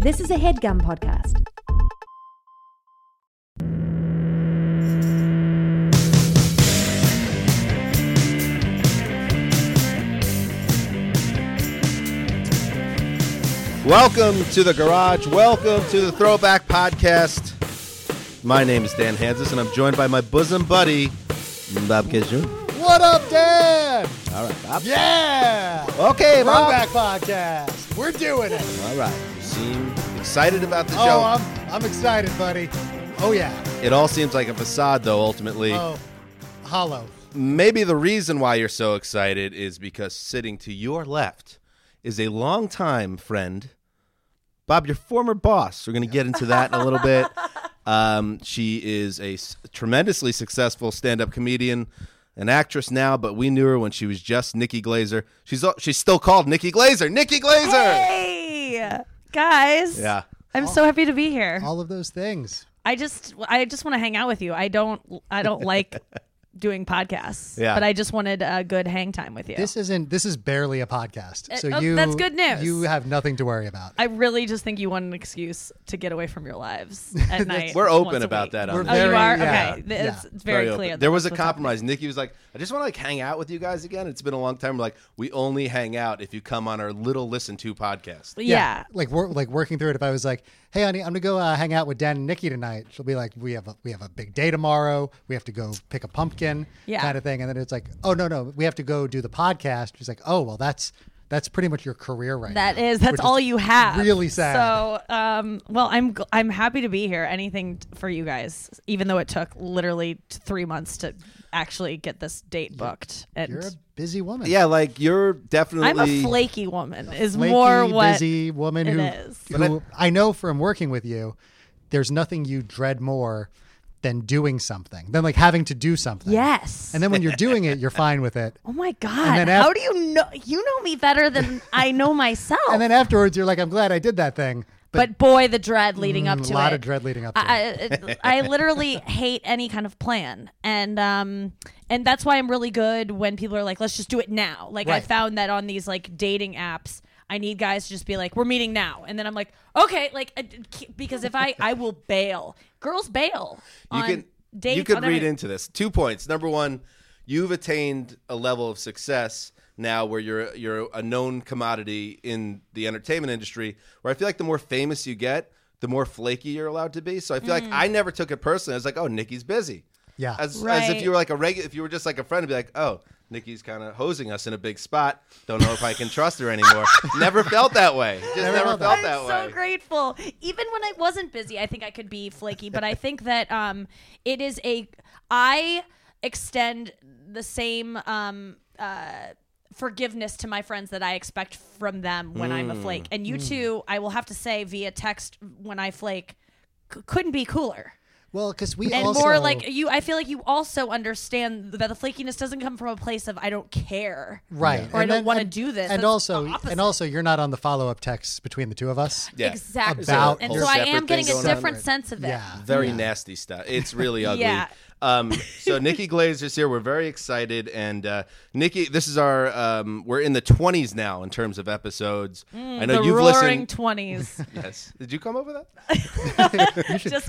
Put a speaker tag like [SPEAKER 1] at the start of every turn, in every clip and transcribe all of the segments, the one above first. [SPEAKER 1] This is a headgum podcast.
[SPEAKER 2] Welcome to the garage. Welcome to the Throwback Podcast. My name is Dan Hansis, and I'm joined by my bosom buddy, Bob Kishun.
[SPEAKER 3] What up, Dan?
[SPEAKER 2] All right, Bob.
[SPEAKER 3] Yeah!
[SPEAKER 2] Okay, Bob.
[SPEAKER 3] Throwback podcast. We're doing it.
[SPEAKER 2] All right. You seem excited about the show.
[SPEAKER 3] Oh, I'm I'm excited, buddy. Oh yeah.
[SPEAKER 2] it all seems like a facade, though, ultimately.
[SPEAKER 3] Oh, hollow.
[SPEAKER 2] Maybe the reason why you're so excited is because sitting to your left is a longtime friend, Bob, your former boss. We're going to get into that in a little bit. Um, she is a s- tremendously successful stand up comedian, an actress now, but we knew her when she was just Nikki Glazer. She's, al- she's still called Nikki Glazer. Nikki Glazer!
[SPEAKER 4] Hey guys.
[SPEAKER 2] Yeah.
[SPEAKER 4] I'm so happy to be here.
[SPEAKER 3] All of those things.
[SPEAKER 4] I just I just want to hang out with you. I don't I don't like doing podcasts.
[SPEAKER 2] Yeah.
[SPEAKER 4] But I just wanted a good hang time with you.
[SPEAKER 3] This isn't. This is barely a podcast. So
[SPEAKER 4] oh,
[SPEAKER 3] you.
[SPEAKER 4] that's good news.
[SPEAKER 3] You have nothing to worry about.
[SPEAKER 4] I really just think you want an excuse to get away from your lives at night.
[SPEAKER 2] We're open
[SPEAKER 4] once a
[SPEAKER 2] about
[SPEAKER 4] week.
[SPEAKER 2] that on
[SPEAKER 4] Oh,
[SPEAKER 3] We're
[SPEAKER 2] the
[SPEAKER 3] very-
[SPEAKER 4] you are?
[SPEAKER 3] yeah,
[SPEAKER 4] okay.
[SPEAKER 3] yeah.
[SPEAKER 4] It's, it's very,
[SPEAKER 2] open.
[SPEAKER 4] clear. that
[SPEAKER 2] There was a
[SPEAKER 4] that's what's happening.
[SPEAKER 2] compromise. Nikki was like, "I just want to like hang out with you guys again. It's been a long time. We're like, we only hang out if you come on our little listen to podcast."
[SPEAKER 4] Yeah.
[SPEAKER 3] Like wor- like working through it. If I was like, hey, honey, I'm gonna go uh, hang out with Dan and Nikki tonight. She'll be like, we have a, we have a big day tomorrow. We have to go pick a pumpkin.
[SPEAKER 4] Yeah.
[SPEAKER 3] Kind of thing. And then it's like, oh no no, we have to go do the podcast. She's like, oh well, that's that's pretty much your career right
[SPEAKER 4] That
[SPEAKER 3] now.
[SPEAKER 4] is. That's
[SPEAKER 3] which
[SPEAKER 4] all you have.
[SPEAKER 3] really sad.
[SPEAKER 4] So, um, well, I'm gl- I'm happy to be here. Anything t- for you guys, even though it took literally t- three months to actually get this date booked. And
[SPEAKER 3] You're a busy woman.
[SPEAKER 2] Yeah, like you're definitely.
[SPEAKER 4] I'm a flaky woman. Is
[SPEAKER 3] flaky,
[SPEAKER 4] more what
[SPEAKER 3] busy woman
[SPEAKER 4] it
[SPEAKER 3] who,
[SPEAKER 4] is.
[SPEAKER 3] who I, know from working with you, there's nothing you dread more than doing something, than like having to do something.
[SPEAKER 4] Yes.
[SPEAKER 3] And then when you're doing it, you're fine with it.
[SPEAKER 4] oh my god!
[SPEAKER 3] then
[SPEAKER 4] How
[SPEAKER 3] af-
[SPEAKER 4] do you know? You know me better than I know myself.
[SPEAKER 3] And then afterwards, you're like, I'm glad I did that thing. But,
[SPEAKER 4] but boy, the dread leading up
[SPEAKER 3] Mm,
[SPEAKER 4] to
[SPEAKER 3] a lot
[SPEAKER 4] it.
[SPEAKER 3] of dread leading up to
[SPEAKER 4] I, it. I literally hate any kind of plan, and um, and that's why I'm really good when people are like, "Let's just do it now." Like I
[SPEAKER 3] Right.
[SPEAKER 4] found that on these like dating apps, I need guys to just be like, "We're meeting now," and then I'm like, "Okay," like uh, k- because if I I will bail. Girls bail
[SPEAKER 2] you
[SPEAKER 4] on
[SPEAKER 2] can
[SPEAKER 4] dates.
[SPEAKER 2] you could
[SPEAKER 4] on
[SPEAKER 2] read
[SPEAKER 4] everything.
[SPEAKER 2] into this. Two points. Number one, you've attained a level of success now where you're you're a known commodity in the entertainment industry. Where I feel like the more famous you get, the more flaky you're allowed to be. So I feel
[SPEAKER 4] Mm.
[SPEAKER 2] like I never took it personally. I was like, oh, Nikki's busy.
[SPEAKER 3] Yeah.
[SPEAKER 2] As, as if
[SPEAKER 4] Right.
[SPEAKER 2] you were like a regular, if you were just like a friend, and be like, oh. Nikki's kind of hosing us in a big spot. Don't know if I can trust her anymore. never felt that way. Just never,
[SPEAKER 3] felt
[SPEAKER 2] felt
[SPEAKER 3] that
[SPEAKER 2] that,
[SPEAKER 4] I'm
[SPEAKER 2] way.
[SPEAKER 4] so grateful. Even when I wasn't busy, I think I could be flaky, but I think that um, it is a I extend the same um, uh, forgiveness to my friends that I expect from them when I'm a
[SPEAKER 2] Mm.
[SPEAKER 4] flake, and you two, I will have to say via text when I flake, c- couldn't be cooler.
[SPEAKER 3] well, because we
[SPEAKER 4] And
[SPEAKER 3] also.
[SPEAKER 4] more like you, I feel like you also understand that the flakiness doesn't come from a place of I don't care,
[SPEAKER 3] Right,
[SPEAKER 4] or I
[SPEAKER 3] And
[SPEAKER 4] don't
[SPEAKER 3] then-
[SPEAKER 4] want to
[SPEAKER 3] and-
[SPEAKER 4] do this.
[SPEAKER 3] and
[SPEAKER 4] That's
[SPEAKER 3] also,
[SPEAKER 4] the opposite.
[SPEAKER 3] and also, you're not on the follow-up texts between the two of us.
[SPEAKER 2] Yeah.
[SPEAKER 4] Exactly.
[SPEAKER 3] About
[SPEAKER 4] and
[SPEAKER 3] your
[SPEAKER 4] so I
[SPEAKER 2] separate
[SPEAKER 4] am getting
[SPEAKER 2] thing
[SPEAKER 4] a
[SPEAKER 2] going on.
[SPEAKER 4] different sense of it.
[SPEAKER 3] Yeah,
[SPEAKER 2] very nasty stuff. It's really ugly.
[SPEAKER 4] Yeah.
[SPEAKER 2] Um, so Nikki Glazer's here. We're very excited, and uh, Nikki, this is our um, we're in the twenties now in terms of episodes. I know
[SPEAKER 4] Mm, the
[SPEAKER 2] you've
[SPEAKER 4] roaring
[SPEAKER 2] listened.
[SPEAKER 4] twenties
[SPEAKER 2] yes, did you come over that?
[SPEAKER 4] just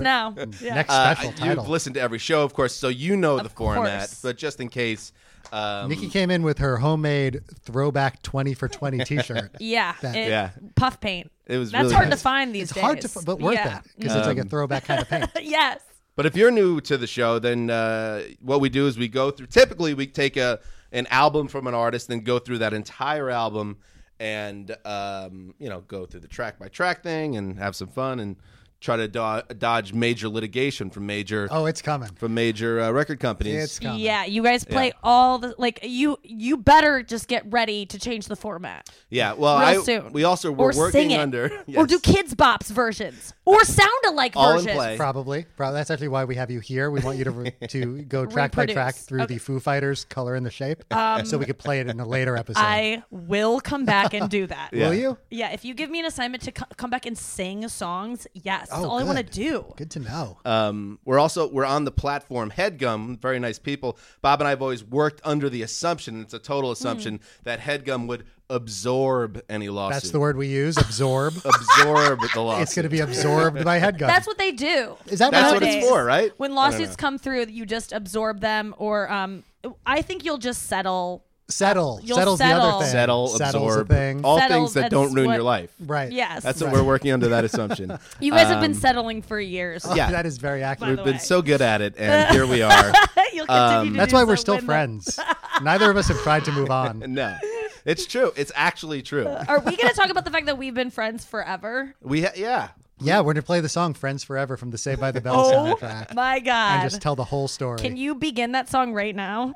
[SPEAKER 4] now. Yeah.
[SPEAKER 3] next
[SPEAKER 2] Uh,
[SPEAKER 3] special
[SPEAKER 2] you've
[SPEAKER 3] title.
[SPEAKER 2] listened to every show, of course, so you know the format.
[SPEAKER 4] course.
[SPEAKER 2] But just in case, um,
[SPEAKER 3] Nikki came in with her homemade throwback twenty for twenty T-shirt.
[SPEAKER 4] Yeah, it-
[SPEAKER 2] Yeah.
[SPEAKER 4] Puff paint.
[SPEAKER 2] It was
[SPEAKER 4] that's
[SPEAKER 2] really
[SPEAKER 4] hard
[SPEAKER 2] nice.
[SPEAKER 4] to find these
[SPEAKER 3] It's
[SPEAKER 4] days.
[SPEAKER 3] hard to, f- but worth
[SPEAKER 4] yeah.
[SPEAKER 3] it because it's like a
[SPEAKER 2] Um,
[SPEAKER 3] throwback kind of paint.
[SPEAKER 4] yes.
[SPEAKER 2] But if you're new to the show, then uh, what we do is we go through. Typically, we take a an album from an artist, then go through that entire album, and um, you know, go through the track by track thing, and have some fun, and try to do- dodge major litigation from major
[SPEAKER 3] Oh, it's coming.
[SPEAKER 2] from major uh, record companies.
[SPEAKER 3] It's coming.
[SPEAKER 4] Yeah, you guys play all the like you. You better just get ready to change the format
[SPEAKER 2] yeah, well,
[SPEAKER 4] real
[SPEAKER 2] I,
[SPEAKER 4] soon.
[SPEAKER 2] we also were
[SPEAKER 4] or
[SPEAKER 2] working
[SPEAKER 4] sing it,
[SPEAKER 2] under
[SPEAKER 4] or
[SPEAKER 2] Yes.
[SPEAKER 4] do kids bops versions or sound alike
[SPEAKER 2] All in
[SPEAKER 4] versions.
[SPEAKER 2] play.
[SPEAKER 3] Probably. Probably. That's actually why we have you here. We want you to to go track by track
[SPEAKER 4] Reproduce. Um,
[SPEAKER 3] through the Foo Fighters, color in the shape, so we could play it in a later episode.
[SPEAKER 4] I will come back and do that.
[SPEAKER 3] Will you?
[SPEAKER 4] Yeah, if you give me an assignment to co- come back and sing songs, yes, That's all I want to
[SPEAKER 3] Oh, good.
[SPEAKER 4] do.
[SPEAKER 3] Good to know.
[SPEAKER 2] Um, we're also we're on the platform Headgum, very nice people. Bob and I have always worked under the assumption it's a total
[SPEAKER 4] Hmm.
[SPEAKER 2] assumption that Headgum would absorb any lawsuit.
[SPEAKER 3] That's the word we use. Absorb.
[SPEAKER 2] absorb the lawsuit.
[SPEAKER 3] it's going to be absorbed by headgun.
[SPEAKER 4] That's what they do.
[SPEAKER 3] Is that
[SPEAKER 2] That's
[SPEAKER 3] what
[SPEAKER 2] what
[SPEAKER 3] happens?
[SPEAKER 2] it's for, right?
[SPEAKER 4] When lawsuits come through, you just absorb them, or um, I think you'll just settle.
[SPEAKER 3] Settle.
[SPEAKER 4] You'll
[SPEAKER 3] Settle's the
[SPEAKER 4] settle.
[SPEAKER 3] other thing.
[SPEAKER 2] Settle,
[SPEAKER 3] Settle's
[SPEAKER 2] absorb,
[SPEAKER 3] The thing.
[SPEAKER 2] all
[SPEAKER 4] Settle,
[SPEAKER 2] things that
[SPEAKER 4] that's
[SPEAKER 2] don't ruin
[SPEAKER 4] what-
[SPEAKER 2] your life.
[SPEAKER 3] right.
[SPEAKER 4] Yes,
[SPEAKER 2] That's what we're working under that assumption.
[SPEAKER 4] you guys have been settling for years.
[SPEAKER 2] yeah.
[SPEAKER 3] That is very accurate.
[SPEAKER 4] By
[SPEAKER 2] We've
[SPEAKER 4] the
[SPEAKER 2] been
[SPEAKER 4] way.
[SPEAKER 2] so good at it, and here we are.
[SPEAKER 4] you'll continue to
[SPEAKER 3] That's
[SPEAKER 4] do
[SPEAKER 3] why
[SPEAKER 4] so
[SPEAKER 3] we're still
[SPEAKER 4] when the-
[SPEAKER 3] friends. Neither of us have tried to move on.
[SPEAKER 2] No, it's true. It's actually true.
[SPEAKER 4] Are we going to talk about the fact that we've been friends forever?
[SPEAKER 2] We ha- yeah.
[SPEAKER 3] Yeah, we're going to play the song Friends Forever from the Saved by the Bell soundtrack
[SPEAKER 4] Oh My
[SPEAKER 3] and
[SPEAKER 4] God.
[SPEAKER 3] just tell the whole story.
[SPEAKER 4] Can you begin that song right now?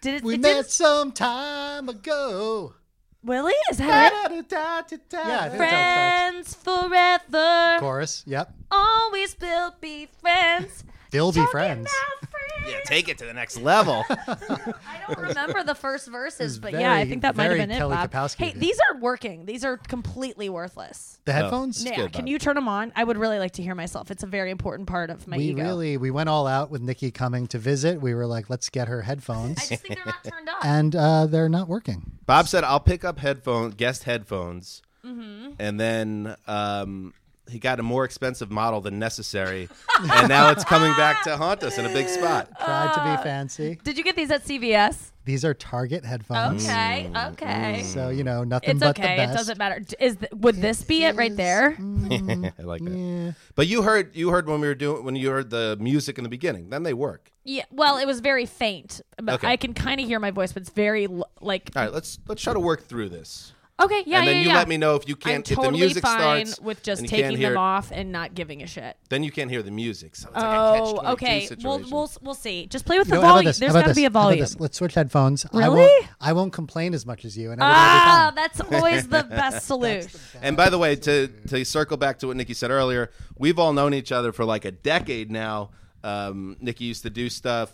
[SPEAKER 4] Did it,
[SPEAKER 3] we
[SPEAKER 4] it
[SPEAKER 3] met
[SPEAKER 4] didn't,
[SPEAKER 3] some time ago.
[SPEAKER 4] Willie? Is that it?
[SPEAKER 3] Yeah, I think that's
[SPEAKER 4] Friends forever.
[SPEAKER 3] Chorus. Yep.
[SPEAKER 4] Always will be friends.
[SPEAKER 3] They'll be
[SPEAKER 4] Talking
[SPEAKER 3] friends.
[SPEAKER 4] about friends.
[SPEAKER 2] Yeah, take it to the next level.
[SPEAKER 4] I don't remember the first verses, but
[SPEAKER 3] very-
[SPEAKER 4] yeah, I think that might have
[SPEAKER 3] very
[SPEAKER 4] been
[SPEAKER 3] Kelly
[SPEAKER 4] it, Bob.
[SPEAKER 3] Kapowski
[SPEAKER 4] hey,
[SPEAKER 3] of you.
[SPEAKER 4] these aren't working. These are completely worthless.
[SPEAKER 2] Oh.
[SPEAKER 3] The headphones?
[SPEAKER 4] Yeah,
[SPEAKER 2] good,
[SPEAKER 4] can
[SPEAKER 2] Bob.
[SPEAKER 4] you turn them on? I would really like to hear myself. It's a very important part of my
[SPEAKER 3] We
[SPEAKER 4] ego.
[SPEAKER 3] really we went all out with Nikki coming to visit. We were like, let's get her headphones,
[SPEAKER 4] I just think they're not turned up.
[SPEAKER 3] and uh, they're not working.
[SPEAKER 2] Bob said, "I'll pick up headphones, guest headphones,
[SPEAKER 4] Mm-hmm.
[SPEAKER 2] and then um, he got a more expensive model than necessary, and now it's coming back to haunt us in a big spot."
[SPEAKER 3] Tried
[SPEAKER 4] Uh,
[SPEAKER 3] to be fancy.
[SPEAKER 4] Did you get these at CVS?
[SPEAKER 3] These are Target headphones,
[SPEAKER 4] Okay, okay.
[SPEAKER 3] Mm. so you know nothing
[SPEAKER 4] It's
[SPEAKER 3] but
[SPEAKER 4] okay.
[SPEAKER 3] the
[SPEAKER 4] It
[SPEAKER 3] best.
[SPEAKER 4] doesn't matter. D- Is th- would this be it right there?
[SPEAKER 2] I like that. But you heard you heard when we were doing when you heard the music in the beginning. Then they work.
[SPEAKER 4] Yeah. Well, it was very faint, but
[SPEAKER 2] Okay.
[SPEAKER 4] I can kind of hear my voice, but it's very l- like.
[SPEAKER 2] All right, let's let's try to work through this.
[SPEAKER 4] Okay. Yeah.
[SPEAKER 2] and then
[SPEAKER 4] yeah.
[SPEAKER 2] you
[SPEAKER 4] yeah.
[SPEAKER 2] let me know if you
[SPEAKER 4] I'm
[SPEAKER 2] can't if
[SPEAKER 4] totally
[SPEAKER 2] the music
[SPEAKER 4] fine
[SPEAKER 2] starts
[SPEAKER 4] with just
[SPEAKER 2] and you can't
[SPEAKER 4] taking
[SPEAKER 2] hear
[SPEAKER 4] them
[SPEAKER 2] it,
[SPEAKER 4] off and not giving a shit.
[SPEAKER 2] Then you can't hear the music. So it's like a
[SPEAKER 4] Oh,
[SPEAKER 2] catch-22
[SPEAKER 4] okay. We'll,
[SPEAKER 2] situation.
[SPEAKER 4] we'll we'll see. Just play with
[SPEAKER 3] You
[SPEAKER 4] the
[SPEAKER 3] know, how about
[SPEAKER 4] volume.
[SPEAKER 3] this? How
[SPEAKER 4] There's
[SPEAKER 3] about
[SPEAKER 4] got to
[SPEAKER 3] this?
[SPEAKER 4] be a
[SPEAKER 3] How about
[SPEAKER 4] volume.
[SPEAKER 3] this? Let's switch headphones. I
[SPEAKER 4] Really?
[SPEAKER 3] won't, I won't complain as much as you, and everything will be
[SPEAKER 4] Ah,
[SPEAKER 3] fine.
[SPEAKER 4] that's always the best solution.
[SPEAKER 2] And by the way, to to circle back to what Nikki said earlier, we've all known each other for like a decade now. Um, Nikki used to do stuff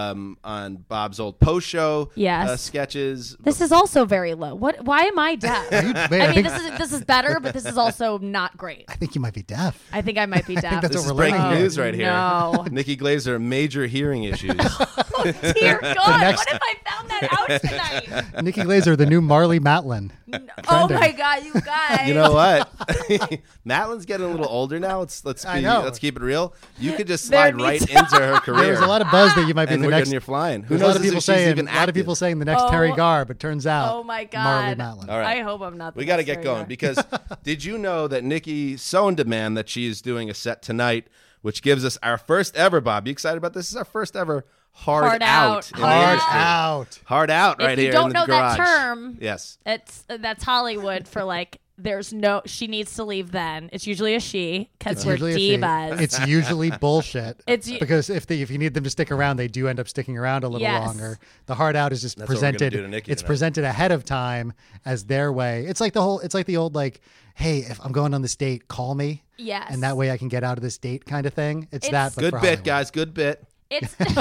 [SPEAKER 2] um, on Bob's old post show
[SPEAKER 4] Yes.
[SPEAKER 2] uh, sketches.
[SPEAKER 4] This is also very low. What? Why am I deaf?
[SPEAKER 3] You-
[SPEAKER 4] I
[SPEAKER 3] wait, I,
[SPEAKER 4] mean,
[SPEAKER 3] think,
[SPEAKER 4] this is this is better, but this is also not great.
[SPEAKER 3] I think you might be deaf.
[SPEAKER 4] I think I might be deaf.
[SPEAKER 3] that's
[SPEAKER 2] This is
[SPEAKER 3] we're learning
[SPEAKER 2] breaking
[SPEAKER 4] here.
[SPEAKER 2] news right here.
[SPEAKER 4] No.
[SPEAKER 2] Nikki Glazer, major hearing issues.
[SPEAKER 4] Oh, Dear God, what if I found that out tonight?
[SPEAKER 3] Nikki Glazer, the new Marley Matlin.
[SPEAKER 4] Oh
[SPEAKER 3] Trending.
[SPEAKER 4] my God, you guys!
[SPEAKER 2] you know what? Matlin's getting a little older now. Let's let's
[SPEAKER 3] I
[SPEAKER 2] be,
[SPEAKER 3] know.
[SPEAKER 2] let's keep it real. You could just
[SPEAKER 4] There
[SPEAKER 2] slide
[SPEAKER 4] needs
[SPEAKER 2] right
[SPEAKER 4] to-
[SPEAKER 2] into her career.
[SPEAKER 3] There's a lot of buzz that you might be
[SPEAKER 2] and
[SPEAKER 3] the
[SPEAKER 2] we're good
[SPEAKER 3] next.
[SPEAKER 2] and you're flying. Who
[SPEAKER 3] There's a
[SPEAKER 2] knows
[SPEAKER 3] lot
[SPEAKER 2] if
[SPEAKER 3] of people
[SPEAKER 2] she's
[SPEAKER 3] saying.
[SPEAKER 2] even
[SPEAKER 3] A lot of people
[SPEAKER 2] active?
[SPEAKER 3] saying the next
[SPEAKER 4] Oh.
[SPEAKER 3] Terry Garr, but turns out.
[SPEAKER 4] oh my
[SPEAKER 3] Marley
[SPEAKER 4] God!
[SPEAKER 3] Matlin.
[SPEAKER 2] All right.
[SPEAKER 4] I hope I'm not. the
[SPEAKER 2] We got to
[SPEAKER 4] best
[SPEAKER 2] get
[SPEAKER 4] right
[SPEAKER 2] going
[SPEAKER 4] now.
[SPEAKER 2] because did you know that Nikki so in demand that she is doing a set tonight, which gives us our first ever. Bob, you excited about this? This is our first ever hard,
[SPEAKER 4] Hard out.
[SPEAKER 2] out. in the
[SPEAKER 3] Hard
[SPEAKER 2] industry.
[SPEAKER 3] out.
[SPEAKER 2] Hard out.
[SPEAKER 4] If
[SPEAKER 2] Right
[SPEAKER 4] you
[SPEAKER 2] here.
[SPEAKER 4] don't
[SPEAKER 2] in the
[SPEAKER 4] know
[SPEAKER 2] garage.
[SPEAKER 4] that term-
[SPEAKER 2] yes.
[SPEAKER 4] It's that's Hollywood for like. There's no. She needs to leave. Then it's usually a she because
[SPEAKER 3] It's
[SPEAKER 4] we're
[SPEAKER 3] usually a fake.
[SPEAKER 4] divas.
[SPEAKER 3] It's usually bullshit.
[SPEAKER 4] It's u-
[SPEAKER 3] because if they, if you need them to stick around, they do end up sticking around a little
[SPEAKER 4] Yes.
[SPEAKER 3] longer. The hard out is just
[SPEAKER 2] That's what we're gonna
[SPEAKER 3] presented.
[SPEAKER 2] do to Nikki
[SPEAKER 3] it's
[SPEAKER 2] tonight.
[SPEAKER 3] presented ahead of time as their way. It's like the whole. It's like the old like, hey, if I'm going on this date, call me.
[SPEAKER 4] Yes.
[SPEAKER 3] And that way I can get out of this date kind of thing. It's,
[SPEAKER 4] It's-
[SPEAKER 3] that. But
[SPEAKER 2] Good
[SPEAKER 3] for
[SPEAKER 2] bit,
[SPEAKER 3] Hollywood.
[SPEAKER 2] guys. Good bit.
[SPEAKER 4] It's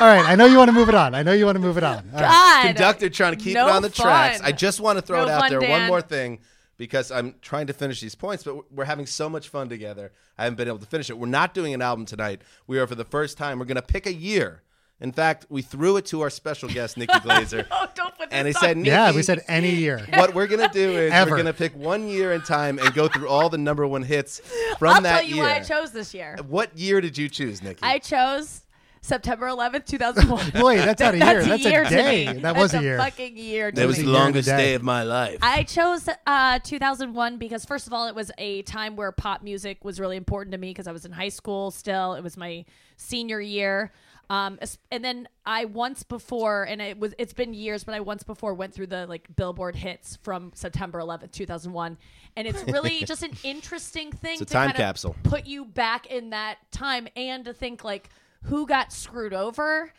[SPEAKER 3] All right. I know you want to move it on. I know you want to move it on. All right.
[SPEAKER 4] God.
[SPEAKER 2] Conductor trying to keep
[SPEAKER 4] No
[SPEAKER 2] it on the tracks.
[SPEAKER 4] fun.
[SPEAKER 2] I just want to throw
[SPEAKER 4] No
[SPEAKER 2] it out
[SPEAKER 4] fun,
[SPEAKER 2] there one
[SPEAKER 4] Dan.
[SPEAKER 2] more thing because I'm trying to finish these points, but we're- we're having so much fun together. I haven't been able to finish it. We're not doing an album tonight. We are for the first time. We're going to pick a year. In fact, we threw it to our special guest, Nikki Glazer.
[SPEAKER 4] oh, don't put this
[SPEAKER 2] and he
[SPEAKER 4] on.
[SPEAKER 2] said, Nikki,
[SPEAKER 3] Yeah. We said any year.
[SPEAKER 2] what we're gonna do is
[SPEAKER 3] Ever.
[SPEAKER 2] we're gonna pick one year in time and go through all the number one hits from
[SPEAKER 4] I'll
[SPEAKER 2] that
[SPEAKER 4] tell you
[SPEAKER 2] year. Uh,
[SPEAKER 4] why I chose this year.
[SPEAKER 2] what year did you choose, Nikki?
[SPEAKER 4] I chose September 11th, 2001.
[SPEAKER 3] Boy, that's not a year. That's a
[SPEAKER 4] year to
[SPEAKER 3] day.
[SPEAKER 4] me.
[SPEAKER 3] That
[SPEAKER 4] That's
[SPEAKER 3] was a year.
[SPEAKER 4] fucking year. To
[SPEAKER 2] that was
[SPEAKER 4] me.
[SPEAKER 2] the
[SPEAKER 3] Year and a
[SPEAKER 2] longest
[SPEAKER 3] day.
[SPEAKER 2] day of my life.
[SPEAKER 4] I chose uh, 2001 because, first of all, it was a time where pop music was really important to me because I was in high school still. It was my senior year. Um, es- and then I once before, and it was it's been years, but I once before went through the like Billboard hits from September 11th, 2001, and it's really just an interesting thing.
[SPEAKER 2] It's a
[SPEAKER 4] to
[SPEAKER 2] time
[SPEAKER 4] kind of
[SPEAKER 2] capsule.
[SPEAKER 4] Put you back in that time, and to think like who got screwed over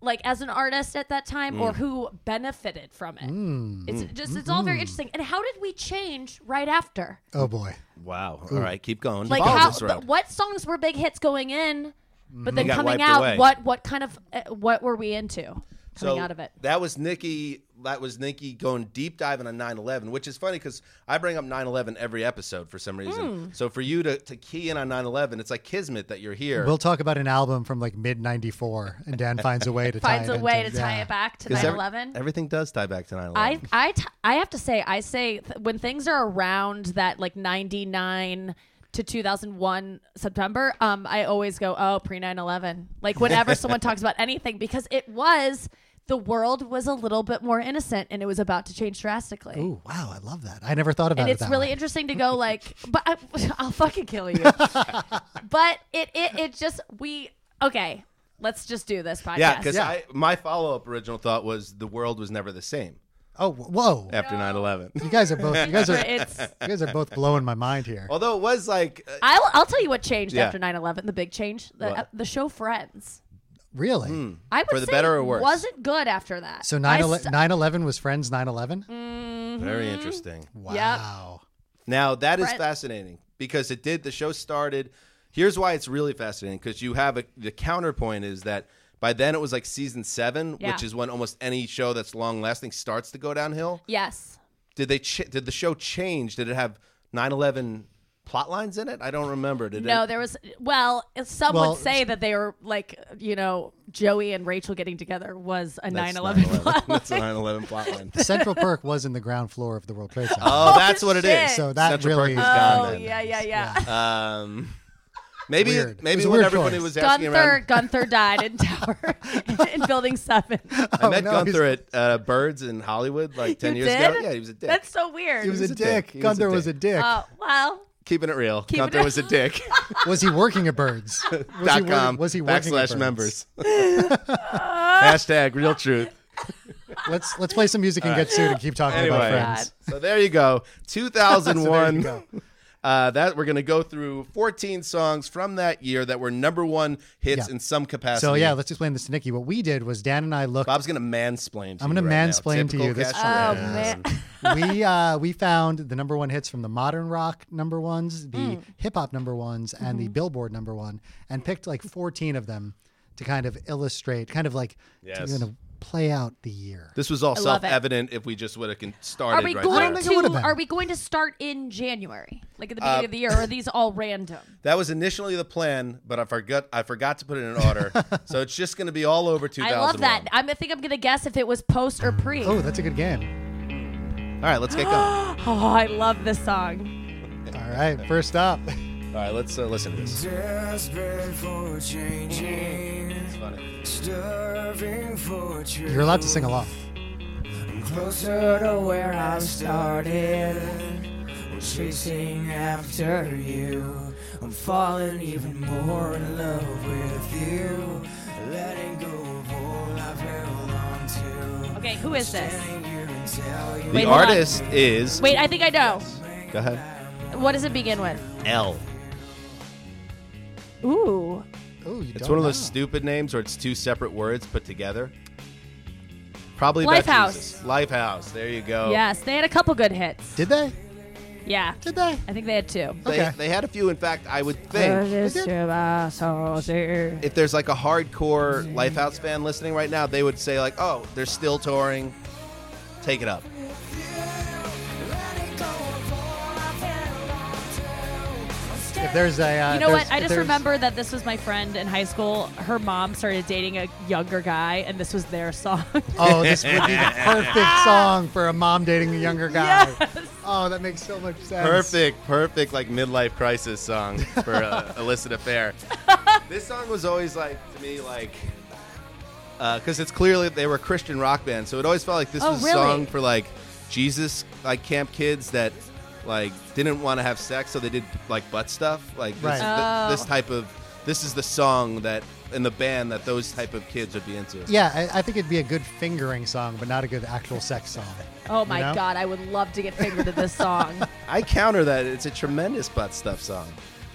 [SPEAKER 4] like as an artist at that time
[SPEAKER 2] Mm.
[SPEAKER 4] or who benefited from it. It's just it's all
[SPEAKER 2] Mm-hmm.
[SPEAKER 4] very interesting. And how did we change right after?
[SPEAKER 3] Oh boy.
[SPEAKER 2] wow. All right, keep going.
[SPEAKER 4] Like
[SPEAKER 2] Follow
[SPEAKER 4] how
[SPEAKER 2] this road.
[SPEAKER 4] but what songs were big hits going in but then
[SPEAKER 2] got
[SPEAKER 4] coming
[SPEAKER 2] wiped
[SPEAKER 4] out
[SPEAKER 2] away.
[SPEAKER 4] what what kind of uh, what were eh, we into? coming out of it.
[SPEAKER 2] That was Nikki. That was Nikki going deep diving on 9/11, which is funny because I bring up 9/11 every episode for some
[SPEAKER 4] Hmm.
[SPEAKER 2] reason. So for you to, to key in on 9/11, it's like kismet that you're here.
[SPEAKER 3] We'll talk about an album from like mid '94, and Dan finds a way to tie
[SPEAKER 4] Finds
[SPEAKER 3] it
[SPEAKER 4] a way to
[SPEAKER 3] into-
[SPEAKER 4] tie
[SPEAKER 3] yeah.
[SPEAKER 4] it back to
[SPEAKER 2] 'Cause
[SPEAKER 4] 9
[SPEAKER 2] every-
[SPEAKER 4] 11.
[SPEAKER 2] everything does tie back to 9/11.
[SPEAKER 4] I I t- I have to say I say th- when things are around that like 99 to 2001 September um I always go oh pre 9/11 like whenever someone talks about anything because it was the world was a little bit more innocent and it was about to change drastically.
[SPEAKER 3] Ooh, wow! I love that. I never thought about
[SPEAKER 4] and
[SPEAKER 3] it.
[SPEAKER 4] it's
[SPEAKER 3] that
[SPEAKER 4] really
[SPEAKER 3] way.
[SPEAKER 4] interesting to go like but I, i'll fucking kill you but it, it it just we okay let's just do this podcast
[SPEAKER 2] yeah, because
[SPEAKER 3] Yeah.
[SPEAKER 2] I my follow up original thought was the world was never the same
[SPEAKER 3] Oh, wh- whoa!
[SPEAKER 2] after 9/11.
[SPEAKER 3] You guys are both. You guys are. you
[SPEAKER 4] it's
[SPEAKER 3] guys are both blowing my mind here.
[SPEAKER 2] Although it was like uh,
[SPEAKER 4] I'll, I'll tell you what changed
[SPEAKER 2] Yeah.
[SPEAKER 4] after 9-11 the big change the, uh,
[SPEAKER 2] What?
[SPEAKER 4] the show friends
[SPEAKER 3] Really?
[SPEAKER 2] hmm.
[SPEAKER 4] i would
[SPEAKER 2] For the
[SPEAKER 4] say
[SPEAKER 2] better or
[SPEAKER 4] it
[SPEAKER 2] worse.
[SPEAKER 4] wasn't good after that
[SPEAKER 3] So
[SPEAKER 4] I Mm,
[SPEAKER 3] 9
[SPEAKER 4] st-
[SPEAKER 3] 9/11 was Friends 9/11.
[SPEAKER 4] Mm-hmm.
[SPEAKER 2] very interesting.
[SPEAKER 3] Wow.
[SPEAKER 2] Now that is
[SPEAKER 4] Brent-
[SPEAKER 2] fascinating because it did. The show started. Here's why it's really fascinating because you have a, the counterpoint is that by then it was like season seven,
[SPEAKER 4] Yeah.
[SPEAKER 2] which is when almost any show that's long lasting starts to go downhill.
[SPEAKER 4] yes
[SPEAKER 2] Did they? Ch- did the show change? Did it have 9-11 plot lines in it? I don't remember. Did
[SPEAKER 4] no
[SPEAKER 2] it?
[SPEAKER 4] there was well some
[SPEAKER 3] Well,
[SPEAKER 4] would say that they were like you know joey and rachel getting together was a
[SPEAKER 2] That's
[SPEAKER 4] 9-11 plot
[SPEAKER 2] That's a 9-11 plot line.
[SPEAKER 3] The Central Perk was in the ground floor of the World Trade Center.
[SPEAKER 2] Oh, that's what it
[SPEAKER 4] shit.
[SPEAKER 2] is.
[SPEAKER 3] so that
[SPEAKER 2] Central
[SPEAKER 3] really.
[SPEAKER 2] Perk was gone
[SPEAKER 4] oh
[SPEAKER 2] then.
[SPEAKER 4] yeah yeah yeah
[SPEAKER 2] Um, maybe
[SPEAKER 3] Weird. It
[SPEAKER 2] maybe
[SPEAKER 3] was a
[SPEAKER 2] when
[SPEAKER 3] weird
[SPEAKER 2] everybody
[SPEAKER 3] choice.
[SPEAKER 2] was asking
[SPEAKER 4] Gunther
[SPEAKER 2] around,
[SPEAKER 4] Gunther died in tower in building seven.
[SPEAKER 2] I met
[SPEAKER 3] Oh, no,
[SPEAKER 2] Gunther at uh, Birds in Hollywood like ten
[SPEAKER 4] You
[SPEAKER 2] years
[SPEAKER 4] did?
[SPEAKER 2] ago. Yeah, he was a dick.
[SPEAKER 4] That's so weird.
[SPEAKER 3] He was a
[SPEAKER 2] a dick.
[SPEAKER 3] dick.
[SPEAKER 2] He was a
[SPEAKER 3] Gunther was a
[SPEAKER 2] dick.
[SPEAKER 3] dick.
[SPEAKER 4] oh well.
[SPEAKER 2] keeping it real. Gunther
[SPEAKER 4] it-
[SPEAKER 2] was a dick.
[SPEAKER 3] Was he working at Birds? Was
[SPEAKER 2] dot
[SPEAKER 3] he wor-
[SPEAKER 2] com
[SPEAKER 3] was he working at
[SPEAKER 2] backslash
[SPEAKER 3] Birds?
[SPEAKER 2] members. Hashtag real truth.
[SPEAKER 3] Let's let's play some music and get sued and keep talking about
[SPEAKER 2] Anyway,
[SPEAKER 3] Friends.
[SPEAKER 2] so there you go.
[SPEAKER 3] So
[SPEAKER 2] 2001.
[SPEAKER 3] there you
[SPEAKER 2] Uh, that we're gonna go through 14 songs from that year that were number one hits
[SPEAKER 3] Yeah.
[SPEAKER 2] in some capacity.
[SPEAKER 3] So yeah, let's explain this to Nikki. What we did was Dan and I looked.
[SPEAKER 2] Bob's gonna mansplain. To
[SPEAKER 3] I'm
[SPEAKER 2] you
[SPEAKER 3] gonna
[SPEAKER 2] right now.
[SPEAKER 3] mansplain to
[SPEAKER 2] Typical
[SPEAKER 3] you this-
[SPEAKER 2] Cash
[SPEAKER 4] Oh
[SPEAKER 2] App.
[SPEAKER 4] man.
[SPEAKER 3] we uh, we found the number one hits from the modern rock number ones, the
[SPEAKER 2] Mm.
[SPEAKER 3] hip hop number ones, and
[SPEAKER 2] Mm-hmm.
[SPEAKER 3] the Billboard number one, and picked like 14 of them to kind of illustrate, kind of like
[SPEAKER 2] Yes.
[SPEAKER 3] to you know, play out the year.
[SPEAKER 2] This was all
[SPEAKER 4] love it.
[SPEAKER 2] self-evident if we just would have started
[SPEAKER 4] Are we
[SPEAKER 2] right
[SPEAKER 4] going
[SPEAKER 2] there.
[SPEAKER 3] think it would've
[SPEAKER 4] to
[SPEAKER 3] been.
[SPEAKER 4] are we going to start in January? Like at the
[SPEAKER 2] Uh,
[SPEAKER 4] beginning of the year, or are these all random?
[SPEAKER 2] That was initially the plan, but I forgot I forgot to put it in order. so it's just going to be all over 2001.
[SPEAKER 4] I love that. I'm, I think I'm gonna guess if it was post or pre.
[SPEAKER 3] Oh,
[SPEAKER 4] Oh,
[SPEAKER 3] that's a good game.
[SPEAKER 2] All right, let's get going.
[SPEAKER 4] Oh, I love this song.
[SPEAKER 3] All right, first up,
[SPEAKER 2] All right, let's uh, listen to this.
[SPEAKER 5] Desperate for changing,
[SPEAKER 2] Funny.
[SPEAKER 5] starving for truth.
[SPEAKER 3] you're allowed to sing along.
[SPEAKER 5] Closer to where I started, I'm chasing after you. I'm falling even more in love with you, letting go of all I've held on to.
[SPEAKER 4] Okay, who is this?
[SPEAKER 5] Standing here and tell you
[SPEAKER 2] The
[SPEAKER 4] Wait, hold on.
[SPEAKER 2] artist is
[SPEAKER 4] Wait, I think I know.
[SPEAKER 2] Go ahead.
[SPEAKER 4] What does it begin with?
[SPEAKER 2] L.
[SPEAKER 4] Ooh.
[SPEAKER 3] Oh, you
[SPEAKER 2] It's
[SPEAKER 3] don't
[SPEAKER 2] one of
[SPEAKER 3] know.
[SPEAKER 2] those stupid names where it's two separate words put together. Probably
[SPEAKER 4] Lifehouse.
[SPEAKER 2] about Jesus. Lifehouse. There you
[SPEAKER 3] Oh.
[SPEAKER 2] go.
[SPEAKER 4] Yes, they had a couple good hits.
[SPEAKER 3] Did they?
[SPEAKER 4] Yeah.
[SPEAKER 3] Did they?
[SPEAKER 4] I think they had two.
[SPEAKER 2] They,
[SPEAKER 3] Okay.
[SPEAKER 2] they had a few. In fact, I would think if there's like a hardcore Lifehouse fan listening right now, they would say like, "Oh, they're still touring. Take it up."
[SPEAKER 3] If there's a, uh,
[SPEAKER 4] You know
[SPEAKER 3] there's-
[SPEAKER 4] what? I
[SPEAKER 3] if
[SPEAKER 4] just
[SPEAKER 3] there's-
[SPEAKER 4] remember that this was my friend in high school. Her mom started dating a younger guy, and this was their song.
[SPEAKER 3] Oh, this would be the perfect song for a mom dating a younger guy. Oh, that makes so much sense.
[SPEAKER 2] Perfect, perfect, like midlife crisis song for uh, illicit affair. This song was always like to me like because it's clearly they were a Christian rock band, so it always felt like this
[SPEAKER 4] Oh,
[SPEAKER 2] was
[SPEAKER 4] really?
[SPEAKER 2] a song for like Jesus like camp kids that like didn't want to have sex, so they did like butt stuff. Like this,
[SPEAKER 3] Right.
[SPEAKER 4] Oh.
[SPEAKER 2] th- this type of this is the song that in the band that those type of kids would be into.
[SPEAKER 3] Yeah, I, I think it'd be a good fingering song, but not a good actual sex song.
[SPEAKER 4] oh my
[SPEAKER 3] You know?
[SPEAKER 4] god, I would love to get fingered to this song.
[SPEAKER 2] I counter that it's a tremendous butt stuff song.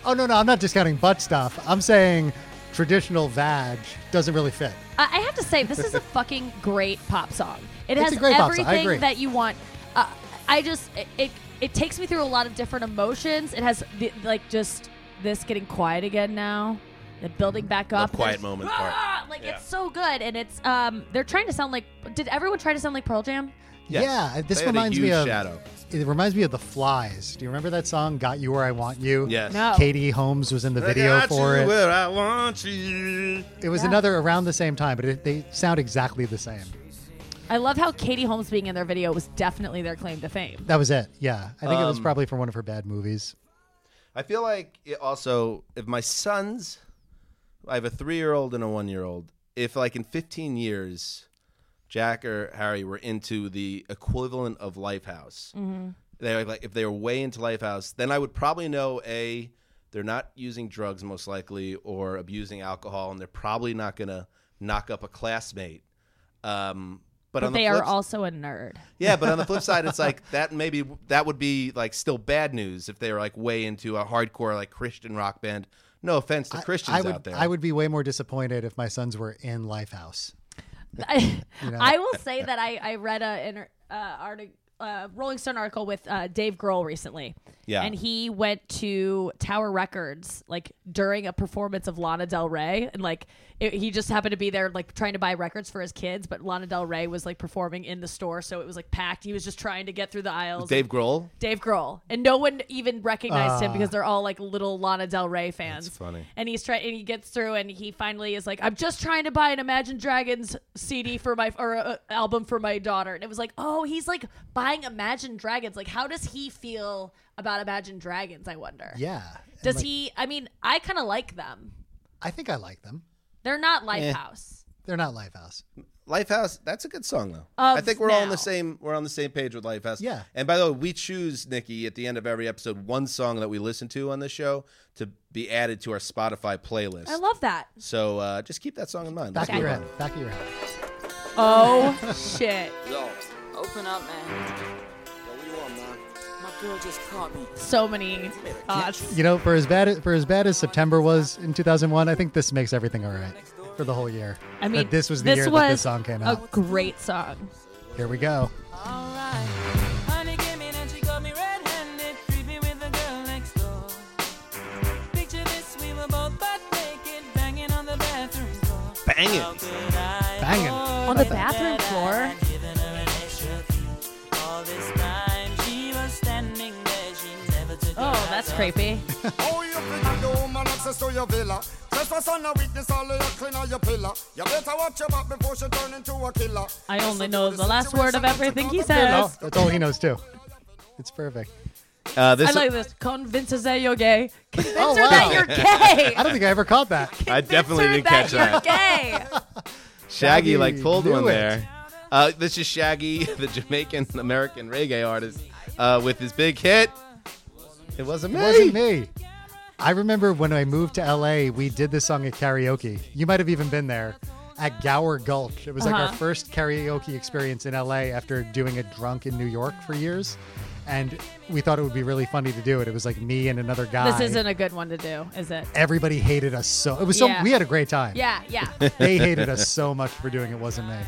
[SPEAKER 3] Oh no, no, I'm not discounting butt stuff. I'm saying traditional vag doesn't really fit.
[SPEAKER 4] I I have to say, this is a fucking great pop song. It
[SPEAKER 3] It's
[SPEAKER 4] has
[SPEAKER 3] a great pop song. I
[SPEAKER 4] everything
[SPEAKER 3] agree.
[SPEAKER 4] that you want. Uh, I just it, it it takes me through a lot of different emotions. It has the, like just this getting quiet again now, the building back up.
[SPEAKER 2] quiet
[SPEAKER 4] There's-
[SPEAKER 2] moment
[SPEAKER 4] Ah! Like it's so good, and it's um, they're trying to sound like. Did everyone try to sound like Pearl Jam?
[SPEAKER 2] Yes.
[SPEAKER 3] Yeah, this
[SPEAKER 2] They had a
[SPEAKER 3] reminds me
[SPEAKER 2] huge
[SPEAKER 3] of
[SPEAKER 2] shadow.
[SPEAKER 3] It reminds me of The Flies. Do you remember that song "Got You Where I Want You"?
[SPEAKER 2] Yes.
[SPEAKER 4] No.
[SPEAKER 3] Katie Holmes was in the video
[SPEAKER 2] I got
[SPEAKER 3] for
[SPEAKER 2] you
[SPEAKER 3] it.
[SPEAKER 2] Where I want you.
[SPEAKER 3] It was
[SPEAKER 4] Yeah.
[SPEAKER 3] another around the same time, but it, they sound exactly the same.
[SPEAKER 4] I love how Katie Holmes being in their video was definitely their claim to fame.
[SPEAKER 3] That was it. Yeah, I think it was
[SPEAKER 2] Um,
[SPEAKER 3] probably from one of her bad movies.
[SPEAKER 2] I feel like it also if my sons, I have a three-year-old and a one-year-old. If like in 15 years, Jack or Harry were into the equivalent of Lifehouse,
[SPEAKER 4] Mm-hmm.
[SPEAKER 2] they were like if they were way into Lifehouse, then I would probably know a they're not using drugs most likely or abusing alcohol, and they're probably not gonna knock up a classmate. Um, but,
[SPEAKER 4] But
[SPEAKER 2] on the
[SPEAKER 4] they
[SPEAKER 2] flip
[SPEAKER 4] are also a nerd.
[SPEAKER 2] yeah, but on the flip side, it's like that maybe that would be like still bad news if they were like way into a hardcore like Christian rock band. No offense to Christians
[SPEAKER 3] I would,
[SPEAKER 2] out there.
[SPEAKER 3] I would be way more disappointed if my sons were in Lifehouse.
[SPEAKER 4] I, I will say that I, I read a inter, uh, artic, uh, Rolling Stone article with uh, Dave Grohl recently.
[SPEAKER 2] Yeah.
[SPEAKER 4] And he went to Tower Records like during a performance of Lana Del Rey, and like it, he just happened to be there like trying to buy records for his kids, but Lana Del Rey was like performing in the store, so it was like packed. He was just trying to get through the aisles.
[SPEAKER 2] Dave Grohl.
[SPEAKER 4] Dave Grohl, and no one even recognized
[SPEAKER 3] Ah.
[SPEAKER 4] him because they're all like little Lana Del Rey fans.
[SPEAKER 2] That's funny.
[SPEAKER 4] And he's trying, and he gets through, and he finally is like, "I'm just trying to buy an Imagine Dragons CD for my or uh, album for my daughter." And it was like, "Oh, he's like buying Imagine Dragons. Like, how does he feel about Imagine Dragons? I wonder.
[SPEAKER 3] Yeah. And,
[SPEAKER 4] Does
[SPEAKER 3] like,
[SPEAKER 4] he? I mean, I kind of like them.
[SPEAKER 3] I think I like them.
[SPEAKER 4] They're
[SPEAKER 3] Eh.
[SPEAKER 4] not Lifehouse.
[SPEAKER 3] They're not Lifehouse.
[SPEAKER 2] Lifehouse, that's a good song though.
[SPEAKER 4] Of
[SPEAKER 2] I think we're all on
[SPEAKER 4] now.
[SPEAKER 2] the same we're on the same page with Lifehouse.
[SPEAKER 3] Yeah.
[SPEAKER 2] And by the way, we choose Nikki at the end of every episode one song that we listen to on this show to be added to our Spotify playlist.
[SPEAKER 4] I love that.
[SPEAKER 2] so uh, just keep that song in mind.
[SPEAKER 3] Back
[SPEAKER 2] That's
[SPEAKER 3] of your
[SPEAKER 2] good.
[SPEAKER 3] head. Back of your head.
[SPEAKER 4] Oh shit!
[SPEAKER 6] Yo, open up, man. Yo, what you want, man? My girl just caught me.
[SPEAKER 4] So many uh, thoughts.
[SPEAKER 3] You know, for as bad for as bad as September was in 2001, I think this makes everything all right for the whole year.
[SPEAKER 4] I mean,
[SPEAKER 3] that this was the year that this song came out.
[SPEAKER 4] A great song.
[SPEAKER 3] Here we go.
[SPEAKER 6] Alright. Honey came in and she caught me red-handed, creeping with the girl next door. Picture this, we were both butt naked, banging on the bathroom floor.
[SPEAKER 2] Bang
[SPEAKER 6] How
[SPEAKER 2] it.
[SPEAKER 6] could I
[SPEAKER 3] Banging.
[SPEAKER 4] On the bathroom floor?
[SPEAKER 6] I'd given her an extra fee. All this time she was standing there, she never took her
[SPEAKER 4] Oh,
[SPEAKER 6] eyes
[SPEAKER 4] that's
[SPEAKER 6] off
[SPEAKER 4] creepy.
[SPEAKER 7] Oh, you pretty no woman access to your villa. Trespass on a witness, all of your cleaner, your pillar. You better watch your back before she turn into a killer.
[SPEAKER 4] I only know the last word of everything he
[SPEAKER 3] No,
[SPEAKER 4] says.
[SPEAKER 3] Oh, that's all he knows too. It's perfect.
[SPEAKER 2] Uh,
[SPEAKER 4] I
[SPEAKER 2] this
[SPEAKER 4] like this. Convince her that you're gay. Convince
[SPEAKER 3] Oh,
[SPEAKER 4] her
[SPEAKER 3] wow.
[SPEAKER 4] that you're gay.
[SPEAKER 3] I don't think I ever caught that.
[SPEAKER 2] I definitely didn't catch that.
[SPEAKER 4] Gay.
[SPEAKER 2] Shaggy
[SPEAKER 3] Shaggy
[SPEAKER 2] like pulled
[SPEAKER 3] knew
[SPEAKER 2] one
[SPEAKER 3] it.
[SPEAKER 2] there. Uh, this is Shaggy, the Jamaican American reggae artist, uh, with his big hit. It wasn't me.
[SPEAKER 3] It wasn't me. I remember when I moved to LA, we did this song at karaoke. You might have even been there at Gower Gulch. It was like
[SPEAKER 4] Uh-huh.
[SPEAKER 3] our first karaoke experience in LA after doing it drunk in New York for years. And we thought it would be really funny to do it. It was like me and another guy.
[SPEAKER 4] This isn't a good one to do, is it?
[SPEAKER 3] Everybody hated us so. It was so.
[SPEAKER 4] Yeah.
[SPEAKER 3] We had a great time.
[SPEAKER 4] Yeah, yeah.
[SPEAKER 3] They hated us so much for doing it. Wasn't me.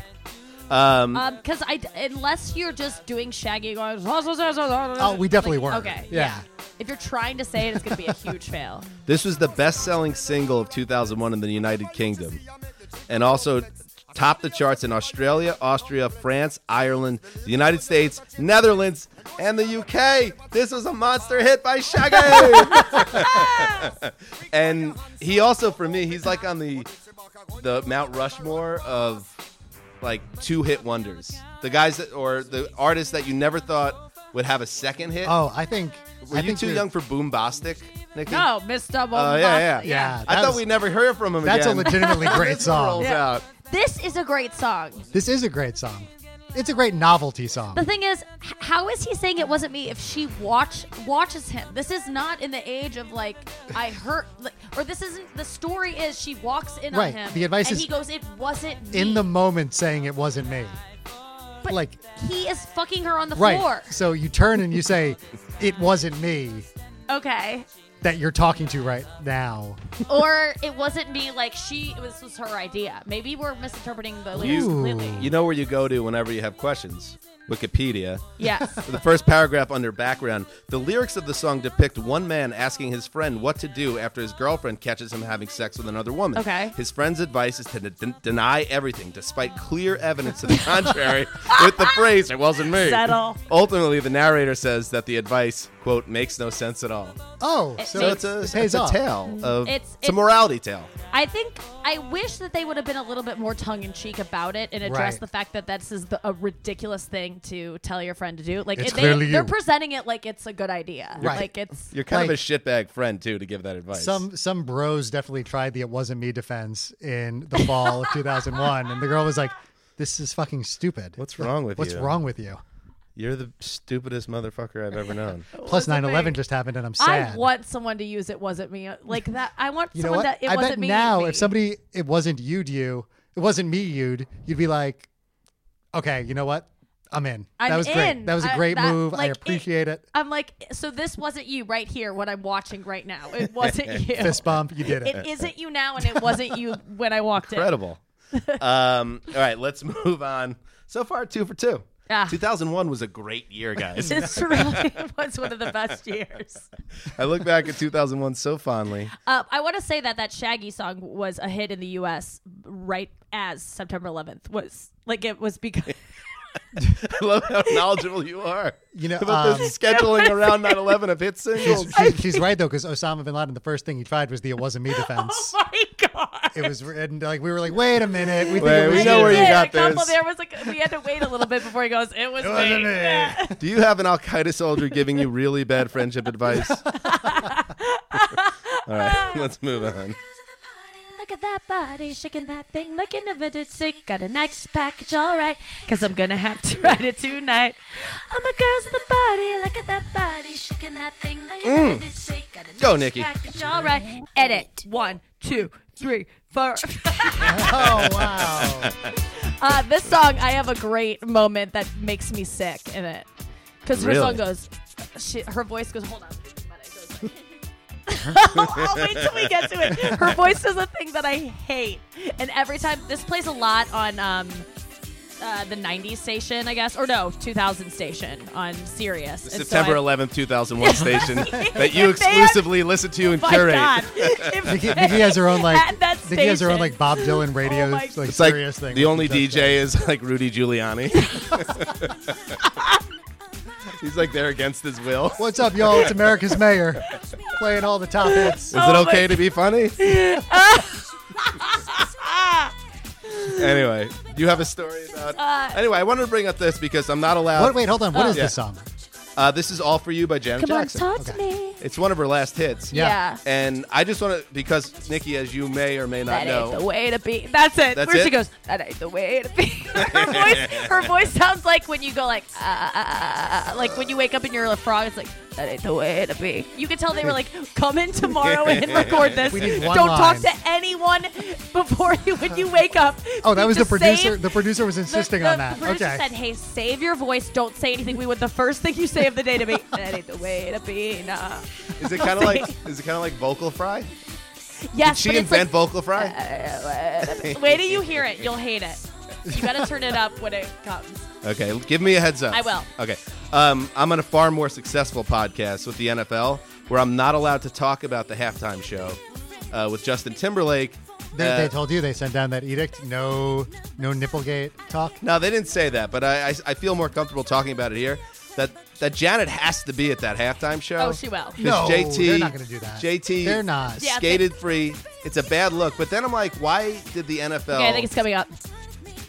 [SPEAKER 2] Um,
[SPEAKER 4] Um, because I unless you're just doing Shaggy going.
[SPEAKER 3] Oh,
[SPEAKER 4] Oh,
[SPEAKER 3] we definitely weren't.
[SPEAKER 4] Okay.
[SPEAKER 3] Yeah.
[SPEAKER 4] If you're trying to say it, it's gonna be a huge fail.
[SPEAKER 2] this was the best-selling single of 2001 in the United Kingdom, and also topped the charts in Australia, Austria, France, Ireland, the United States, Netherlands, and the UK. This was a monster hit by Shaggy. and he also, for me, he's like on the the Mount Rushmore of like two hit wonders. The guys that or the artists that you never thought would have a second hit.
[SPEAKER 3] Oh, I think.
[SPEAKER 2] Were
[SPEAKER 3] I
[SPEAKER 2] you
[SPEAKER 3] think
[SPEAKER 2] too
[SPEAKER 3] we-
[SPEAKER 2] young for Boombastic, Nikki?
[SPEAKER 4] No, Mr.
[SPEAKER 2] Oh, yeah, yeah,
[SPEAKER 4] Bombastic.
[SPEAKER 3] Yeah.
[SPEAKER 2] I
[SPEAKER 3] Ah, that
[SPEAKER 2] thought
[SPEAKER 3] was-
[SPEAKER 2] we never heard from him
[SPEAKER 3] That's a
[SPEAKER 2] again.
[SPEAKER 3] legitimately great song.
[SPEAKER 2] Rolls out.
[SPEAKER 4] This is a great song.
[SPEAKER 3] This is a great song. It's a great novelty song.
[SPEAKER 4] The thing is, h- how is he saying it wasn't me if she watch watches him? This is not in the age of like I hurt, like, or this isn't. The story is she walks in
[SPEAKER 3] Right.
[SPEAKER 4] on him.
[SPEAKER 3] The advice
[SPEAKER 4] and
[SPEAKER 3] is-
[SPEAKER 4] he goes, "It wasn't me."
[SPEAKER 3] In the moment, saying it wasn't me.
[SPEAKER 4] But
[SPEAKER 3] like-
[SPEAKER 4] he is fucking her on the
[SPEAKER 3] Right.
[SPEAKER 4] floor.
[SPEAKER 3] So you turn and you say, "It wasn't me
[SPEAKER 4] Okay,
[SPEAKER 3] that you're talking to right now."
[SPEAKER 4] or it wasn't me. Like she, this was her idea. Maybe we're misinterpreting the lyrics
[SPEAKER 2] You-
[SPEAKER 4] completely.
[SPEAKER 2] You know where you go to whenever you have questions. Wikipedia.
[SPEAKER 4] Yes.
[SPEAKER 2] The first paragraph under background, the lyrics of the song depict one man asking his friend what to do after his girlfriend catches him having sex with another woman.
[SPEAKER 4] Okay.
[SPEAKER 2] His friend's advice is to de- den- deny everything, despite clear evidence to the contrary, with the phrase, it wasn't me.
[SPEAKER 4] Settle.
[SPEAKER 2] Ultimately, the narrator says that the advice, quote, makes no sense at all.
[SPEAKER 3] Oh,
[SPEAKER 4] It
[SPEAKER 3] so
[SPEAKER 2] So
[SPEAKER 4] makes-
[SPEAKER 2] it's a,
[SPEAKER 3] it
[SPEAKER 2] it's
[SPEAKER 3] pays
[SPEAKER 2] a
[SPEAKER 3] off.
[SPEAKER 2] tale of,
[SPEAKER 4] It's-
[SPEAKER 2] it's a
[SPEAKER 4] it-
[SPEAKER 2] morality tale.
[SPEAKER 4] I think I wish that they would have been a little bit more tongue in cheek about it and address
[SPEAKER 3] Right.
[SPEAKER 4] the fact that this is the, a ridiculous thing to tell your friend to do. Like
[SPEAKER 3] It's
[SPEAKER 4] they,
[SPEAKER 3] clearly
[SPEAKER 4] they're
[SPEAKER 3] you.
[SPEAKER 4] presenting it like it's a good idea.
[SPEAKER 3] Right.
[SPEAKER 4] Like it's
[SPEAKER 2] You're kind of
[SPEAKER 3] Like-
[SPEAKER 2] a shitbag friend, too, to give that advice.
[SPEAKER 3] Some some bros definitely tried the "it wasn't me" defense in the fall of 2001, and the girl was like, "This is fucking stupid.
[SPEAKER 2] What's wrong with
[SPEAKER 3] What's
[SPEAKER 2] you?"
[SPEAKER 3] wrong with you?"
[SPEAKER 2] You're the stupidest motherfucker I've ever known.
[SPEAKER 3] Plus 9/11 just happened, and I'm sad.
[SPEAKER 4] I want someone to use it wasn't me like that. I want
[SPEAKER 3] you know
[SPEAKER 4] someone
[SPEAKER 3] what?
[SPEAKER 4] that it
[SPEAKER 3] I
[SPEAKER 4] wasn't
[SPEAKER 3] bet
[SPEAKER 4] me.
[SPEAKER 3] now
[SPEAKER 4] me.
[SPEAKER 3] if somebody it wasn't you'd you, it wasn't me you'd, you'd be like, "Okay, you know what? I'm in. that
[SPEAKER 4] I'm
[SPEAKER 3] was great.
[SPEAKER 4] in.
[SPEAKER 3] That was a
[SPEAKER 4] I-
[SPEAKER 3] great
[SPEAKER 4] that-
[SPEAKER 3] move. I
[SPEAKER 4] like, it-
[SPEAKER 3] appreciate it.
[SPEAKER 4] I'm like, so this wasn't you right here. What I'm watching right now, it wasn't you.
[SPEAKER 3] Fist bump. You did
[SPEAKER 4] It isn't you now, and it wasn't you when I walked
[SPEAKER 2] Incredible. um, all right, let's move on. So far, two for two.
[SPEAKER 4] Ah.
[SPEAKER 2] 2001 was a great year, guys.
[SPEAKER 4] in. This really was one of the best years.
[SPEAKER 2] I look back at 2001 so fondly.
[SPEAKER 4] Uh, I want to say that that Shaggy song was a hit in the U.S. right as September 11th was like it was because
[SPEAKER 2] I love how knowledgeable you are.
[SPEAKER 3] You know,
[SPEAKER 2] about
[SPEAKER 3] um,
[SPEAKER 2] this scheduling around 9 11 of hit singles.
[SPEAKER 3] She's, she's, she's right though, because Osama bin Laden, the first thing he tried was the "it wasn't me" defense.
[SPEAKER 4] oh my God.
[SPEAKER 3] it was and like we were like, wait a minute, we think
[SPEAKER 2] Wait,
[SPEAKER 3] it was
[SPEAKER 2] we know
[SPEAKER 3] you."
[SPEAKER 2] where you
[SPEAKER 4] Yeah,
[SPEAKER 2] got
[SPEAKER 4] a couple
[SPEAKER 2] this.
[SPEAKER 4] There was like we had to wait a little bit before he goes. It was, me.
[SPEAKER 2] Do you have an Al Qaeda soldier giving you really bad friendship advice? all right, let's move on.
[SPEAKER 4] Look at that body shaking that thing like you never did sick. Got a nice package, all right. Cause I'm gonna have to ride it tonight. I'm a girl's with the body. Look at that body shaking that thing like you never did sick. Got a nice
[SPEAKER 2] Mm. Go, Nikki.
[SPEAKER 4] package, all right. Edit. One, two, three, four.
[SPEAKER 3] Oh wow!
[SPEAKER 4] Uh, this song, I have a great moment that makes me sick in it. Because her
[SPEAKER 2] Really?
[SPEAKER 4] song goes, she, her voice goes, hold on. wait a minute," it goes like- I'll, I'll wait till we get to it. Her voice is a thing that I hate. And every time, this plays a lot on um, uh, the 90s station, I guess, or no, 2000 station on Sirius.
[SPEAKER 2] The
[SPEAKER 4] And so
[SPEAKER 2] September
[SPEAKER 4] I-
[SPEAKER 2] 11th, 2001 station that you
[SPEAKER 4] If they had- Oh
[SPEAKER 2] exclusively listen to and
[SPEAKER 4] My
[SPEAKER 2] curate.
[SPEAKER 4] God. If
[SPEAKER 3] Nikki,
[SPEAKER 4] they-
[SPEAKER 3] Nikki has her own like
[SPEAKER 4] At that
[SPEAKER 3] Nikki has her own
[SPEAKER 4] station.
[SPEAKER 3] like Bob Dylan radio
[SPEAKER 4] Oh my-
[SPEAKER 3] like,
[SPEAKER 2] It's like
[SPEAKER 3] serious thing.
[SPEAKER 2] the
[SPEAKER 3] with
[SPEAKER 2] only
[SPEAKER 3] Jeff
[SPEAKER 2] DJ is like Rudy Giuliani. He's like there against his will. Is
[SPEAKER 3] What's up, y'all? It's America's Mayor, playing all the top hits.
[SPEAKER 4] Oh
[SPEAKER 2] it
[SPEAKER 4] my-
[SPEAKER 2] okay to be funny?
[SPEAKER 4] ah,
[SPEAKER 2] anyway, you have a story about. anyway, I wanted to bring up this because I'm not allowed.
[SPEAKER 3] What? Wait, hold on. What is
[SPEAKER 2] Yeah.
[SPEAKER 3] this song?
[SPEAKER 2] Uh, this is all for you by Janet
[SPEAKER 4] Come on,
[SPEAKER 2] Jackson.
[SPEAKER 4] talk to me.
[SPEAKER 2] It's one of her last hits.
[SPEAKER 3] Yeah.
[SPEAKER 4] Yeah.
[SPEAKER 2] And I just want to because Nikki, as you may or may not
[SPEAKER 4] That
[SPEAKER 2] know,
[SPEAKER 4] ain't the way to be. That's it.
[SPEAKER 2] That's
[SPEAKER 4] Where
[SPEAKER 2] it?
[SPEAKER 4] she goes, that ain't the way to be. her voice, her voice sounds like when you go like, uh, uh, uh, uh, like when you wake up and you're a frog. It's like that ain't the way to be. You could tell they were like, come in tomorrow and record this.
[SPEAKER 3] We need one
[SPEAKER 4] Don't
[SPEAKER 3] line.
[SPEAKER 4] talk to anyone before you when you wake up.
[SPEAKER 3] Oh, that was the
[SPEAKER 4] Just
[SPEAKER 3] producer.
[SPEAKER 4] save-
[SPEAKER 3] the producer was insisting
[SPEAKER 4] the,
[SPEAKER 3] on that.
[SPEAKER 4] The producer
[SPEAKER 3] okay.
[SPEAKER 4] said, "Hey, save your voice. Don't say anything. We want the first thing you say of the day to be that ain't the way to be." Nah.
[SPEAKER 2] is it kind of like is it kind of like vocal fry?
[SPEAKER 4] Yes,
[SPEAKER 2] She
[SPEAKER 4] but it's like-
[SPEAKER 2] invent vocal fry.
[SPEAKER 4] Wait till you hear it. You'll hate it. You gotta turn it up when it comes.
[SPEAKER 2] Okay, give me a heads up.
[SPEAKER 4] I will.
[SPEAKER 2] Okay. Um, I'm on a far more successful podcast with the NFL where I'm not allowed to talk about the halftime show uh, with Justin Timberlake.
[SPEAKER 3] they,
[SPEAKER 2] Uh,
[SPEAKER 3] they told you they sent down that edict. No, no nipplegate talk.
[SPEAKER 2] no, they didn't say that, but I, I, I feel more comfortable talking about it here. That that Janet has to be at that halftime show.
[SPEAKER 4] Oh, she will.
[SPEAKER 2] 'Cause
[SPEAKER 3] No,
[SPEAKER 2] JT,
[SPEAKER 3] they're not going to do that.
[SPEAKER 2] JT,
[SPEAKER 3] they're not.
[SPEAKER 4] Yeah.
[SPEAKER 2] skated free. It's a bad look. But then I'm like, why did the NFL?
[SPEAKER 4] Okay, I think it's coming up.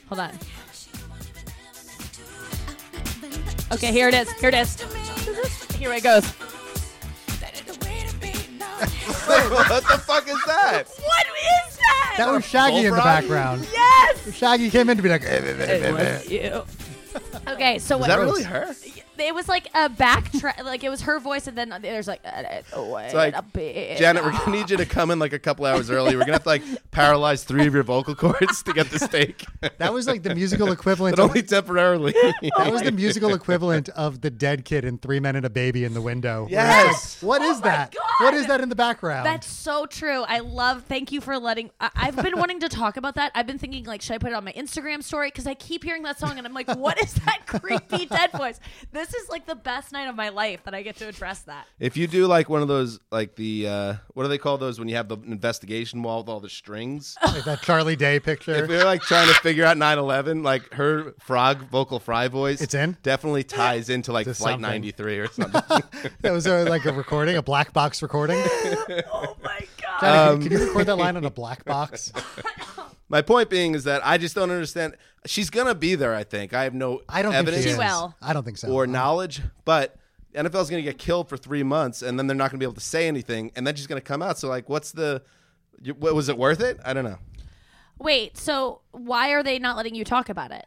[SPEAKER 4] Hold on. Okay, here it is. Here it is. Here it goes.
[SPEAKER 2] what the fuck is that?
[SPEAKER 4] What is that?
[SPEAKER 3] That was Shaggy in the
[SPEAKER 2] Bullfrog?
[SPEAKER 3] background.
[SPEAKER 4] yes.
[SPEAKER 3] Shaggy came in to be like,
[SPEAKER 4] It was you. Okay, so
[SPEAKER 2] Is
[SPEAKER 4] what,
[SPEAKER 2] that really her?
[SPEAKER 4] it was like a backtrack, like it was her voice, and then there's like, uh, it's
[SPEAKER 2] like, Janet, we're gonna need you to come in like a couple hours early. We're gonna have to like paralyze three of your vocal cords to get the steak,
[SPEAKER 3] that was like the musical equivalent.
[SPEAKER 2] but
[SPEAKER 3] of
[SPEAKER 2] only temporarily.
[SPEAKER 3] That was the musical equivalent of the dead kid in Three Men and a Baby in the Window. where it's
[SPEAKER 2] Yes.
[SPEAKER 3] like, what is that? What is that in the background?
[SPEAKER 4] Oh That's so true. I love. Thank you for letting. I, I've been wanting to talk about that. I've been thinking like, should I put it on my Instagram story? Because I keep hearing that song, and I'm like, what is that creepy dead voice? This is like the best night of my life that I get to address that.
[SPEAKER 2] If you do like one of those, like the uh, what do they call those when you have the investigation wall with all the strings?
[SPEAKER 3] Like that Charlie Day picture.
[SPEAKER 2] if you're like trying to figure out 9/11, like her frog vocal fry voice,
[SPEAKER 3] It's in?
[SPEAKER 2] definitely ties into like
[SPEAKER 3] To
[SPEAKER 2] Flight
[SPEAKER 3] something.
[SPEAKER 2] 93 or something.
[SPEAKER 3] that was a, like a recording, a black box recording.
[SPEAKER 4] Oh my god.
[SPEAKER 3] Johnny, can
[SPEAKER 2] Um,
[SPEAKER 3] you record that line on a black box?
[SPEAKER 2] My point being is that I just don't understand. She's gonna be there. I think I have no
[SPEAKER 3] I don't
[SPEAKER 2] evidence
[SPEAKER 3] think she
[SPEAKER 4] She
[SPEAKER 3] is.
[SPEAKER 4] will.
[SPEAKER 3] I don't think so.
[SPEAKER 2] or knowledge, but. NFL's going to get killed for three months, and then they're not going to be able to say anything, and then she's going to come out. So, like, what's the? you- What was it worth it? I don't know.
[SPEAKER 4] Wait. So why are they not letting you talk about it?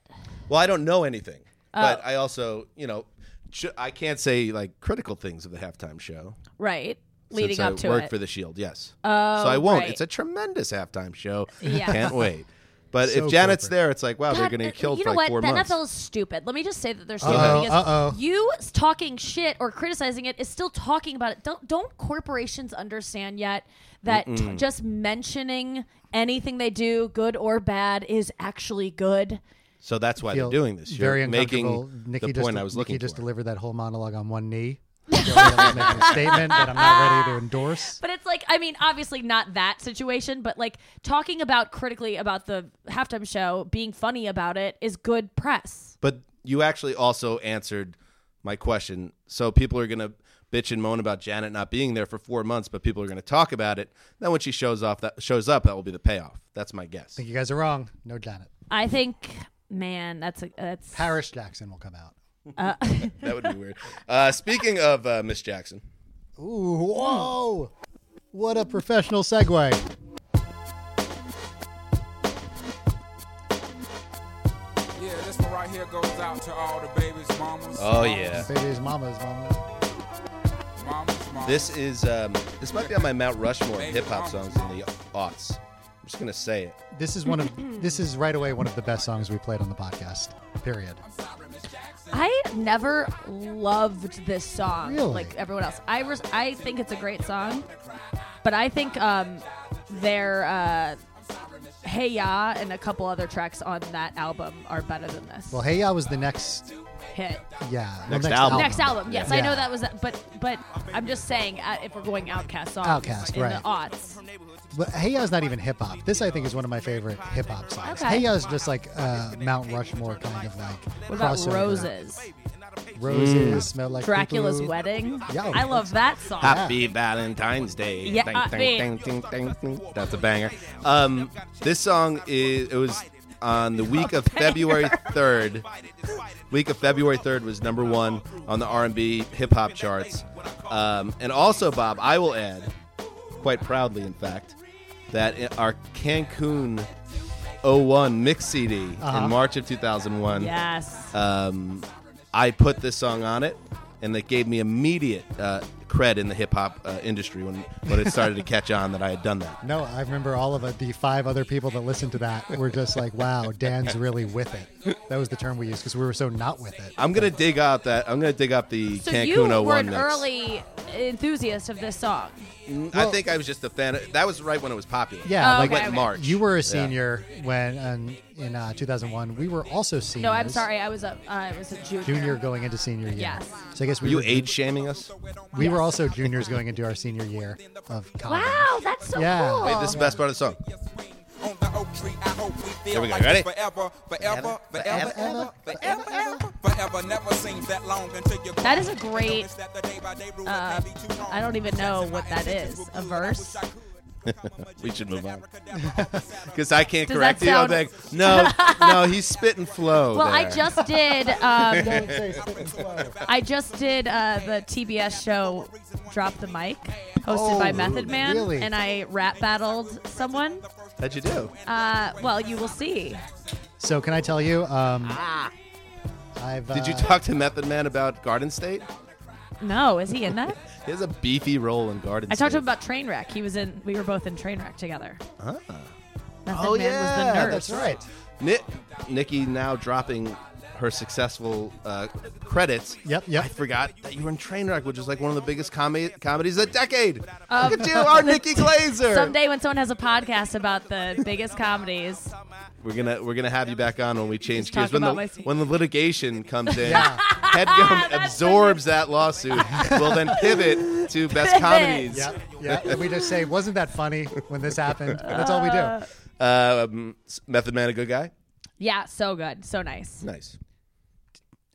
[SPEAKER 2] Well, I don't know anything,
[SPEAKER 4] Uh,
[SPEAKER 2] but I also, you know, sh- I can't say like critical things of the halftime show.
[SPEAKER 4] Right. Leading
[SPEAKER 2] since
[SPEAKER 4] up
[SPEAKER 2] I
[SPEAKER 4] to
[SPEAKER 2] work
[SPEAKER 4] it.
[SPEAKER 2] for the Shield, yes. Oh, so I won't.
[SPEAKER 4] right.
[SPEAKER 2] It's a tremendous halftime show.
[SPEAKER 4] Yeah.
[SPEAKER 2] can't wait. But
[SPEAKER 3] So
[SPEAKER 2] if Janet's
[SPEAKER 3] corporate.
[SPEAKER 2] there, it's like wow, they're
[SPEAKER 4] God,
[SPEAKER 2] going to get
[SPEAKER 4] uh,
[SPEAKER 2] killed
[SPEAKER 4] you
[SPEAKER 2] for
[SPEAKER 4] know
[SPEAKER 2] like four
[SPEAKER 4] what? the
[SPEAKER 2] months.
[SPEAKER 4] NFL is stupid. Let me just say that they're stupid
[SPEAKER 3] Uh-oh,
[SPEAKER 4] because
[SPEAKER 3] uh-oh.
[SPEAKER 4] you s- talking shit or criticizing it is still talking about it. Don't don't corporations understand yet that t- just mentioning anything they do, good or bad, is actually good?
[SPEAKER 2] so that's why
[SPEAKER 3] Feel
[SPEAKER 2] they're doing this. You're
[SPEAKER 3] very
[SPEAKER 2] making
[SPEAKER 3] uncomfortable. Nikki
[SPEAKER 2] the
[SPEAKER 3] just,
[SPEAKER 2] point I was looking
[SPEAKER 3] Nikki just
[SPEAKER 2] for.
[SPEAKER 3] delivered that whole monologue on one knee. making a statement that I'm not ready to endorse.
[SPEAKER 4] But it's like, I mean, obviously not that situation, but like talking about critically about the halftime show, being funny about it is good press.
[SPEAKER 2] But you actually also answered my question. So people are going to bitch and moan about Janet not being there for four months, but people are going to talk about it. Then when she shows off, that shows up, that will be the payoff. That's my guess.
[SPEAKER 3] You guys are wrong. No Janet.
[SPEAKER 4] I think, man, that's a that's
[SPEAKER 3] Paris Jackson will come out.
[SPEAKER 2] That would be weird. Uh, speaking of uh, Miss Jackson,
[SPEAKER 3] Ooh, whoa! What a professional segue.
[SPEAKER 8] Yeah, this one right here goes out to all the babies, mamas.
[SPEAKER 2] Oh, yeah.
[SPEAKER 3] Baby's mama's mama.
[SPEAKER 8] Mamas, mamas.
[SPEAKER 2] this is um, this might be on my Mount Rushmore of hip hop songs in the aughts. I'm just gonna say it.
[SPEAKER 3] This is one of this is right away one of the best songs we played on the podcast. Period.
[SPEAKER 4] I never loved this song
[SPEAKER 3] Really?
[SPEAKER 4] like everyone else. I res- I think it's a great song, but I think um, their uh, Hey Ya and a couple other tracks on that album are better than this
[SPEAKER 3] Well, Hey Ya was the next
[SPEAKER 4] hit.
[SPEAKER 3] yeah well,
[SPEAKER 2] Next album.
[SPEAKER 4] Next album, yes, I
[SPEAKER 3] Yeah.
[SPEAKER 4] know that was, but but I'm just saying uh, if we're going Outcast songs
[SPEAKER 3] Outkast,
[SPEAKER 4] in
[SPEAKER 3] right.
[SPEAKER 4] the aughts,
[SPEAKER 3] But Hey Ya's not even hip hop. This I think is one of my favorite hip hop songs.
[SPEAKER 4] Okay.
[SPEAKER 3] Hey Ya's just like uh, Mount Rushmore kind of like
[SPEAKER 4] what about
[SPEAKER 3] crossover.
[SPEAKER 4] Roses,
[SPEAKER 2] Mm.
[SPEAKER 3] Roses smell like
[SPEAKER 4] Dracula's
[SPEAKER 3] poo-poo.
[SPEAKER 4] Wedding?
[SPEAKER 3] Yeah.
[SPEAKER 4] I love that song.
[SPEAKER 2] Happy Valentine's Day.
[SPEAKER 4] Yeah,
[SPEAKER 2] Ding,
[SPEAKER 4] I
[SPEAKER 2] ding,
[SPEAKER 4] mean-
[SPEAKER 2] ding, ding, ding, ding. That's a banger. Um, this song is it was on the week of February 3rd. Week of February 3rd was number one on the R&B hip hop charts. Um, and also, Bob, I will add, quite proudly, in fact, that in our Cancun 01 mix CD in March of 2001
[SPEAKER 4] Uh-huh. Yes,
[SPEAKER 2] um, I put this song on it, and that gave me immediate uh, cred in the hip hop uh, industry when when it started to catch on that I had done that.
[SPEAKER 3] No, I remember all of it. The five other people that listened to that were just like, "Wow, Dan's really with it." That was the term we used because we were so not with it.
[SPEAKER 2] I'm gonna dig out that I'm gonna dig up the
[SPEAKER 4] so
[SPEAKER 2] Cancun
[SPEAKER 4] you were
[SPEAKER 2] 01
[SPEAKER 4] an
[SPEAKER 2] mix.
[SPEAKER 4] early enthusiast of this song.
[SPEAKER 2] I think I was just a fan. Of, that was right when it was popular.
[SPEAKER 3] Yeah,
[SPEAKER 4] Oh,
[SPEAKER 3] like
[SPEAKER 4] okay,
[SPEAKER 2] Like March.
[SPEAKER 3] you were a senior when um, in uh, 2001. We were also seniors.
[SPEAKER 4] No, I'm sorry. I was a I was a junior.
[SPEAKER 3] Junior going into senior year.
[SPEAKER 4] Yes.
[SPEAKER 3] So I guess
[SPEAKER 2] Were
[SPEAKER 3] we
[SPEAKER 2] you
[SPEAKER 3] were
[SPEAKER 2] age shaming us?
[SPEAKER 3] We were also juniors going into our senior year of college.
[SPEAKER 4] Wow, Oh, that's so
[SPEAKER 3] Yeah.
[SPEAKER 4] cool.
[SPEAKER 2] Wait, this is the best part of the song.
[SPEAKER 8] On the oak tree, I hope we feel
[SPEAKER 2] Here we go,
[SPEAKER 8] like
[SPEAKER 2] ready?
[SPEAKER 8] it's forever, forever, forever,
[SPEAKER 3] Forever,
[SPEAKER 8] forever, forever, forever, forever. Never seems that long until you're
[SPEAKER 4] That is a
[SPEAKER 8] gone.
[SPEAKER 4] great,
[SPEAKER 8] Notice that the day-by-day rule
[SPEAKER 4] uh,
[SPEAKER 8] can't be too long.
[SPEAKER 4] I don't even know what that
[SPEAKER 8] Intentions
[SPEAKER 4] is.
[SPEAKER 8] were
[SPEAKER 4] A
[SPEAKER 8] good, I
[SPEAKER 4] verse?
[SPEAKER 8] wish I could.
[SPEAKER 2] We should move on.
[SPEAKER 8] Abracadabra,
[SPEAKER 2] Because I can't
[SPEAKER 4] Does
[SPEAKER 2] correct
[SPEAKER 4] that
[SPEAKER 2] you. I'm
[SPEAKER 4] sound-
[SPEAKER 2] like, no, no, he's spitting flow.
[SPEAKER 4] well, I
[SPEAKER 2] there.
[SPEAKER 4] just did. Um,
[SPEAKER 3] Don't say spit and flow.
[SPEAKER 4] I just did uh, the TBS show, Drop the Mic, hosted by Method Man,
[SPEAKER 3] really?
[SPEAKER 4] and I rap battled someone.
[SPEAKER 2] How'd you do?
[SPEAKER 4] Uh, well, you will see.
[SPEAKER 3] So can I tell you? Um, I've.
[SPEAKER 2] Ah. Did you
[SPEAKER 3] uh,
[SPEAKER 2] talk to Method Man about Garden State?
[SPEAKER 4] No, is he in that?
[SPEAKER 2] He has a beefy role in Garden
[SPEAKER 4] I
[SPEAKER 2] State.
[SPEAKER 4] talked to him about Trainwreck. He was in. We were both in Trainwreck together. Method
[SPEAKER 2] Oh,
[SPEAKER 4] Man was the
[SPEAKER 2] yeah,
[SPEAKER 4] nurse.
[SPEAKER 3] That's right.
[SPEAKER 2] Nick, Nikki now dropping her successful uh, credits.
[SPEAKER 3] Yep, yep.
[SPEAKER 2] I forgot that you were in Trainwreck, which is like one of the biggest comi- comedies of the decade. Look at you, our Nikki Glazer.
[SPEAKER 4] Someday, when someone has a podcast about the biggest comedies,
[SPEAKER 2] We're gonna we're gonna have you back on when we change
[SPEAKER 4] Just
[SPEAKER 2] gears
[SPEAKER 4] talk
[SPEAKER 2] when the
[SPEAKER 4] about my scene.
[SPEAKER 2] when the litigation comes in. Headgum absorbs that lawsuit. we'll then pivot to best comedies.
[SPEAKER 3] Yeah, yeah. And we just say, wasn't that funny when this happened? That's all we
[SPEAKER 4] Uh,
[SPEAKER 3] do.
[SPEAKER 2] Um, S- Method Man, a good guy.
[SPEAKER 4] yeah, so good, so nice.
[SPEAKER 2] Nice.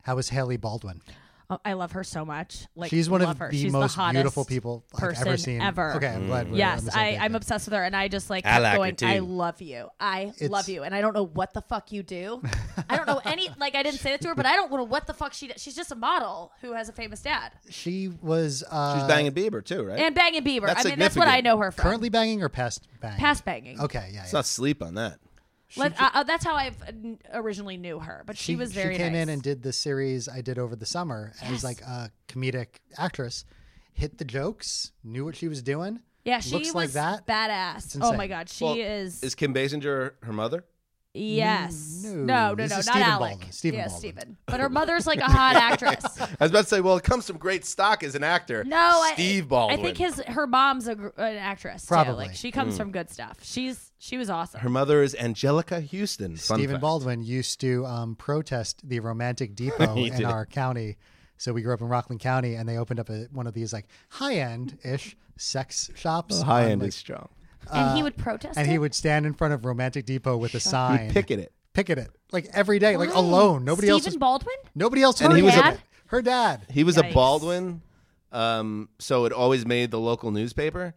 [SPEAKER 3] How is Haley Baldwin?
[SPEAKER 4] Oh, I love her so much. Like
[SPEAKER 3] She's one
[SPEAKER 4] love
[SPEAKER 3] of
[SPEAKER 4] her.
[SPEAKER 3] the
[SPEAKER 4] She's
[SPEAKER 3] most
[SPEAKER 4] hottest
[SPEAKER 3] beautiful people I've ever
[SPEAKER 4] person
[SPEAKER 3] seen.
[SPEAKER 4] ever.
[SPEAKER 3] Okay, I'm glad. We're on
[SPEAKER 4] Yes,
[SPEAKER 3] the same
[SPEAKER 4] I,
[SPEAKER 3] page.
[SPEAKER 4] I'm obsessed with her, and I just like
[SPEAKER 2] Mm, I
[SPEAKER 4] kept
[SPEAKER 2] like her
[SPEAKER 4] going.
[SPEAKER 2] too.
[SPEAKER 4] I love you. I
[SPEAKER 3] It's-
[SPEAKER 4] love you, and I don't know what the fuck you do. I don't know any. Like I didn't say that to her, but I don't know what the fuck she. does. She's just a model who has a famous dad
[SPEAKER 3] She was uh,
[SPEAKER 2] She's banging Bieber too, right?
[SPEAKER 4] and banging Bieber.
[SPEAKER 2] That's
[SPEAKER 4] I mean, that's what I
[SPEAKER 2] significant.
[SPEAKER 4] know her from.
[SPEAKER 3] currently banging or past bang?
[SPEAKER 4] past banging.
[SPEAKER 3] Okay, yeah.
[SPEAKER 2] Let's
[SPEAKER 3] yeah.
[SPEAKER 2] not sleep on that.
[SPEAKER 4] Let, uh, uh, that's how I originally knew her, but she, was very
[SPEAKER 3] She came
[SPEAKER 4] nice.
[SPEAKER 3] in and did the series I did over the summer
[SPEAKER 4] Yes.
[SPEAKER 3] as like a comedic actress. Hit the jokes, knew what she was doing.
[SPEAKER 4] yeah, she
[SPEAKER 3] looks
[SPEAKER 4] was
[SPEAKER 3] like that.
[SPEAKER 4] badass. Oh
[SPEAKER 3] insane.
[SPEAKER 4] my god, she
[SPEAKER 2] Well,
[SPEAKER 4] is.
[SPEAKER 2] Is Kim Basinger her mother?
[SPEAKER 4] Yes.
[SPEAKER 3] no,
[SPEAKER 4] No, no, no,
[SPEAKER 3] this
[SPEAKER 4] not
[SPEAKER 3] is Stephen
[SPEAKER 4] Alec.
[SPEAKER 3] Baldwin, Stephen
[SPEAKER 4] yeah,
[SPEAKER 3] Baldwin.
[SPEAKER 4] Stephen. But her mother's like a hot actress.
[SPEAKER 2] I was about to say, well, it comes from great stock as an actor.
[SPEAKER 4] No,
[SPEAKER 2] Steve
[SPEAKER 4] I,
[SPEAKER 2] Baldwin.
[SPEAKER 4] I think his her mom's a, gr- an actress. Probably,
[SPEAKER 3] Probably.
[SPEAKER 4] like she comes from good stuff. She's she was awesome.
[SPEAKER 2] her mother is Angelica Houston. Fun
[SPEAKER 3] Stephen
[SPEAKER 2] fact.
[SPEAKER 3] Baldwin used to um, protest the Romantic Depot in our county. So we grew up in Rockland County, and they opened up a, one of these like high end ish sex shops.
[SPEAKER 2] Oh, High
[SPEAKER 3] on,
[SPEAKER 2] end
[SPEAKER 3] like-
[SPEAKER 2] is strong.
[SPEAKER 4] and he would protest.
[SPEAKER 3] uh, and
[SPEAKER 4] it?
[SPEAKER 3] he would stand in front of Romantic Depot with a sign,
[SPEAKER 2] He picket it.
[SPEAKER 3] picket it like every day, like
[SPEAKER 4] Why?
[SPEAKER 3] alone. Nobody else.
[SPEAKER 4] Stephen
[SPEAKER 3] Was,
[SPEAKER 4] Baldwin.
[SPEAKER 3] nobody else.
[SPEAKER 2] And
[SPEAKER 3] heard
[SPEAKER 2] he was a-
[SPEAKER 3] about it. her dad.
[SPEAKER 2] He was
[SPEAKER 4] Yikes.
[SPEAKER 2] a Baldwin, um, so it always made the local newspaper.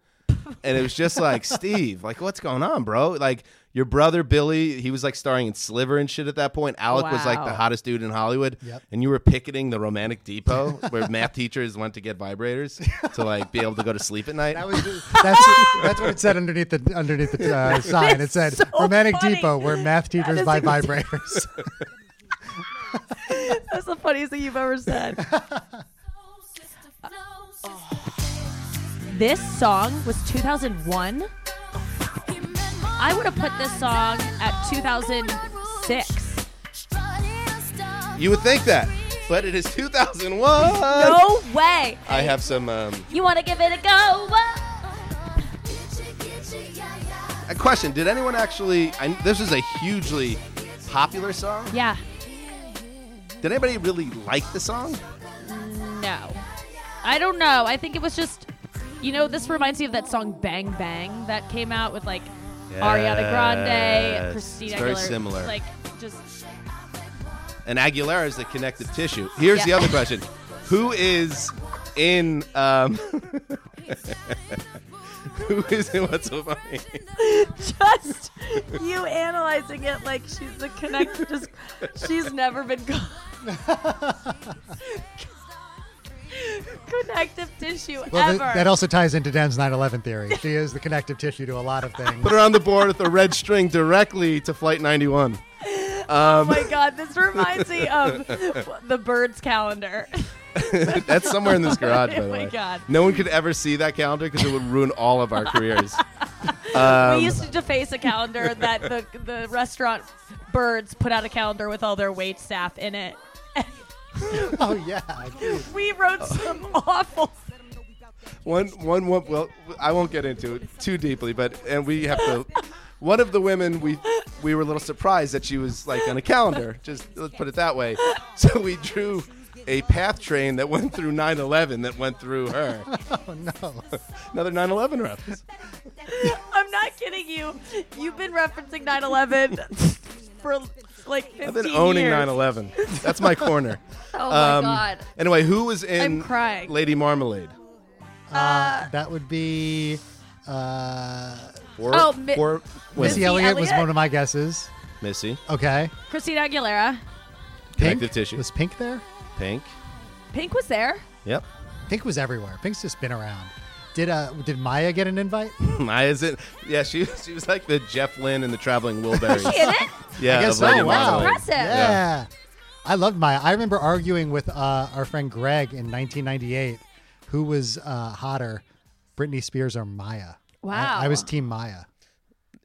[SPEAKER 2] And it was just like Steve, like what's going on, bro? Like your brother Billy, he was like starring in Sliver and shit at that point. Alec was like the
[SPEAKER 4] Wow.
[SPEAKER 2] hottest dude in Hollywood,
[SPEAKER 3] Yep.
[SPEAKER 2] and you were picketing the Romantic Depot where math teachers went to get vibrators to like be able to go to sleep at night.
[SPEAKER 3] That was that's that's what it said underneath the underneath the uh, sign. It said
[SPEAKER 4] so
[SPEAKER 3] Romantic
[SPEAKER 4] funny.
[SPEAKER 3] Depot, where math teachers
[SPEAKER 4] is
[SPEAKER 3] buy
[SPEAKER 4] insane.
[SPEAKER 3] vibrators.
[SPEAKER 4] That's the funniest thing you've ever said. this song was 2001. I would have put this song at 2006.
[SPEAKER 2] you would think that, but it is 2001.
[SPEAKER 4] No way.
[SPEAKER 2] I have some um,
[SPEAKER 4] You want to give it a go?
[SPEAKER 2] a question. Did anyone actually? I, this is a hugely popular song.
[SPEAKER 4] Yeah.
[SPEAKER 2] Did anybody really like the song?
[SPEAKER 4] No. I don't know. I think it was just, you know, this reminds me of that song Bang Bang that came out with like Ariana Grande,
[SPEAKER 2] Yes.
[SPEAKER 4] Christina
[SPEAKER 2] It's very
[SPEAKER 4] Aguilera.
[SPEAKER 2] similar.
[SPEAKER 4] Like, just
[SPEAKER 2] And Aguilera is the connective tissue. Here's the
[SPEAKER 4] Yeah.
[SPEAKER 2] other question: Who is in? Um, who is in? What's so funny?
[SPEAKER 4] just you analyzing it like she's the connect just she's never been con- connective tissue
[SPEAKER 3] Well, th-
[SPEAKER 4] ever
[SPEAKER 3] that also ties into Dan's 9/11 theory. She is the connective tissue to a lot of things.
[SPEAKER 2] Put her on the board with a red string directly to Flight 91.
[SPEAKER 4] oh my god this reminds me of the birds calendar
[SPEAKER 2] That's somewhere in this garage, by the
[SPEAKER 4] Oh my
[SPEAKER 2] way.
[SPEAKER 4] God.
[SPEAKER 2] No one could ever see that calendar because it would ruin all of our careers. Um,
[SPEAKER 4] we used to deface a calendar that the the restaurant birds put out a calendar with all their wait staff in it
[SPEAKER 3] oh yeah,
[SPEAKER 4] we
[SPEAKER 2] Oh.
[SPEAKER 4] wrote some awful
[SPEAKER 2] One, one, one. Well, I won't get into it too deeply, but and we have to. One of the women we we were a little surprised that she was like on a calendar. Just let's put it that way. So we drew a path train that went through 9/11 that went through her.
[SPEAKER 3] no.
[SPEAKER 2] Another 9/11 reference.
[SPEAKER 4] I'm not kidding you. You've been referencing 9/11 for like 15
[SPEAKER 2] I've been owning
[SPEAKER 4] years.
[SPEAKER 2] 9/11. That's my corner.
[SPEAKER 4] Oh
[SPEAKER 2] Um,
[SPEAKER 4] my god.
[SPEAKER 2] Anyway, who was in
[SPEAKER 4] I'm crying.
[SPEAKER 2] Lady Marmalade?
[SPEAKER 3] Uh, that would be uh,
[SPEAKER 2] Or,
[SPEAKER 4] Oh, Mi-
[SPEAKER 2] or
[SPEAKER 3] Missy
[SPEAKER 4] Missy
[SPEAKER 3] Elliott was
[SPEAKER 4] Elliott?
[SPEAKER 3] one of my guesses.
[SPEAKER 2] Missy.
[SPEAKER 3] Okay,
[SPEAKER 4] Christina Aguilera.
[SPEAKER 3] pink
[SPEAKER 2] Connective tissue.
[SPEAKER 3] was Pink there.
[SPEAKER 2] Pink.
[SPEAKER 4] Pink was there.
[SPEAKER 2] Yep.
[SPEAKER 3] Pink was everywhere. Pink's just been around. Did uh did Maya get an invite?
[SPEAKER 2] Maya's in. Yeah, she she was like the Jeff Lynne and the Traveling Wilburys.
[SPEAKER 4] In it.
[SPEAKER 2] Yeah,
[SPEAKER 3] I guess
[SPEAKER 2] of
[SPEAKER 3] so.
[SPEAKER 2] Lady
[SPEAKER 3] Wow.
[SPEAKER 2] Marmalade.
[SPEAKER 4] Impressive.
[SPEAKER 3] Yeah. I loved Maya. I remember arguing with uh, our friend Greg in 1998 who was uh, hotter, Britney Spears or Maya.
[SPEAKER 4] Wow.
[SPEAKER 3] I, I was Team Maya.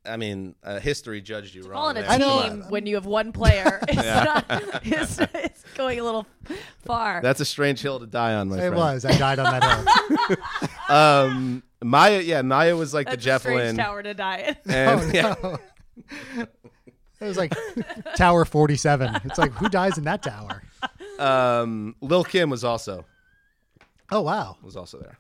[SPEAKER 2] I mean, uh, history judged you wrong.
[SPEAKER 4] Call it a
[SPEAKER 2] there.
[SPEAKER 4] team
[SPEAKER 3] know.
[SPEAKER 4] when you have one player. It's, not, it's, it's going a little far.
[SPEAKER 2] That's a strange hill to die on, my
[SPEAKER 3] It
[SPEAKER 2] friend.
[SPEAKER 3] was. I died on that hill.
[SPEAKER 2] Um, Maya, yeah, Maya was like
[SPEAKER 4] That's
[SPEAKER 2] the Jeff
[SPEAKER 4] a strange
[SPEAKER 2] Lynne.
[SPEAKER 4] tower to die in. Oh,
[SPEAKER 2] And, yeah,
[SPEAKER 3] It was like Tower 47. It's like, who dies in that tower?
[SPEAKER 2] um, Lil Kim was also
[SPEAKER 3] Oh, wow.
[SPEAKER 2] was also there.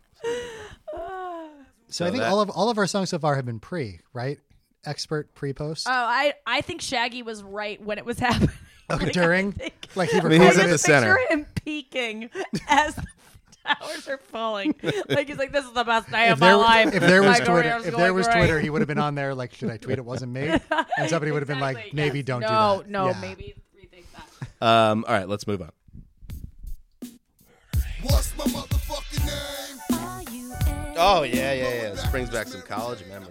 [SPEAKER 4] Ah.
[SPEAKER 3] So I think
[SPEAKER 2] that-
[SPEAKER 3] all of all of our songs so far have been pre, right? Expert pre post.
[SPEAKER 4] Oh, I, I think Shaggy was right when it was happening.
[SPEAKER 3] Okay, during?
[SPEAKER 4] think-
[SPEAKER 3] Like he
[SPEAKER 2] mean,
[SPEAKER 3] recorded
[SPEAKER 4] I
[SPEAKER 2] he's
[SPEAKER 4] just
[SPEAKER 2] at the
[SPEAKER 4] picture
[SPEAKER 2] center.
[SPEAKER 4] him peeking as the towers are falling. like he's like, "This is the best day
[SPEAKER 3] if
[SPEAKER 4] of my
[SPEAKER 3] there,
[SPEAKER 4] life."
[SPEAKER 3] if there
[SPEAKER 4] My
[SPEAKER 3] was
[SPEAKER 4] career's
[SPEAKER 3] Twitter, if
[SPEAKER 4] going
[SPEAKER 3] there was
[SPEAKER 4] great."
[SPEAKER 3] Twitter, he would have been on there like, should I tweet? It wasn't me. And somebody would have been like,
[SPEAKER 4] Exactly,
[SPEAKER 3] maybe
[SPEAKER 4] yes.
[SPEAKER 3] don't
[SPEAKER 4] no,
[SPEAKER 3] do that.
[SPEAKER 4] No,
[SPEAKER 3] Yeah.
[SPEAKER 4] maybe rethink that.
[SPEAKER 2] Um, all right, let's move on.
[SPEAKER 7] What's my motherfucking name?
[SPEAKER 2] Oh yeah, yeah, yeah. This brings back some college memories.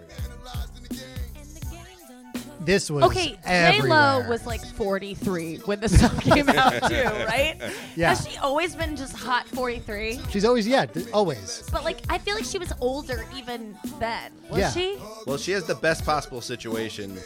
[SPEAKER 3] This was
[SPEAKER 4] Okay, J Lo
[SPEAKER 3] everywhere.
[SPEAKER 4] was like 43 when the song came out too, right?
[SPEAKER 3] Yeah.
[SPEAKER 4] Has she always been just hot 43?
[SPEAKER 3] She's always yeah, th- always.
[SPEAKER 4] But like, I feel like she was older even then. Was
[SPEAKER 3] Yeah.
[SPEAKER 4] she?
[SPEAKER 2] Well, she has the best possible situation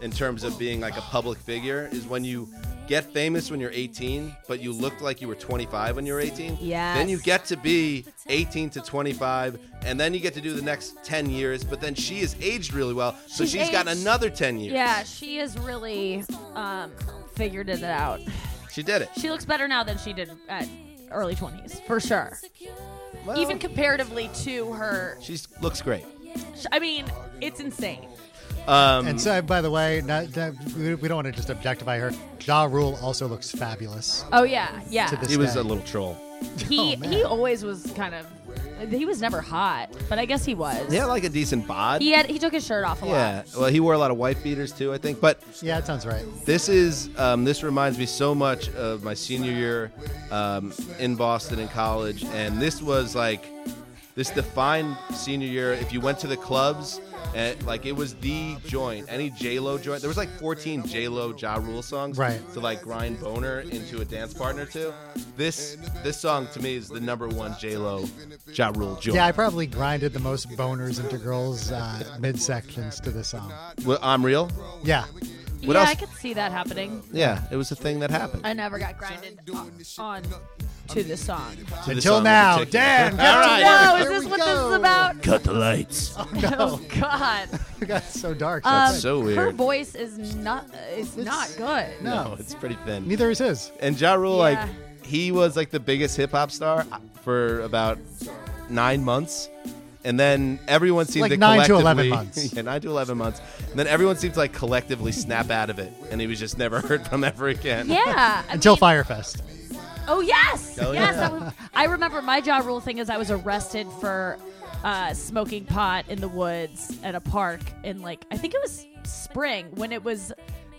[SPEAKER 2] in terms of being like a public figure is when you get famous when you're 18, but you looked like you were 25 when you were 18.
[SPEAKER 4] Yes.
[SPEAKER 2] Then you get to be 18 to 25, and then you get to do the next 10 years. But then she is aged really well, so
[SPEAKER 4] She's
[SPEAKER 2] she's got
[SPEAKER 4] aged-
[SPEAKER 2] another 10 years.
[SPEAKER 4] Yeah, she has really um, figured it out.
[SPEAKER 2] She did it.
[SPEAKER 4] She looks better now than she did at early 20s, for sure. Even comparatively to her,
[SPEAKER 2] She looks great.
[SPEAKER 4] sh- I mean, it's insane.
[SPEAKER 2] Um,
[SPEAKER 3] And so, by the way, not, that, we we don't want to just objectify her. Ja Rule also looks fabulous.
[SPEAKER 4] Oh yeah, yeah.
[SPEAKER 3] To this
[SPEAKER 2] he was
[SPEAKER 3] day.
[SPEAKER 2] a little troll.
[SPEAKER 4] he
[SPEAKER 3] Oh, man.
[SPEAKER 4] he always was kind of. He was never hot, but I guess he was.
[SPEAKER 2] He had like a decent bod.
[SPEAKER 4] He had he took his shirt off a lot.
[SPEAKER 2] yeah. Well, he wore a lot of white beaters too, I think. But
[SPEAKER 3] Yeah, that sounds right.
[SPEAKER 2] This is um, this reminds me so much of my senior year um, in Boston in college, and this was like this defined senior year. If you went to the clubs, and like it was the joint, any J Lo joint. There was like 14 J Lo Ja Rule songs,
[SPEAKER 3] Right.
[SPEAKER 2] To like grind boner into a dance partner to. This this song to me is the number one J Lo Ja Rule joint.
[SPEAKER 3] Yeah, I probably grinded the most boners into girls' uh, midsections to this song.
[SPEAKER 2] Well, I'm real.
[SPEAKER 3] Yeah,
[SPEAKER 4] Yeah,
[SPEAKER 2] What else?
[SPEAKER 4] I could see that happening.
[SPEAKER 2] Yeah, it was a thing that happened.
[SPEAKER 4] I never got grinded on, on to this song.
[SPEAKER 2] To this
[SPEAKER 3] until
[SPEAKER 2] song in
[SPEAKER 3] now,
[SPEAKER 2] particular.
[SPEAKER 3] Dan.
[SPEAKER 2] All right.
[SPEAKER 4] Whoa, is
[SPEAKER 3] Here
[SPEAKER 4] this
[SPEAKER 3] we
[SPEAKER 4] what this
[SPEAKER 3] go.
[SPEAKER 4] is about?
[SPEAKER 2] Cut the lights.
[SPEAKER 4] Oh God.
[SPEAKER 3] It got so dark.
[SPEAKER 4] Um,
[SPEAKER 3] That's-
[SPEAKER 2] so
[SPEAKER 4] Her
[SPEAKER 2] weird.
[SPEAKER 4] voice is not is not good.
[SPEAKER 2] No, it's pretty thin.
[SPEAKER 3] Neither is his.
[SPEAKER 2] And Ja Rule,
[SPEAKER 4] Yeah.
[SPEAKER 2] like, he was like the biggest hip hop star uh, for about nine months. And then everyone seemed
[SPEAKER 3] Like
[SPEAKER 2] to
[SPEAKER 3] nine to 11
[SPEAKER 2] collectively,
[SPEAKER 3] months.
[SPEAKER 2] yeah, nine to eleven months, and then everyone seemed to like collectively snap out of it, and he was just never heard from ever again.
[SPEAKER 4] Yeah. I
[SPEAKER 3] Until
[SPEAKER 4] mean-
[SPEAKER 3] Firefest.
[SPEAKER 4] Oh yes,
[SPEAKER 2] Oh,
[SPEAKER 4] yes.
[SPEAKER 2] yeah.
[SPEAKER 4] I, was, I remember my jaw rule thing is I was arrested for uh, smoking pot in the woods at a park in like I think it was spring when it was.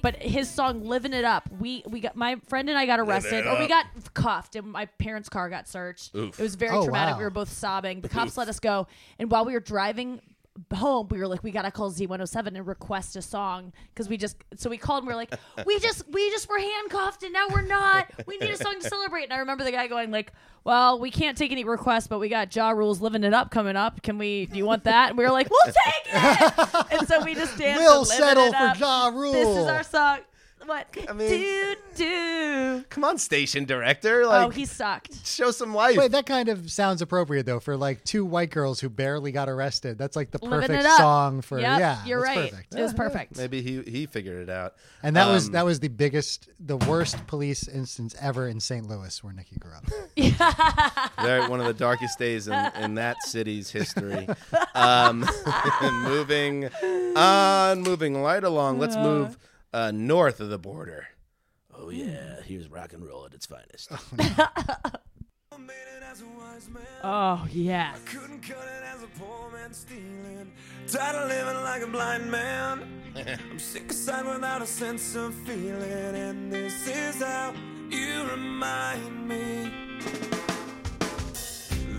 [SPEAKER 4] But his song "Living It Up," we we got my friend and I got arrested, or we got cuffed, and my parents' car got searched. It was very
[SPEAKER 3] Oh,
[SPEAKER 4] traumatic.
[SPEAKER 3] wow.
[SPEAKER 4] We were both sobbing. The cops let us go, and while we were driving home, we were like, we gotta call Z107 and request a song because we just so we called and we are like, we just we just were handcuffed and now we're not. We need a song to celebrate. And I remember the guy going like, well, we can't take any requests, but we got Jaw Rule's "Living It Up" coming up. Can we? Do you want that? And we were like, we'll take it. and so we just danced.
[SPEAKER 3] We'll
[SPEAKER 4] and living
[SPEAKER 3] settle
[SPEAKER 4] it
[SPEAKER 3] for
[SPEAKER 4] up.
[SPEAKER 3] Ja
[SPEAKER 4] This
[SPEAKER 3] Rule.
[SPEAKER 4] is our song. What?
[SPEAKER 2] mean-
[SPEAKER 4] do do.
[SPEAKER 2] Come on, station director, like,
[SPEAKER 4] Oh, he sucked.
[SPEAKER 2] show some life.
[SPEAKER 3] Wait, that kind of sounds appropriate though for like two white girls who barely got arrested. That's like the
[SPEAKER 4] Living
[SPEAKER 3] perfect
[SPEAKER 4] it up.
[SPEAKER 3] song for
[SPEAKER 4] Yep,
[SPEAKER 3] yeah.
[SPEAKER 4] You're
[SPEAKER 3] that's
[SPEAKER 4] right.
[SPEAKER 3] Perfect.
[SPEAKER 4] It was perfect.
[SPEAKER 2] Maybe he he figured it out.
[SPEAKER 3] And that was
[SPEAKER 2] Um,
[SPEAKER 3] that was the biggest, the worst police instance ever in St. Louis, where Nikki grew up.
[SPEAKER 2] They're one of the darkest days in, in that city's history. Um, moving on, moving right along. Let's move uh, north of the border. Oh yeah, here's rock and roll at its finest.
[SPEAKER 4] Oh yeah.
[SPEAKER 7] Couldn't cut it as a poor man stealing. Tired of living like a blind man. I'm sick aside without a sense of feeling. And this is how you remind me.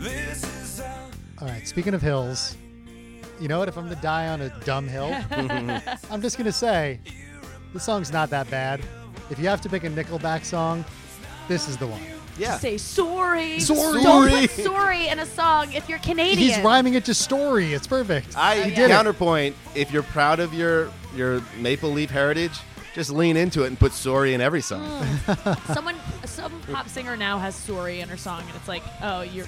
[SPEAKER 7] This is how.
[SPEAKER 3] All right. Speaking of hills, you know what? If I'm gonna die on a dumb hill, I'm just gonna say, this song's not that bad. If you have to pick a Nickelback song, this is the one.
[SPEAKER 2] Yeah.
[SPEAKER 4] Say sorry.
[SPEAKER 3] Sorry.
[SPEAKER 4] Don't put sorry in a song if you're Canadian.
[SPEAKER 3] He's rhyming it to story. It's perfect.
[SPEAKER 2] I
[SPEAKER 4] did it.
[SPEAKER 2] counterpoint. If you're proud of your your maple leaf heritage, just lean into it and put sorry in every song.
[SPEAKER 4] Mm. Someone, some pop singer now has sorry in her song, and it's like, oh, you're.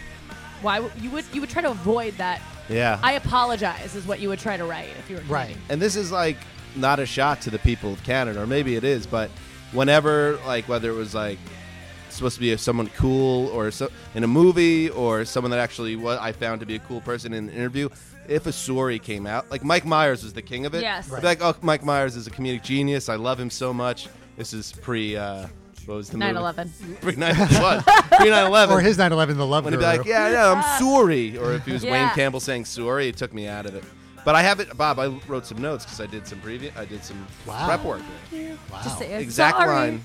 [SPEAKER 4] Why would- you would you would try to avoid that?
[SPEAKER 2] Yeah.
[SPEAKER 4] I apologize is what you would try to write if you were
[SPEAKER 3] Right.
[SPEAKER 4] Canadian.
[SPEAKER 2] and this is like not a shot to the people of Canada, or maybe it is, but whenever like whether it was like supposed to be someone cool or so in a movie or someone that actually what I found to be a cool person in an interview, if a story came out, like Mike Myers was the king of it.
[SPEAKER 4] Yes.
[SPEAKER 2] I'd be like oh, Mike Myers is a comedic genius. I love him so much. This is pre. Uh, what was the
[SPEAKER 4] 9/11.
[SPEAKER 2] Pre 9/11. Pre 9/11.
[SPEAKER 3] Or his 9/11, the love
[SPEAKER 2] When he'd
[SPEAKER 3] guru.
[SPEAKER 2] be like, "Yeah, no, I'm sorry," or if he was Wayne
[SPEAKER 4] Uh, Yeah.
[SPEAKER 2] Campbell saying "sorry," it took me out of it. But I have it, Bob. I wrote some notes because I did some preview. I did some
[SPEAKER 3] Wow.
[SPEAKER 2] prep work.
[SPEAKER 3] wow.
[SPEAKER 4] Just say,
[SPEAKER 2] Exact
[SPEAKER 4] sorry.
[SPEAKER 2] line.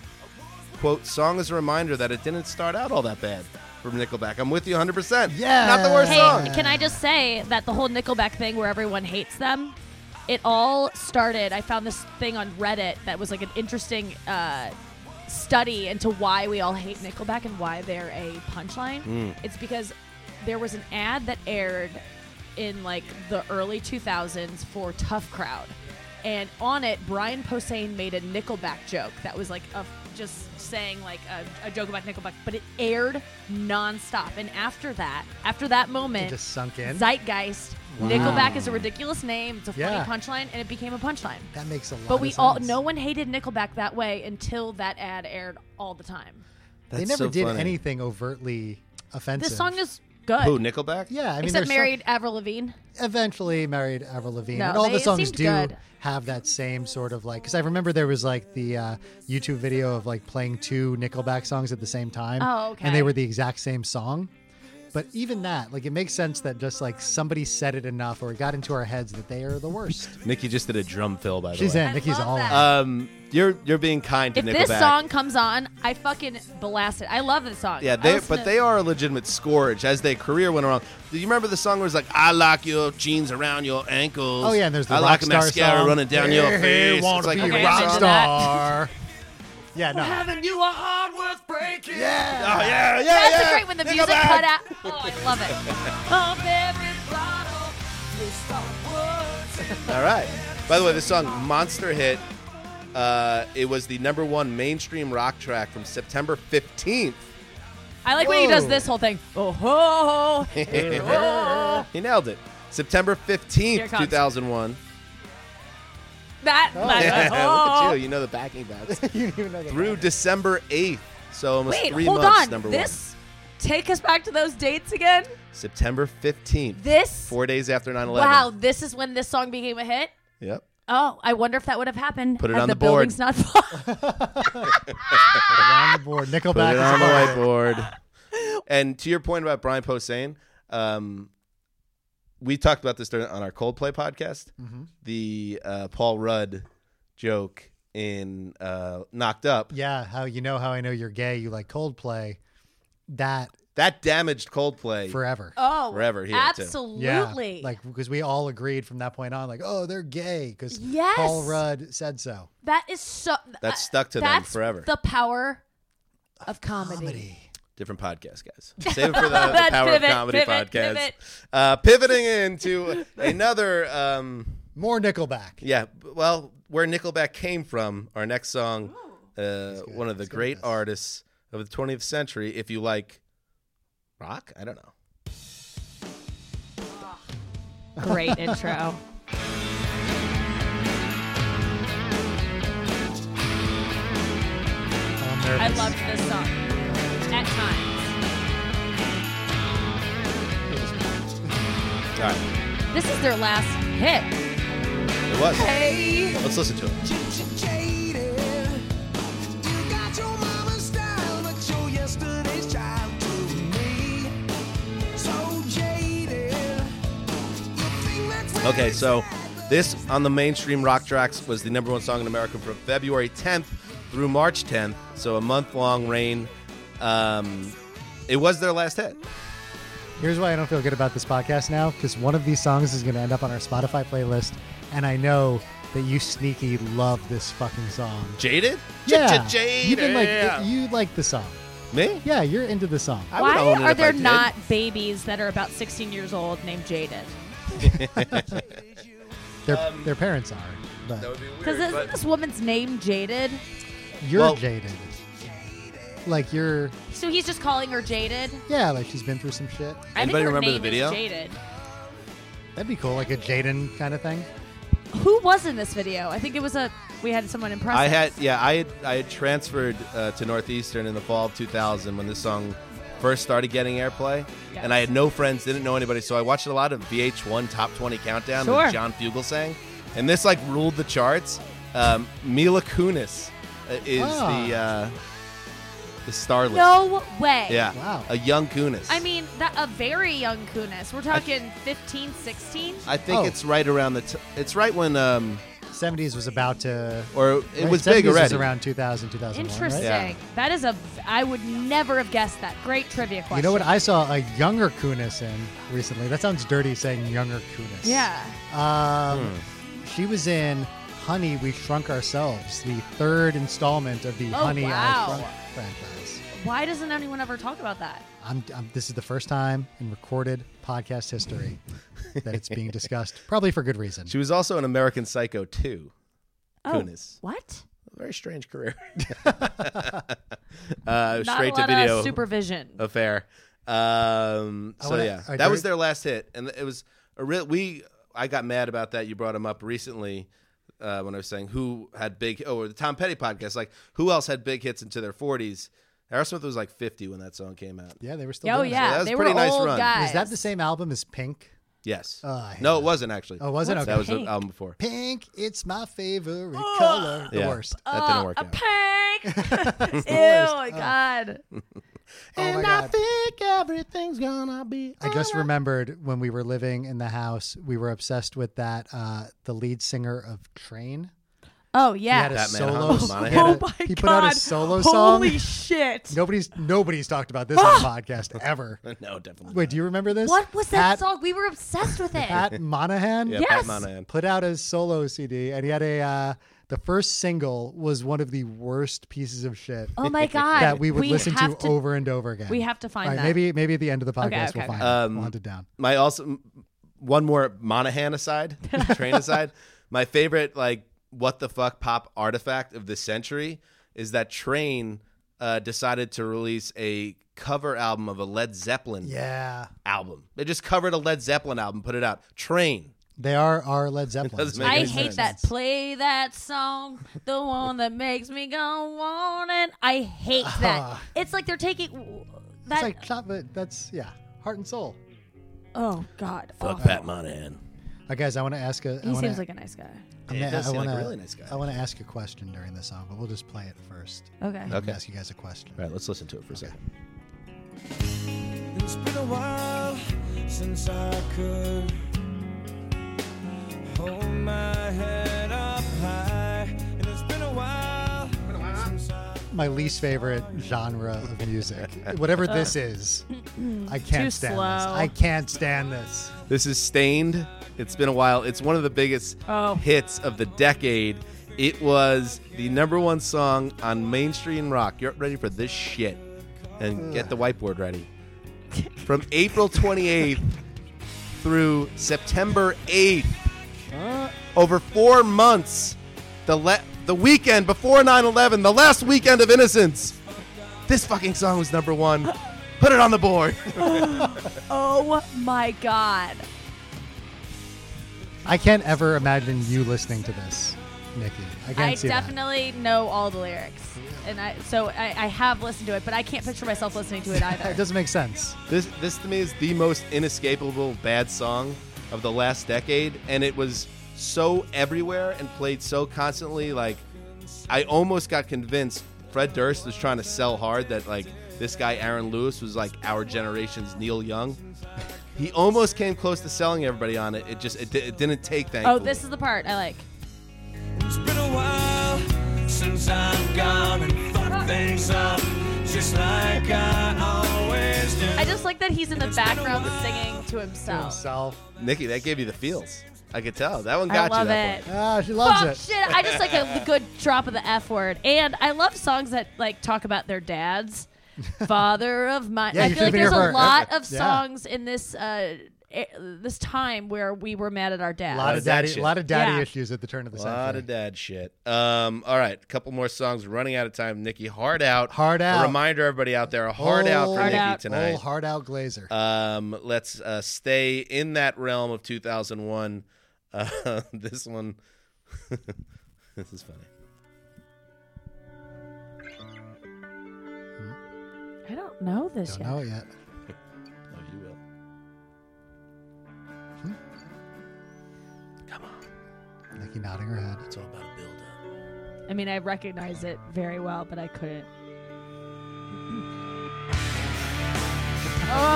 [SPEAKER 2] Quote: "Song is a reminder that it didn't start out all that bad." From Nickelback, I'm with you 100. percent
[SPEAKER 3] Yeah.
[SPEAKER 2] not the worst
[SPEAKER 4] Hey,
[SPEAKER 2] song.
[SPEAKER 4] can I just say that the whole Nickelback thing where everyone hates them, it all started. I found this thing on Reddit that was like an interesting uh, study into why we all hate Nickelback and why they're a punchline. It's because there was an ad that aired in like the early 2000s for Tough Crowd. And on it, Brian Posehn made a Nickelback joke that was like a, just saying like a, a joke about Nickelback, but it aired nonstop. And after that, after that moment,
[SPEAKER 3] It just sunk in.
[SPEAKER 4] Zeitgeist. Nickelback is a ridiculous name. It's a funny
[SPEAKER 3] Yeah.
[SPEAKER 4] punchline, and it became a punchline.
[SPEAKER 3] that makes a lot.
[SPEAKER 4] But we
[SPEAKER 3] of
[SPEAKER 4] all
[SPEAKER 3] sense.
[SPEAKER 4] no one hated Nickelback that way until that ad aired all the time.
[SPEAKER 2] That's
[SPEAKER 3] they never
[SPEAKER 2] so
[SPEAKER 3] did
[SPEAKER 2] funny.
[SPEAKER 3] anything overtly offensive.
[SPEAKER 4] This song is good.
[SPEAKER 2] Who Nickelback?
[SPEAKER 3] Yeah, I mean,
[SPEAKER 4] Except
[SPEAKER 3] there's some-
[SPEAKER 4] married Avril Lavigne.
[SPEAKER 3] eventually married Avril Lavigne,
[SPEAKER 4] No,
[SPEAKER 3] and all
[SPEAKER 4] they
[SPEAKER 3] the songs
[SPEAKER 4] seemed
[SPEAKER 3] do
[SPEAKER 4] good.
[SPEAKER 3] have that same sort of like. Because I remember there was like the uh, YouTube video of like playing two Nickelback songs at the same time,
[SPEAKER 4] Oh, okay.
[SPEAKER 3] and they were the exact same song. But even that, like, it makes sense that just like somebody said it enough, or it got into our heads that they are the worst.
[SPEAKER 2] Nikki just did a drum fill by the
[SPEAKER 3] She's
[SPEAKER 2] way.
[SPEAKER 3] in. Nikki's
[SPEAKER 4] love
[SPEAKER 3] all
[SPEAKER 4] that.
[SPEAKER 3] in.
[SPEAKER 2] Um, you're you're being kind to
[SPEAKER 4] If
[SPEAKER 2] Nickelback.
[SPEAKER 4] this song comes on, I fucking blast it. I love this song.
[SPEAKER 2] Yeah,
[SPEAKER 4] I
[SPEAKER 2] they
[SPEAKER 4] listen
[SPEAKER 2] but
[SPEAKER 4] to-
[SPEAKER 2] they are a legitimate scourge as their career went along. Do you remember the song where it's like I lock your jeans around your ankles?
[SPEAKER 3] Oh yeah, and there's the
[SPEAKER 2] I
[SPEAKER 3] rock
[SPEAKER 2] lock your
[SPEAKER 3] star
[SPEAKER 2] mascara
[SPEAKER 3] song.
[SPEAKER 2] running down your
[SPEAKER 3] Hey,
[SPEAKER 2] face.
[SPEAKER 3] wanna
[SPEAKER 2] it's like
[SPEAKER 3] be
[SPEAKER 2] a
[SPEAKER 3] a
[SPEAKER 2] great
[SPEAKER 4] rock
[SPEAKER 2] song.
[SPEAKER 4] star.
[SPEAKER 3] star. yeah, no.
[SPEAKER 7] you are hard worth breaking.
[SPEAKER 2] Oh yeah, yeah,
[SPEAKER 4] That's
[SPEAKER 2] yeah.
[SPEAKER 4] a great when the music
[SPEAKER 2] Nickelback.
[SPEAKER 4] cut out. Oh, I love it. Oh, Of every bottle.
[SPEAKER 2] All right. By the way, this song monster hit. Uh, it was the number one mainstream rock track from September fifteenth.
[SPEAKER 4] I like when he does
[SPEAKER 3] Whoa.
[SPEAKER 4] this whole thing. Oh ho!
[SPEAKER 2] he nailed it. September
[SPEAKER 4] Here it
[SPEAKER 2] fifteenth,
[SPEAKER 4] comes.
[SPEAKER 2] two thousand one.
[SPEAKER 4] That. that
[SPEAKER 2] Yeah, look
[SPEAKER 4] oh.
[SPEAKER 2] at you. You know the backing bounce.
[SPEAKER 3] You didn't even know that.
[SPEAKER 2] Through December eighth. So almost
[SPEAKER 4] Wait,
[SPEAKER 2] three
[SPEAKER 4] hold
[SPEAKER 2] months.
[SPEAKER 4] on.
[SPEAKER 2] Number one.
[SPEAKER 4] This take us back to those dates again.
[SPEAKER 2] September 15th.
[SPEAKER 4] This
[SPEAKER 2] Four days after 9 11.
[SPEAKER 4] wow, this is when this song became a hit.
[SPEAKER 2] Yep.
[SPEAKER 4] Oh, I wonder if that would have happened.
[SPEAKER 2] Put it
[SPEAKER 4] had
[SPEAKER 2] on
[SPEAKER 4] the,
[SPEAKER 2] the board.
[SPEAKER 4] building's not fallen.
[SPEAKER 3] Around the board.
[SPEAKER 2] Put
[SPEAKER 3] Nickelback
[SPEAKER 2] it
[SPEAKER 3] is
[SPEAKER 2] on the
[SPEAKER 3] all in.
[SPEAKER 2] whiteboard. and to your point about Brian Posehn, um, we talked about this during, on our Coldplay podcast. The uh, Paul Rudd joke in uh, Knocked Up.
[SPEAKER 3] Yeah, how you know how I know you're gay? You like Coldplay, that
[SPEAKER 2] That damaged Coldplay.
[SPEAKER 3] forever.
[SPEAKER 4] oh,
[SPEAKER 2] Forever here, too.
[SPEAKER 4] Absolutely.
[SPEAKER 3] Yeah, like because we all agreed from that point on, like, oh, they're gay because
[SPEAKER 4] Yes.
[SPEAKER 3] Paul Rudd said so.
[SPEAKER 4] that is so. uh,
[SPEAKER 2] That's stuck to them
[SPEAKER 4] that's
[SPEAKER 2] forever.
[SPEAKER 4] The power of comedy.
[SPEAKER 2] Different podcast, guys. Save it for the, the
[SPEAKER 4] That's
[SPEAKER 2] Power
[SPEAKER 4] pivot,
[SPEAKER 2] of Comedy
[SPEAKER 4] pivot,
[SPEAKER 2] podcast.
[SPEAKER 4] pivot.
[SPEAKER 2] Uh, pivoting into another. Um,
[SPEAKER 3] More Nickelback.
[SPEAKER 2] Yeah, b- well, where Nickelback came from, our next song,
[SPEAKER 4] Oh.
[SPEAKER 2] uh, one of the great artists of the 20th century, if you like rock, I don't know.
[SPEAKER 4] Great intro. I loved this song. At times,
[SPEAKER 2] All right,
[SPEAKER 4] this is their last hit.
[SPEAKER 2] it was. Let's listen to it. Okay, so this on the mainstream rock tracks was the number one song in America from February 10th through March 10th, so a month long reign. Um, it was their last hit.
[SPEAKER 3] Here's why I don't feel good about this podcast now because one of these songs is going to end up on our Spotify playlist, and I know that you sneaky love this fucking song.
[SPEAKER 2] Jaded?
[SPEAKER 3] Yeah,
[SPEAKER 2] Jaded.
[SPEAKER 3] you can like you like the song.
[SPEAKER 2] Me?
[SPEAKER 3] Yeah, you're into the song.
[SPEAKER 2] I would
[SPEAKER 4] Why
[SPEAKER 2] own it if
[SPEAKER 4] are
[SPEAKER 2] I
[SPEAKER 4] there
[SPEAKER 2] did.
[SPEAKER 4] not babies that are about 16 years old named Jaden?
[SPEAKER 3] Their,
[SPEAKER 2] Um,
[SPEAKER 3] their parents are, but
[SPEAKER 2] That would be weird.
[SPEAKER 4] Because isn't
[SPEAKER 2] but-
[SPEAKER 4] this woman's name Jaded?
[SPEAKER 3] you're
[SPEAKER 2] Well-
[SPEAKER 3] jaded. Like you're,
[SPEAKER 4] So he's just calling her Jaded.
[SPEAKER 3] yeah, like she's been through some shit.
[SPEAKER 4] I think
[SPEAKER 2] Anybody
[SPEAKER 4] her
[SPEAKER 2] remember the
[SPEAKER 4] name
[SPEAKER 2] video?
[SPEAKER 4] Is Jaded.
[SPEAKER 3] That'd be cool, like a Jaden kind of thing.
[SPEAKER 4] Who was in this video? I think it was a. We had someone impressive.
[SPEAKER 2] I had yeah, I had I had transferred uh, to Northeastern in the fall of 2000 when this song first started getting airplay, and I had no friends, didn't know anybody, so I watched a lot of VH1 Top 20 Countdown
[SPEAKER 4] Sure.
[SPEAKER 2] with John Fugel sang, and this like ruled the charts. Um, Mila Kunis uh, is
[SPEAKER 3] Ah.
[SPEAKER 2] the uh, the starlet.
[SPEAKER 4] No way.
[SPEAKER 2] Yeah,
[SPEAKER 3] Wow.
[SPEAKER 2] a young Kunis.
[SPEAKER 4] I mean, that a very young Kunis. We're talking 15, 16.
[SPEAKER 2] I think
[SPEAKER 3] Oh.
[SPEAKER 2] it's right around the. T- it's right when um,
[SPEAKER 3] 70s was about to.
[SPEAKER 2] or it
[SPEAKER 3] right,
[SPEAKER 2] was
[SPEAKER 3] 70s
[SPEAKER 2] big already.
[SPEAKER 3] around 2000, 2001. right?
[SPEAKER 4] Interesting.
[SPEAKER 2] Yeah.
[SPEAKER 4] That is a. v- I would never have guessed that. Great trivia question.
[SPEAKER 3] You know what I saw a younger Kunis in recently? That sounds dirty saying younger Kunis.
[SPEAKER 4] Yeah.
[SPEAKER 3] Um,
[SPEAKER 2] Hmm.
[SPEAKER 3] She was in Honey, We Shrunk Ourselves, the third installment of the
[SPEAKER 4] Oh,
[SPEAKER 3] Honey
[SPEAKER 4] wow.
[SPEAKER 3] I Shrunk franchise.
[SPEAKER 4] Why doesn't anyone ever talk about that?
[SPEAKER 3] I'm, I'm, this is the first time in recorded podcast history that it's being discussed, probably for good reason.
[SPEAKER 2] She was also an American Psycho too.
[SPEAKER 4] Oh,
[SPEAKER 2] Kunis.
[SPEAKER 4] What?
[SPEAKER 2] very strange career. uh,
[SPEAKER 4] Not
[SPEAKER 2] straight
[SPEAKER 4] a lot
[SPEAKER 2] to video Oh,
[SPEAKER 4] of supervision.
[SPEAKER 2] affair. Um, so
[SPEAKER 3] wanna-
[SPEAKER 2] yeah,
[SPEAKER 3] all right,
[SPEAKER 2] that
[SPEAKER 3] there-
[SPEAKER 2] was their last hit, and it was a real. We I got mad about that. You brought him up recently uh, when I was saying who had big. Oh, or the Tom Petty podcast. Like who else had big hits into their forties? Aerosmith was like fifty when that song came out.
[SPEAKER 3] yeah, they were still.
[SPEAKER 4] Oh
[SPEAKER 3] doing it.
[SPEAKER 4] yeah,
[SPEAKER 2] that was
[SPEAKER 4] they
[SPEAKER 2] a
[SPEAKER 4] were
[SPEAKER 2] pretty nice
[SPEAKER 4] old
[SPEAKER 2] run.
[SPEAKER 4] guys.
[SPEAKER 3] Is that the same album as Pink?
[SPEAKER 2] Yes.
[SPEAKER 3] Oh, I hate
[SPEAKER 2] no,
[SPEAKER 3] that.
[SPEAKER 2] it wasn't actually.
[SPEAKER 3] Oh, was it?
[SPEAKER 4] What's
[SPEAKER 3] Okay.
[SPEAKER 2] that was the
[SPEAKER 4] Pink?
[SPEAKER 2] album before.
[SPEAKER 3] Pink, it's my favorite color. The
[SPEAKER 2] Yeah.
[SPEAKER 3] worst.
[SPEAKER 2] That didn't work
[SPEAKER 4] a
[SPEAKER 2] out.
[SPEAKER 4] pink. Ew, my God.
[SPEAKER 3] oh my
[SPEAKER 2] and I
[SPEAKER 3] God.
[SPEAKER 2] think everything's gonna be.
[SPEAKER 3] I just remembered when we were living in the house, we were obsessed with that. Uh, the lead singer of Train.
[SPEAKER 4] Oh
[SPEAKER 3] He
[SPEAKER 4] yeah.
[SPEAKER 3] had a
[SPEAKER 2] Batman
[SPEAKER 3] solo.
[SPEAKER 2] Hans
[SPEAKER 3] he
[SPEAKER 2] Monahan.
[SPEAKER 3] had a-
[SPEAKER 4] oh my
[SPEAKER 3] he
[SPEAKER 4] God.
[SPEAKER 3] put out a solo song.
[SPEAKER 4] Holy shit.
[SPEAKER 3] nobody's nobody's talked about this on the podcast ever.
[SPEAKER 2] no, definitely.
[SPEAKER 3] Wait, do you remember this?
[SPEAKER 4] What was that
[SPEAKER 3] Pat,
[SPEAKER 4] song? We were obsessed with it.
[SPEAKER 3] Pat Monahan
[SPEAKER 2] Yeah,
[SPEAKER 4] Yes!
[SPEAKER 2] Pat Monahan.
[SPEAKER 3] put out a solo CD, and he had a. Uh, the first single was one of the worst pieces of shit
[SPEAKER 4] Oh my God.
[SPEAKER 3] that we would listen to,
[SPEAKER 4] have
[SPEAKER 3] over and over again.
[SPEAKER 4] We have to find
[SPEAKER 3] All right,
[SPEAKER 4] that.
[SPEAKER 3] Maybe maybe at the end of the podcast
[SPEAKER 4] Okay,
[SPEAKER 3] we'll
[SPEAKER 4] okay.
[SPEAKER 3] find it.
[SPEAKER 2] Um,
[SPEAKER 3] We'll hunt it down.
[SPEAKER 2] my also one more Monahan aside, train aside. My favorite like what the fuck pop artifact of the century is that Train uh, decided to release a cover album of a Led Zeppelin
[SPEAKER 3] Yeah,
[SPEAKER 2] album. They just covered a Led Zeppelin album, put it out. Train.
[SPEAKER 3] they are our Led Zeppelin.
[SPEAKER 2] doesn't make
[SPEAKER 4] I
[SPEAKER 2] any
[SPEAKER 4] hate
[SPEAKER 2] sense.
[SPEAKER 4] that. Play that song, the one that makes me go on and I hate that. It's like they're taking that.
[SPEAKER 3] It's like chop it. That's yeah, heart and soul.
[SPEAKER 4] oh God.
[SPEAKER 2] Fuck
[SPEAKER 4] awful.
[SPEAKER 2] Pat Monahan.
[SPEAKER 3] All right, guys, I want to ask a. I
[SPEAKER 4] He
[SPEAKER 3] wanna,
[SPEAKER 4] seems like a nice guy.
[SPEAKER 3] I'm
[SPEAKER 2] He
[SPEAKER 3] gonna-
[SPEAKER 2] does
[SPEAKER 3] I
[SPEAKER 2] seem like a
[SPEAKER 3] wanna-
[SPEAKER 2] really nice guy.
[SPEAKER 3] I want to ask a question during this song, but we'll just play it first.
[SPEAKER 4] Okay.
[SPEAKER 3] I'm gonna
[SPEAKER 2] Okay.
[SPEAKER 3] ask you guys a question.
[SPEAKER 2] All right, let's listen to it for a second.
[SPEAKER 7] It's been a while since I could hold my head up high. And it's been a while, since I.
[SPEAKER 3] My least favorite genre of music, whatever this is, I can't
[SPEAKER 4] Uh.
[SPEAKER 3] stand
[SPEAKER 4] Too
[SPEAKER 3] this.
[SPEAKER 4] slow.
[SPEAKER 3] I can't stand this.
[SPEAKER 2] This is Stained. It's been a while. It's one of the biggest
[SPEAKER 4] Oh.
[SPEAKER 2] hits of the decade. It was the number one song on mainstream rock. You're ready for this shit. And get the whiteboard ready. From April 28th through September 8th, over four months, the le- the weekend before 9 11, the last weekend of innocence, this fucking song was number one. Put it on the board.
[SPEAKER 4] Oh my God.
[SPEAKER 3] I can't ever imagine you listening to this, Nikki. I can't
[SPEAKER 4] I
[SPEAKER 3] see
[SPEAKER 4] definitely know all the lyrics, and I so I, I have listened to it, but I can't picture myself listening to it
[SPEAKER 3] that. It
[SPEAKER 4] either.
[SPEAKER 3] doesn't make sense.
[SPEAKER 2] This this to me is the most inescapable bad song of the last decade, and it was so everywhere and played so constantly. Like I almost got convinced Fred Durst was trying to sell hard that like this guy Aaron Lewis was like our generation's Neil Young. He almost came close to selling everybody on it. It just it, di- it didn't take.
[SPEAKER 4] oh,
[SPEAKER 2] Thankfully.
[SPEAKER 4] this is the part I like.
[SPEAKER 7] It's been a while since I've gone and fucked things up, just like I always do.
[SPEAKER 4] I just like that he's in the background singing to himself.
[SPEAKER 3] Self.
[SPEAKER 2] Nikki. That gave you the feels. I could tell that one
[SPEAKER 4] I
[SPEAKER 2] got you.
[SPEAKER 4] love
[SPEAKER 2] that
[SPEAKER 4] it.
[SPEAKER 2] point.
[SPEAKER 3] Ah, she loves
[SPEAKER 4] Fuck
[SPEAKER 3] it.
[SPEAKER 4] shit! I just like a good drop of the f word, and I love songs that like talk about their dads. Father of mine.
[SPEAKER 3] Yeah,
[SPEAKER 4] I
[SPEAKER 3] you
[SPEAKER 4] feel
[SPEAKER 3] should've
[SPEAKER 4] like
[SPEAKER 3] been
[SPEAKER 4] there's
[SPEAKER 3] here
[SPEAKER 4] a
[SPEAKER 3] for-
[SPEAKER 4] lot of
[SPEAKER 3] yeah.
[SPEAKER 4] songs in this uh, e- this time where we were mad at our dad.
[SPEAKER 3] A lot
[SPEAKER 2] of
[SPEAKER 3] of
[SPEAKER 2] that
[SPEAKER 3] daddy,
[SPEAKER 2] shit.
[SPEAKER 3] a lot of daddy
[SPEAKER 4] Yeah.
[SPEAKER 3] issues at the turn of the
[SPEAKER 2] A
[SPEAKER 3] century.
[SPEAKER 2] lot of dad shit. Um, all right, a couple more songs. We're running out of time. Nikki, hard out. Oh,
[SPEAKER 3] Hard
[SPEAKER 2] A
[SPEAKER 3] out.
[SPEAKER 2] reminder, everybody out there, a hard out for
[SPEAKER 3] Hard
[SPEAKER 2] Nikki
[SPEAKER 4] out.
[SPEAKER 2] tonight.
[SPEAKER 3] Old Oh, hard out glazer.
[SPEAKER 2] Um, let's uh, stay in that realm of 2001. Uh, this one, this is funny.
[SPEAKER 4] I don't know this
[SPEAKER 3] Don't
[SPEAKER 4] yet.
[SPEAKER 3] know it yet.
[SPEAKER 2] Oh, you will.
[SPEAKER 3] Hmm?
[SPEAKER 2] Come on,
[SPEAKER 3] Nikki nodding her head.
[SPEAKER 2] it's all about a build up.
[SPEAKER 4] I mean, I recognize it very well, but I couldn't. Oh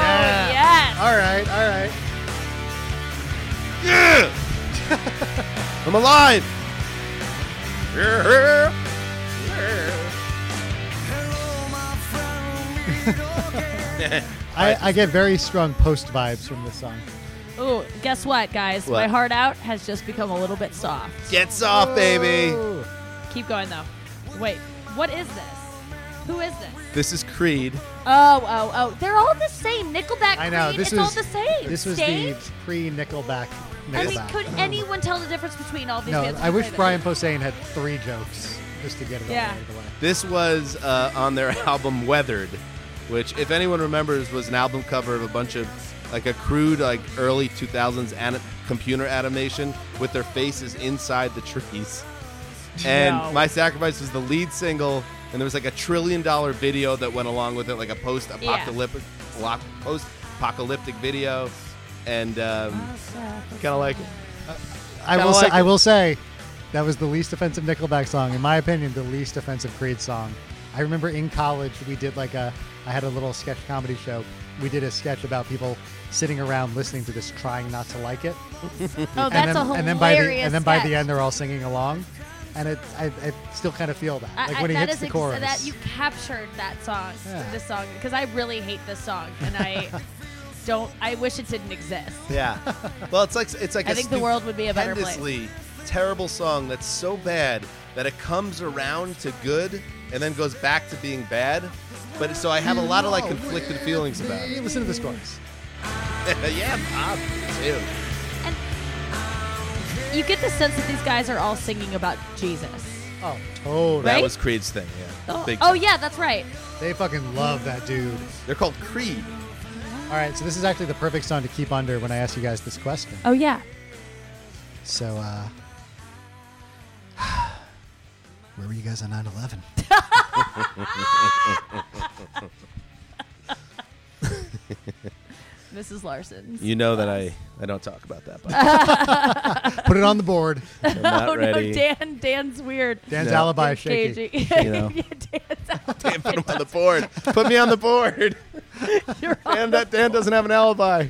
[SPEAKER 4] yes.
[SPEAKER 3] All right, all right.
[SPEAKER 2] I'm alive. Yeah. Yeah.
[SPEAKER 3] I, I get very strong post vibes from this song.
[SPEAKER 4] Ooh, guess what, guys?
[SPEAKER 2] What?
[SPEAKER 4] My heart out has just become a little bit soft.
[SPEAKER 2] Gets off, baby.
[SPEAKER 3] Ooh.
[SPEAKER 4] Keep going though. Wait, what is this? Who is this?
[SPEAKER 2] This is Creed.
[SPEAKER 4] Oh, oh, oh! They're all the same. Nickelback.
[SPEAKER 3] I know
[SPEAKER 4] Creed,
[SPEAKER 3] this
[SPEAKER 4] it's
[SPEAKER 3] was
[SPEAKER 4] all the same.
[SPEAKER 3] this was
[SPEAKER 4] Same?
[SPEAKER 3] the pre Nickelback.
[SPEAKER 4] I mean,
[SPEAKER 3] Nickelback.
[SPEAKER 4] could anyone tell the difference between all these
[SPEAKER 3] no,
[SPEAKER 4] bands?
[SPEAKER 3] I
[SPEAKER 4] who
[SPEAKER 3] wish
[SPEAKER 4] play
[SPEAKER 3] Brian
[SPEAKER 4] this?
[SPEAKER 3] Posehn had three jokes just to get it all
[SPEAKER 4] Yeah.
[SPEAKER 3] out of the way.
[SPEAKER 2] This was uh, on their album Weathered, which, if anyone remembers, was an album cover of a bunch of like a crude, like early 2000s ani- computer animation with their faces inside the trees. And
[SPEAKER 4] No.
[SPEAKER 2] My Sacrifice was the lead single, and there was like a trillion dollar video that went along with it, like a post apocalyptic, post apocalyptic video. And um, kind of like it.
[SPEAKER 3] I
[SPEAKER 2] Kinda
[SPEAKER 3] will say,
[SPEAKER 2] like
[SPEAKER 3] I
[SPEAKER 2] it.
[SPEAKER 3] will say that was the least offensive Nickelback song, in my opinion, the least offensive Creed song. I remember in college we did like a I had a little sketch comedy show. We did a sketch about people sitting around listening to this, trying not to like it.
[SPEAKER 4] Oh, that's
[SPEAKER 3] and then,
[SPEAKER 4] a hilarious.
[SPEAKER 3] and then by the and then by the
[SPEAKER 4] sketch.
[SPEAKER 3] end they're all singing along. And it, I, I still kind of feel that, like
[SPEAKER 4] I- I-
[SPEAKER 3] when he
[SPEAKER 4] that
[SPEAKER 3] hits
[SPEAKER 4] is
[SPEAKER 3] the
[SPEAKER 4] ex-
[SPEAKER 3] chorus.
[SPEAKER 4] that you captured that song,
[SPEAKER 3] Yeah.
[SPEAKER 4] this song, because I really hate this song, and I don't. I wish it didn't exist.
[SPEAKER 2] Yeah. Well, it's like it's like
[SPEAKER 4] I
[SPEAKER 2] a
[SPEAKER 4] think the world would be a better place.
[SPEAKER 2] stupendously terrible song that's so bad that it comes around to good and then goes back to being bad. But so I have a lot of like conflicted feelings about
[SPEAKER 3] Hey,
[SPEAKER 2] it.
[SPEAKER 3] listen to
[SPEAKER 4] Mm.
[SPEAKER 3] this chorus.
[SPEAKER 2] yeah, Bob, too.
[SPEAKER 4] You get the sense that these guys are all singing about Jesus.
[SPEAKER 3] Oh, totally.
[SPEAKER 2] That
[SPEAKER 4] Right?
[SPEAKER 2] was Creed's thing. Yeah.
[SPEAKER 4] Oh,
[SPEAKER 2] Big
[SPEAKER 4] oh
[SPEAKER 2] time.
[SPEAKER 4] yeah, that's right.
[SPEAKER 3] They fucking love that dude.
[SPEAKER 2] They're called Creed.
[SPEAKER 3] All right, so this is actually the perfect song to keep under when I ask you guys this question.
[SPEAKER 4] Oh yeah.
[SPEAKER 3] So, uh, where were you guys on 9 11?
[SPEAKER 4] Mrs. Larson's.
[SPEAKER 2] You know that I I don't talk about that. But
[SPEAKER 3] Put it on the board.
[SPEAKER 2] I'm not
[SPEAKER 4] oh
[SPEAKER 2] ready.
[SPEAKER 4] no, Dan. Dan's weird.
[SPEAKER 3] Dan's
[SPEAKER 2] No.
[SPEAKER 3] alibi
[SPEAKER 4] Dan's
[SPEAKER 3] is shaky.
[SPEAKER 4] cagey.
[SPEAKER 2] You know.
[SPEAKER 4] Yeah, Dan's out.
[SPEAKER 2] Dan, put him on the board. Put me on the board.
[SPEAKER 4] You're
[SPEAKER 2] Dan, Dan doesn't have an alibi.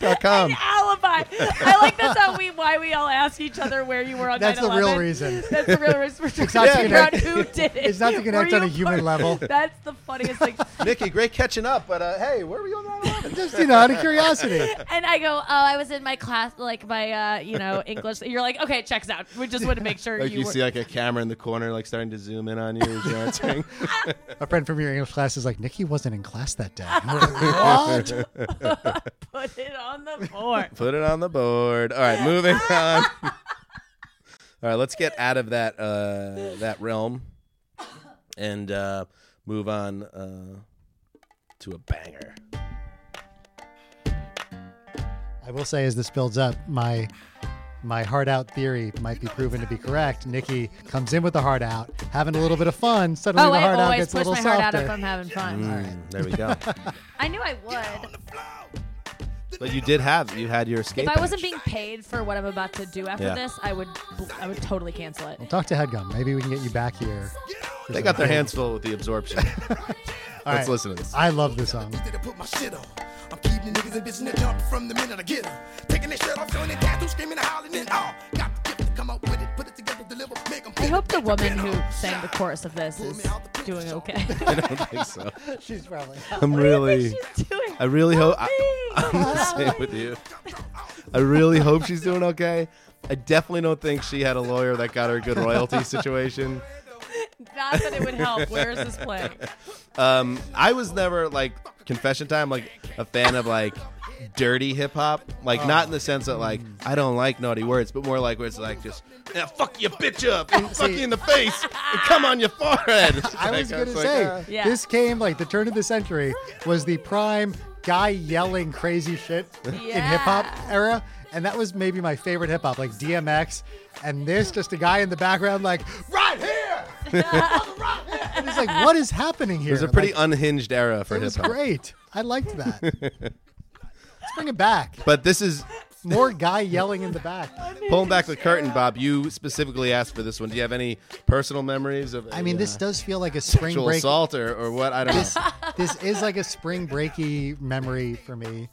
[SPEAKER 2] Dot
[SPEAKER 3] Um,
[SPEAKER 2] com.
[SPEAKER 4] alibi. I like that's how we why we all ask each other where you were on
[SPEAKER 3] That's
[SPEAKER 4] 9/11.
[SPEAKER 3] the real reason.
[SPEAKER 4] That's the real reason. We're trying
[SPEAKER 3] not
[SPEAKER 4] to
[SPEAKER 3] to
[SPEAKER 4] figure out
[SPEAKER 3] connect-
[SPEAKER 4] who did it.
[SPEAKER 3] It's not to
[SPEAKER 4] Were
[SPEAKER 3] connect on
[SPEAKER 4] you
[SPEAKER 3] a human level.
[SPEAKER 4] That's the funniest thing.
[SPEAKER 2] Nikki, great catching up. But uh, hey, where were you on that? one?
[SPEAKER 3] Just, you know, out of curiosity.
[SPEAKER 4] And I go, oh, I was in my class, like my, uh, you know, English. You're like, okay, checks out. We just want to make sure
[SPEAKER 2] Like you,
[SPEAKER 4] you, were.
[SPEAKER 2] see like a camera in the corner, like starting to zoom in on you as you're answering.
[SPEAKER 3] A friend from your English class is like, Nikki wasn't in class that day. And we're like, what?
[SPEAKER 4] put it on the board.
[SPEAKER 2] Put it on the board. All right, moving on. All right, let's get out of that uh, that realm and uh, move on uh, to a banger.
[SPEAKER 3] I will say, as this builds up, my my heart out theory might be proven to be correct. Nikki comes in with the heart out, having a little bit of fun. Suddenly
[SPEAKER 4] Oh,
[SPEAKER 3] the
[SPEAKER 4] I
[SPEAKER 3] heart out
[SPEAKER 4] always
[SPEAKER 3] gets a
[SPEAKER 4] push
[SPEAKER 3] little
[SPEAKER 4] my heart out
[SPEAKER 3] softer.
[SPEAKER 4] if I'm having fun.
[SPEAKER 2] Mm, there we go.
[SPEAKER 4] I knew I would.
[SPEAKER 2] but you did have you had your escape.
[SPEAKER 4] If I wasn't
[SPEAKER 2] hatch.
[SPEAKER 4] being paid for what I'm about to do after
[SPEAKER 2] Yeah.
[SPEAKER 4] this, I would, bl- I would totally cancel it.
[SPEAKER 3] Talk to Headgum. Maybe we can get you back here.
[SPEAKER 2] they got their hands full with the absorption.
[SPEAKER 3] All
[SPEAKER 2] Let's
[SPEAKER 3] right.
[SPEAKER 2] listen to this.
[SPEAKER 3] I love this song.
[SPEAKER 9] That I put my shit on. I'm keeping niggas and bitches in the dump from the minute I get 'em. Taking their shirt off, showing their tattoos, screaming and hollering and all. Got the gift to come up with it, put it together, deliver, make 'em
[SPEAKER 4] I
[SPEAKER 9] feel
[SPEAKER 4] hope the
[SPEAKER 9] it, bitch, I've
[SPEAKER 4] woman
[SPEAKER 9] been
[SPEAKER 4] who
[SPEAKER 9] on.
[SPEAKER 4] sang the chorus of this is doing okay.
[SPEAKER 2] I don't think so.
[SPEAKER 3] She's probably.
[SPEAKER 2] I'm really.
[SPEAKER 4] She's doing.
[SPEAKER 2] I really hope. I,
[SPEAKER 4] Help
[SPEAKER 2] I'm the same with you. I really hope she's doing okay. I definitely don't think she had a lawyer that got her a good royalty situation.
[SPEAKER 4] Not that it would help. Where is this playing?
[SPEAKER 2] Um, I was never like confession time like a fan of like dirty hip hop. Like not in the sense that like I don't like naughty words, but more like where it's like just yeah, fuck your bitch up and fuck you in the face and come on your forehead. It's
[SPEAKER 3] I
[SPEAKER 2] like-
[SPEAKER 3] was gonna
[SPEAKER 2] like,
[SPEAKER 3] say
[SPEAKER 2] uh,
[SPEAKER 4] Yeah.
[SPEAKER 3] this came like the turn of the century was the prime guy yelling crazy shit in hip hop
[SPEAKER 4] Yeah.
[SPEAKER 3] era, and that was maybe my favorite hip hop, like DMX, and this just a guy in the background like right here, Right here!" and it's like what is happening here?
[SPEAKER 2] it was a pretty
[SPEAKER 3] Like,
[SPEAKER 2] unhinged era for
[SPEAKER 3] it
[SPEAKER 2] hip
[SPEAKER 3] was
[SPEAKER 2] hop.
[SPEAKER 3] great. I liked that. Let's bring it back.
[SPEAKER 2] But this is
[SPEAKER 3] More guy yelling in the back.
[SPEAKER 2] pulling back the curtain, Bob. You specifically asked for this one. Do you have any personal memories of?
[SPEAKER 3] I mean,
[SPEAKER 2] uh,
[SPEAKER 3] this does feel like a spring
[SPEAKER 2] sexual
[SPEAKER 3] break
[SPEAKER 2] assault or, or what? I don't know.
[SPEAKER 3] this this is like a spring breaky memory for me.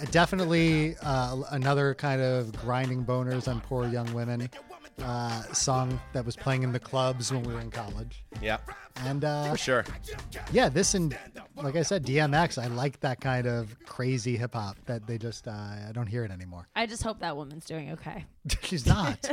[SPEAKER 3] Uh, Definitely uh, another kind of grinding boners on poor young women uh, song that was playing in the clubs when we were in college.
[SPEAKER 2] Yeah,
[SPEAKER 3] And uh,
[SPEAKER 2] for sure.
[SPEAKER 3] yeah, this and like I said, DMX. I like that kind of crazy hip hop that they just uh, I don't hear it anymore.
[SPEAKER 4] I just hope that woman's doing okay.
[SPEAKER 3] She's not.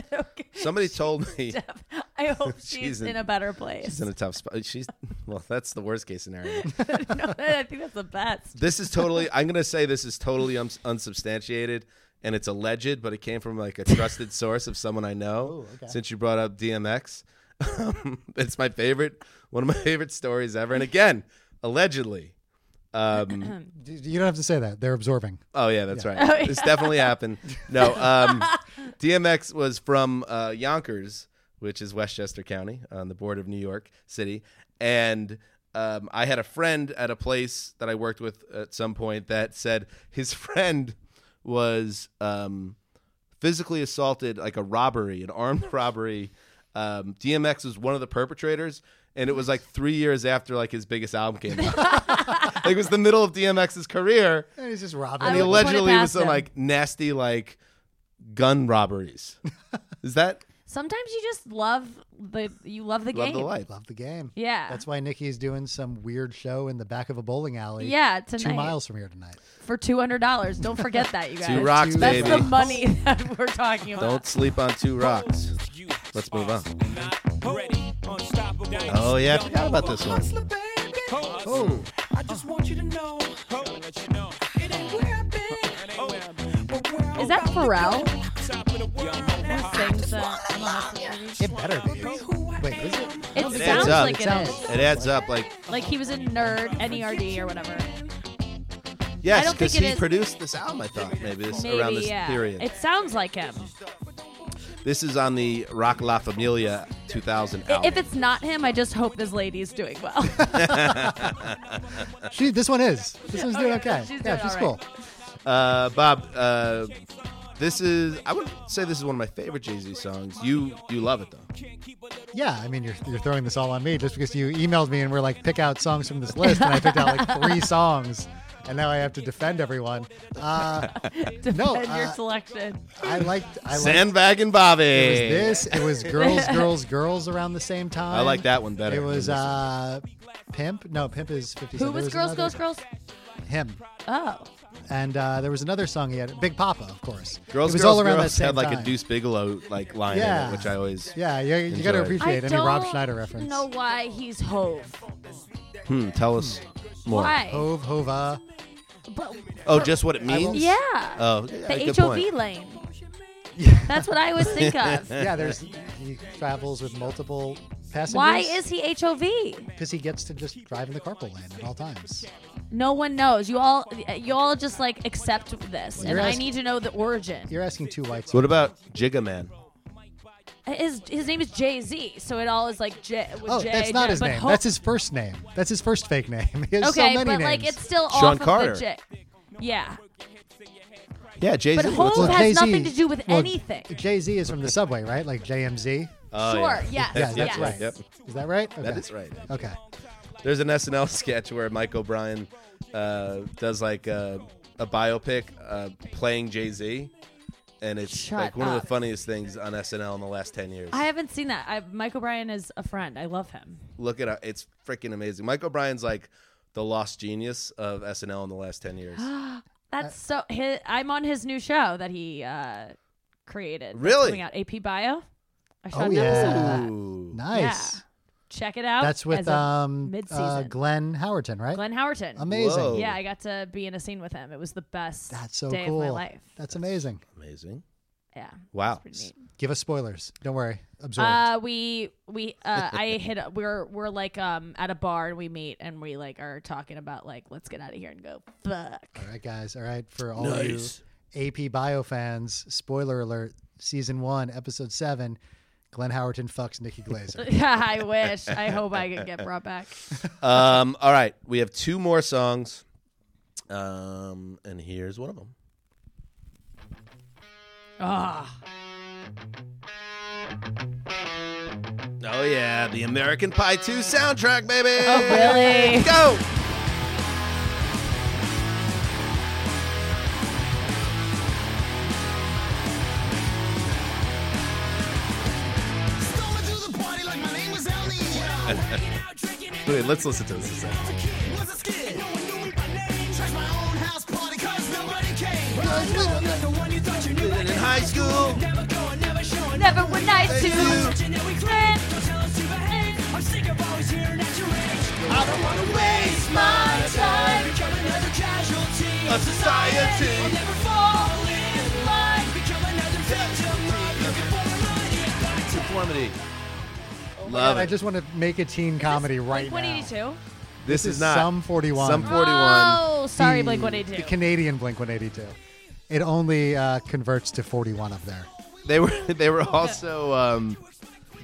[SPEAKER 2] Somebody told me.
[SPEAKER 4] I hope she's,
[SPEAKER 2] She's in-
[SPEAKER 4] in, a better place.
[SPEAKER 2] She's in a tough spot. She's well. That's the worst case scenario.
[SPEAKER 4] no, I think that's the best.
[SPEAKER 2] This is totally. I'm gonna say this is totally uns- unsubstantiated, and it's alleged, but it came from like a trusted source of someone I know. Since you brought up DMX, it's my favorite, one of my favorite stories ever. And again, allegedly. Um,
[SPEAKER 3] you don't have to say that. They're absorbing.
[SPEAKER 2] oh yeah, that's right. This definitely happened. No, um, DMX was from uh, Yonkers, which is Westchester County on the border of New York City. And um, I had a friend at a place that I worked with at some point that said his friend was um, physically assaulted, like a robbery, an armed robbery. Um, DMX was one of the perpetrators. And it was like three years after like his biggest album came out. like it was the middle of DMX's career
[SPEAKER 3] And he's just robbing.
[SPEAKER 4] I
[SPEAKER 2] and he
[SPEAKER 4] would put it
[SPEAKER 2] allegedly was
[SPEAKER 4] past
[SPEAKER 2] some
[SPEAKER 4] him.
[SPEAKER 2] like nasty like gun robberies. Is that
[SPEAKER 4] Sometimes you just love the you love the
[SPEAKER 2] love
[SPEAKER 4] game.
[SPEAKER 2] the life?
[SPEAKER 3] Love the game.
[SPEAKER 4] Yeah.
[SPEAKER 3] That's why Nikki's doing some weird show in the back of a bowling alley.
[SPEAKER 4] Yeah,
[SPEAKER 3] Two
[SPEAKER 4] tonight
[SPEAKER 3] miles from here tonight.
[SPEAKER 4] for two hundred dollars. Don't forget that, you guys.
[SPEAKER 2] Two rocks,
[SPEAKER 3] Two
[SPEAKER 4] That's
[SPEAKER 2] baby.
[SPEAKER 4] the money that we're talking about.
[SPEAKER 2] Don't sleep on two rocks. Let's move on. Oh yeah, I forgot about this one.
[SPEAKER 3] Oh.
[SPEAKER 5] I just want you to know it ain't where I've been, but where I'm
[SPEAKER 4] Is that Pharrell?
[SPEAKER 5] now.
[SPEAKER 4] Sings that on the Hustle movie?
[SPEAKER 3] It better be.
[SPEAKER 5] Who I
[SPEAKER 3] Wait, is it?
[SPEAKER 5] am.
[SPEAKER 4] It
[SPEAKER 2] It adds
[SPEAKER 4] sounds
[SPEAKER 2] up.
[SPEAKER 4] like it
[SPEAKER 3] Sounds-
[SPEAKER 4] is.
[SPEAKER 2] It adds up like
[SPEAKER 4] Like he was in Nerd, N-E-R-D or whatever. I
[SPEAKER 2] yes,
[SPEAKER 4] don't
[SPEAKER 2] because
[SPEAKER 4] think
[SPEAKER 2] he
[SPEAKER 4] it is.
[SPEAKER 2] produced this album. I thought maybe this
[SPEAKER 4] Maybe,
[SPEAKER 2] around this
[SPEAKER 4] yeah.
[SPEAKER 2] period.
[SPEAKER 4] It sounds like him.
[SPEAKER 2] this is on the Rock La Familia 2000
[SPEAKER 4] I-
[SPEAKER 2] album.
[SPEAKER 4] If it's not him, I just hope this lady's doing well.
[SPEAKER 3] She, this one is. This one's doing okay.
[SPEAKER 4] She's
[SPEAKER 3] yeah,
[SPEAKER 4] doing
[SPEAKER 3] she's
[SPEAKER 4] all
[SPEAKER 3] cool.
[SPEAKER 4] right.
[SPEAKER 2] uh, Bob, uh, this is I would say this is one of my favorite Jay Z songs. You you love it though.
[SPEAKER 3] Yeah, I mean, you're, you're throwing this all on me just because you emailed me and we're like, pick out songs from this list, and I picked out like three songs, and now I have to defend everyone. Uh, no,
[SPEAKER 4] Defend your
[SPEAKER 3] uh,
[SPEAKER 4] selection.
[SPEAKER 3] I liked. I liked.
[SPEAKER 2] Sandbagging Bobby.
[SPEAKER 3] it was this. It was girls, girls, girls around the same time.
[SPEAKER 2] I like that one better.
[SPEAKER 3] It
[SPEAKER 2] than
[SPEAKER 3] was
[SPEAKER 2] this one.
[SPEAKER 3] uh, pimp. No, pimp is fifty.
[SPEAKER 4] Who was Girls, Girls, Girls?
[SPEAKER 3] Him.
[SPEAKER 4] Oh.
[SPEAKER 3] And uh, there was another song he had, Big Papa, of course.
[SPEAKER 2] Girls,
[SPEAKER 3] it was
[SPEAKER 2] girls,
[SPEAKER 3] all around
[SPEAKER 2] girls
[SPEAKER 3] that same
[SPEAKER 2] had like
[SPEAKER 3] time.
[SPEAKER 2] a Deuce Bigelow like line in
[SPEAKER 3] Yeah.
[SPEAKER 2] it, which I always
[SPEAKER 3] Yeah, you, you got to
[SPEAKER 2] Enjoy.
[SPEAKER 3] appreciate
[SPEAKER 4] I
[SPEAKER 3] any Rob
[SPEAKER 4] don't
[SPEAKER 3] Schneider reference.
[SPEAKER 4] know why he's Hove.
[SPEAKER 2] hmm, tell us more.
[SPEAKER 4] Why?
[SPEAKER 3] Hove, hova.
[SPEAKER 4] But,
[SPEAKER 2] Oh, just what it means.
[SPEAKER 4] yeah.
[SPEAKER 3] Uh,
[SPEAKER 2] Oh,
[SPEAKER 4] The
[SPEAKER 2] good
[SPEAKER 4] HOV
[SPEAKER 2] point.
[SPEAKER 4] lane. That's what I always think of.
[SPEAKER 3] Yeah, there's he travels with multiple passengers.
[SPEAKER 4] Why is he HOV?
[SPEAKER 3] because he gets to just drive in the carpool lane at all times.
[SPEAKER 4] No one knows. You all, you all just like accept this, and
[SPEAKER 3] You're
[SPEAKER 4] I
[SPEAKER 3] ask-
[SPEAKER 4] need to know the origin.
[SPEAKER 3] You're asking two whites.
[SPEAKER 2] What about Jigga Man?
[SPEAKER 4] His his name is Jay Z, so it all is like J. With
[SPEAKER 3] Oh,
[SPEAKER 4] J,
[SPEAKER 3] that's not
[SPEAKER 4] J-
[SPEAKER 3] his
[SPEAKER 4] but
[SPEAKER 3] name.
[SPEAKER 4] Hove-
[SPEAKER 3] That's his first name. That's his first fake name. He has
[SPEAKER 4] Okay,
[SPEAKER 3] so many
[SPEAKER 4] but
[SPEAKER 3] names.
[SPEAKER 4] like it's still
[SPEAKER 2] Sean
[SPEAKER 4] off
[SPEAKER 2] Carter.
[SPEAKER 4] of the J. Yeah,
[SPEAKER 2] Yeah, Jay Z.
[SPEAKER 4] but Hove
[SPEAKER 3] Well,
[SPEAKER 4] has
[SPEAKER 3] Jay-Z-
[SPEAKER 4] nothing to do with
[SPEAKER 3] well,
[SPEAKER 4] anything.
[SPEAKER 3] Jay Z is from the subway, right? Like JMZ.
[SPEAKER 4] sure. Yes.
[SPEAKER 3] Yeah, that's
[SPEAKER 4] yes.
[SPEAKER 3] right.
[SPEAKER 2] Oh, Yep.
[SPEAKER 3] Is that right? Okay.
[SPEAKER 2] That is right.
[SPEAKER 3] Okay.
[SPEAKER 2] There's an SNL sketch where Mike O'Brien uh, does like a, a biopic uh, playing Jay Z, and it's
[SPEAKER 4] Shut
[SPEAKER 2] like one of
[SPEAKER 4] up.
[SPEAKER 2] the funniest things on SNL in the last ten years.
[SPEAKER 4] I haven't seen that. I, Mike O'Brien is a friend. I love him.
[SPEAKER 2] Look it up. It's freaking amazing. Mike O'Brien's like the lost genius of SNL in the last ten years.
[SPEAKER 4] That's so. His, I'm on his new show that he uh, created. that's
[SPEAKER 2] Really?
[SPEAKER 4] Coming out AP Bio. I shot
[SPEAKER 3] Oh,
[SPEAKER 4] an episode of
[SPEAKER 3] yeah.
[SPEAKER 4] that.
[SPEAKER 2] Ooh.
[SPEAKER 3] Nice.
[SPEAKER 4] Check it out.
[SPEAKER 3] That's
[SPEAKER 4] Oh, as
[SPEAKER 3] with
[SPEAKER 4] of
[SPEAKER 3] um
[SPEAKER 4] mid-season.
[SPEAKER 3] uh, Glenn Howerton, right?
[SPEAKER 4] Glenn Howerton.
[SPEAKER 3] Amazing.
[SPEAKER 2] Whoa.
[SPEAKER 4] Yeah, I got to be in a scene with him. It was the best
[SPEAKER 3] That's so
[SPEAKER 4] day
[SPEAKER 3] cool.
[SPEAKER 4] of my life.
[SPEAKER 3] That's amazing.
[SPEAKER 2] Amazing.
[SPEAKER 4] Yeah.
[SPEAKER 2] Wow.
[SPEAKER 4] Pretty neat.
[SPEAKER 3] Give us spoilers. Don't worry. Absorb.
[SPEAKER 4] Uh, we we uh, I hit up. We're we're like um at a bar and we meet and we like are talking about like let's get out of here and go fuck.
[SPEAKER 3] all right, guys. All right, for all you AP Bio fans, spoiler alert: season one, episode seven. Glenn Howerton fucks Nikki Glazer.
[SPEAKER 4] Yeah, I wish. I hope I could get brought back.
[SPEAKER 2] Um, all right, we have two more songs, um, and here's one of them.
[SPEAKER 4] Ah,
[SPEAKER 2] Oh yeah, the American Pie 2 soundtrack, baby.
[SPEAKER 4] oh, really?
[SPEAKER 2] Go.
[SPEAKER 9] Stalling through the party like my name was Ellie.
[SPEAKER 2] Okay, let's listen to this. A second.
[SPEAKER 9] Was a skid. No one knew me by name. Trashed my own house party 'cause nobody came. I'm not the one you thought you knew.
[SPEAKER 2] In high school,
[SPEAKER 9] Never going, never showing.
[SPEAKER 4] Never were nice to.
[SPEAKER 9] Touching that we claim. Don't tell us to behave. I'm sick of always hearing at your age. I don't wanna waste my time. Become another casualty
[SPEAKER 2] a
[SPEAKER 9] I'll
[SPEAKER 2] society.
[SPEAKER 9] never fall in line. Become another victim of looking for a money at my time.
[SPEAKER 2] Conformity.
[SPEAKER 3] God,
[SPEAKER 2] Love
[SPEAKER 3] Oh, I
[SPEAKER 2] it.
[SPEAKER 3] just want to make a teen comedy right
[SPEAKER 4] Blink
[SPEAKER 3] now.
[SPEAKER 4] 182.
[SPEAKER 2] this
[SPEAKER 3] This
[SPEAKER 2] is
[SPEAKER 3] is
[SPEAKER 2] not
[SPEAKER 3] Sum 41.
[SPEAKER 2] Sum 41.
[SPEAKER 4] Oh, sorry,
[SPEAKER 3] The-
[SPEAKER 4] Blink
[SPEAKER 3] The
[SPEAKER 4] 182.
[SPEAKER 3] Canadian Blink 182. It only uh, converts to 41 up there.
[SPEAKER 2] They were they were also um,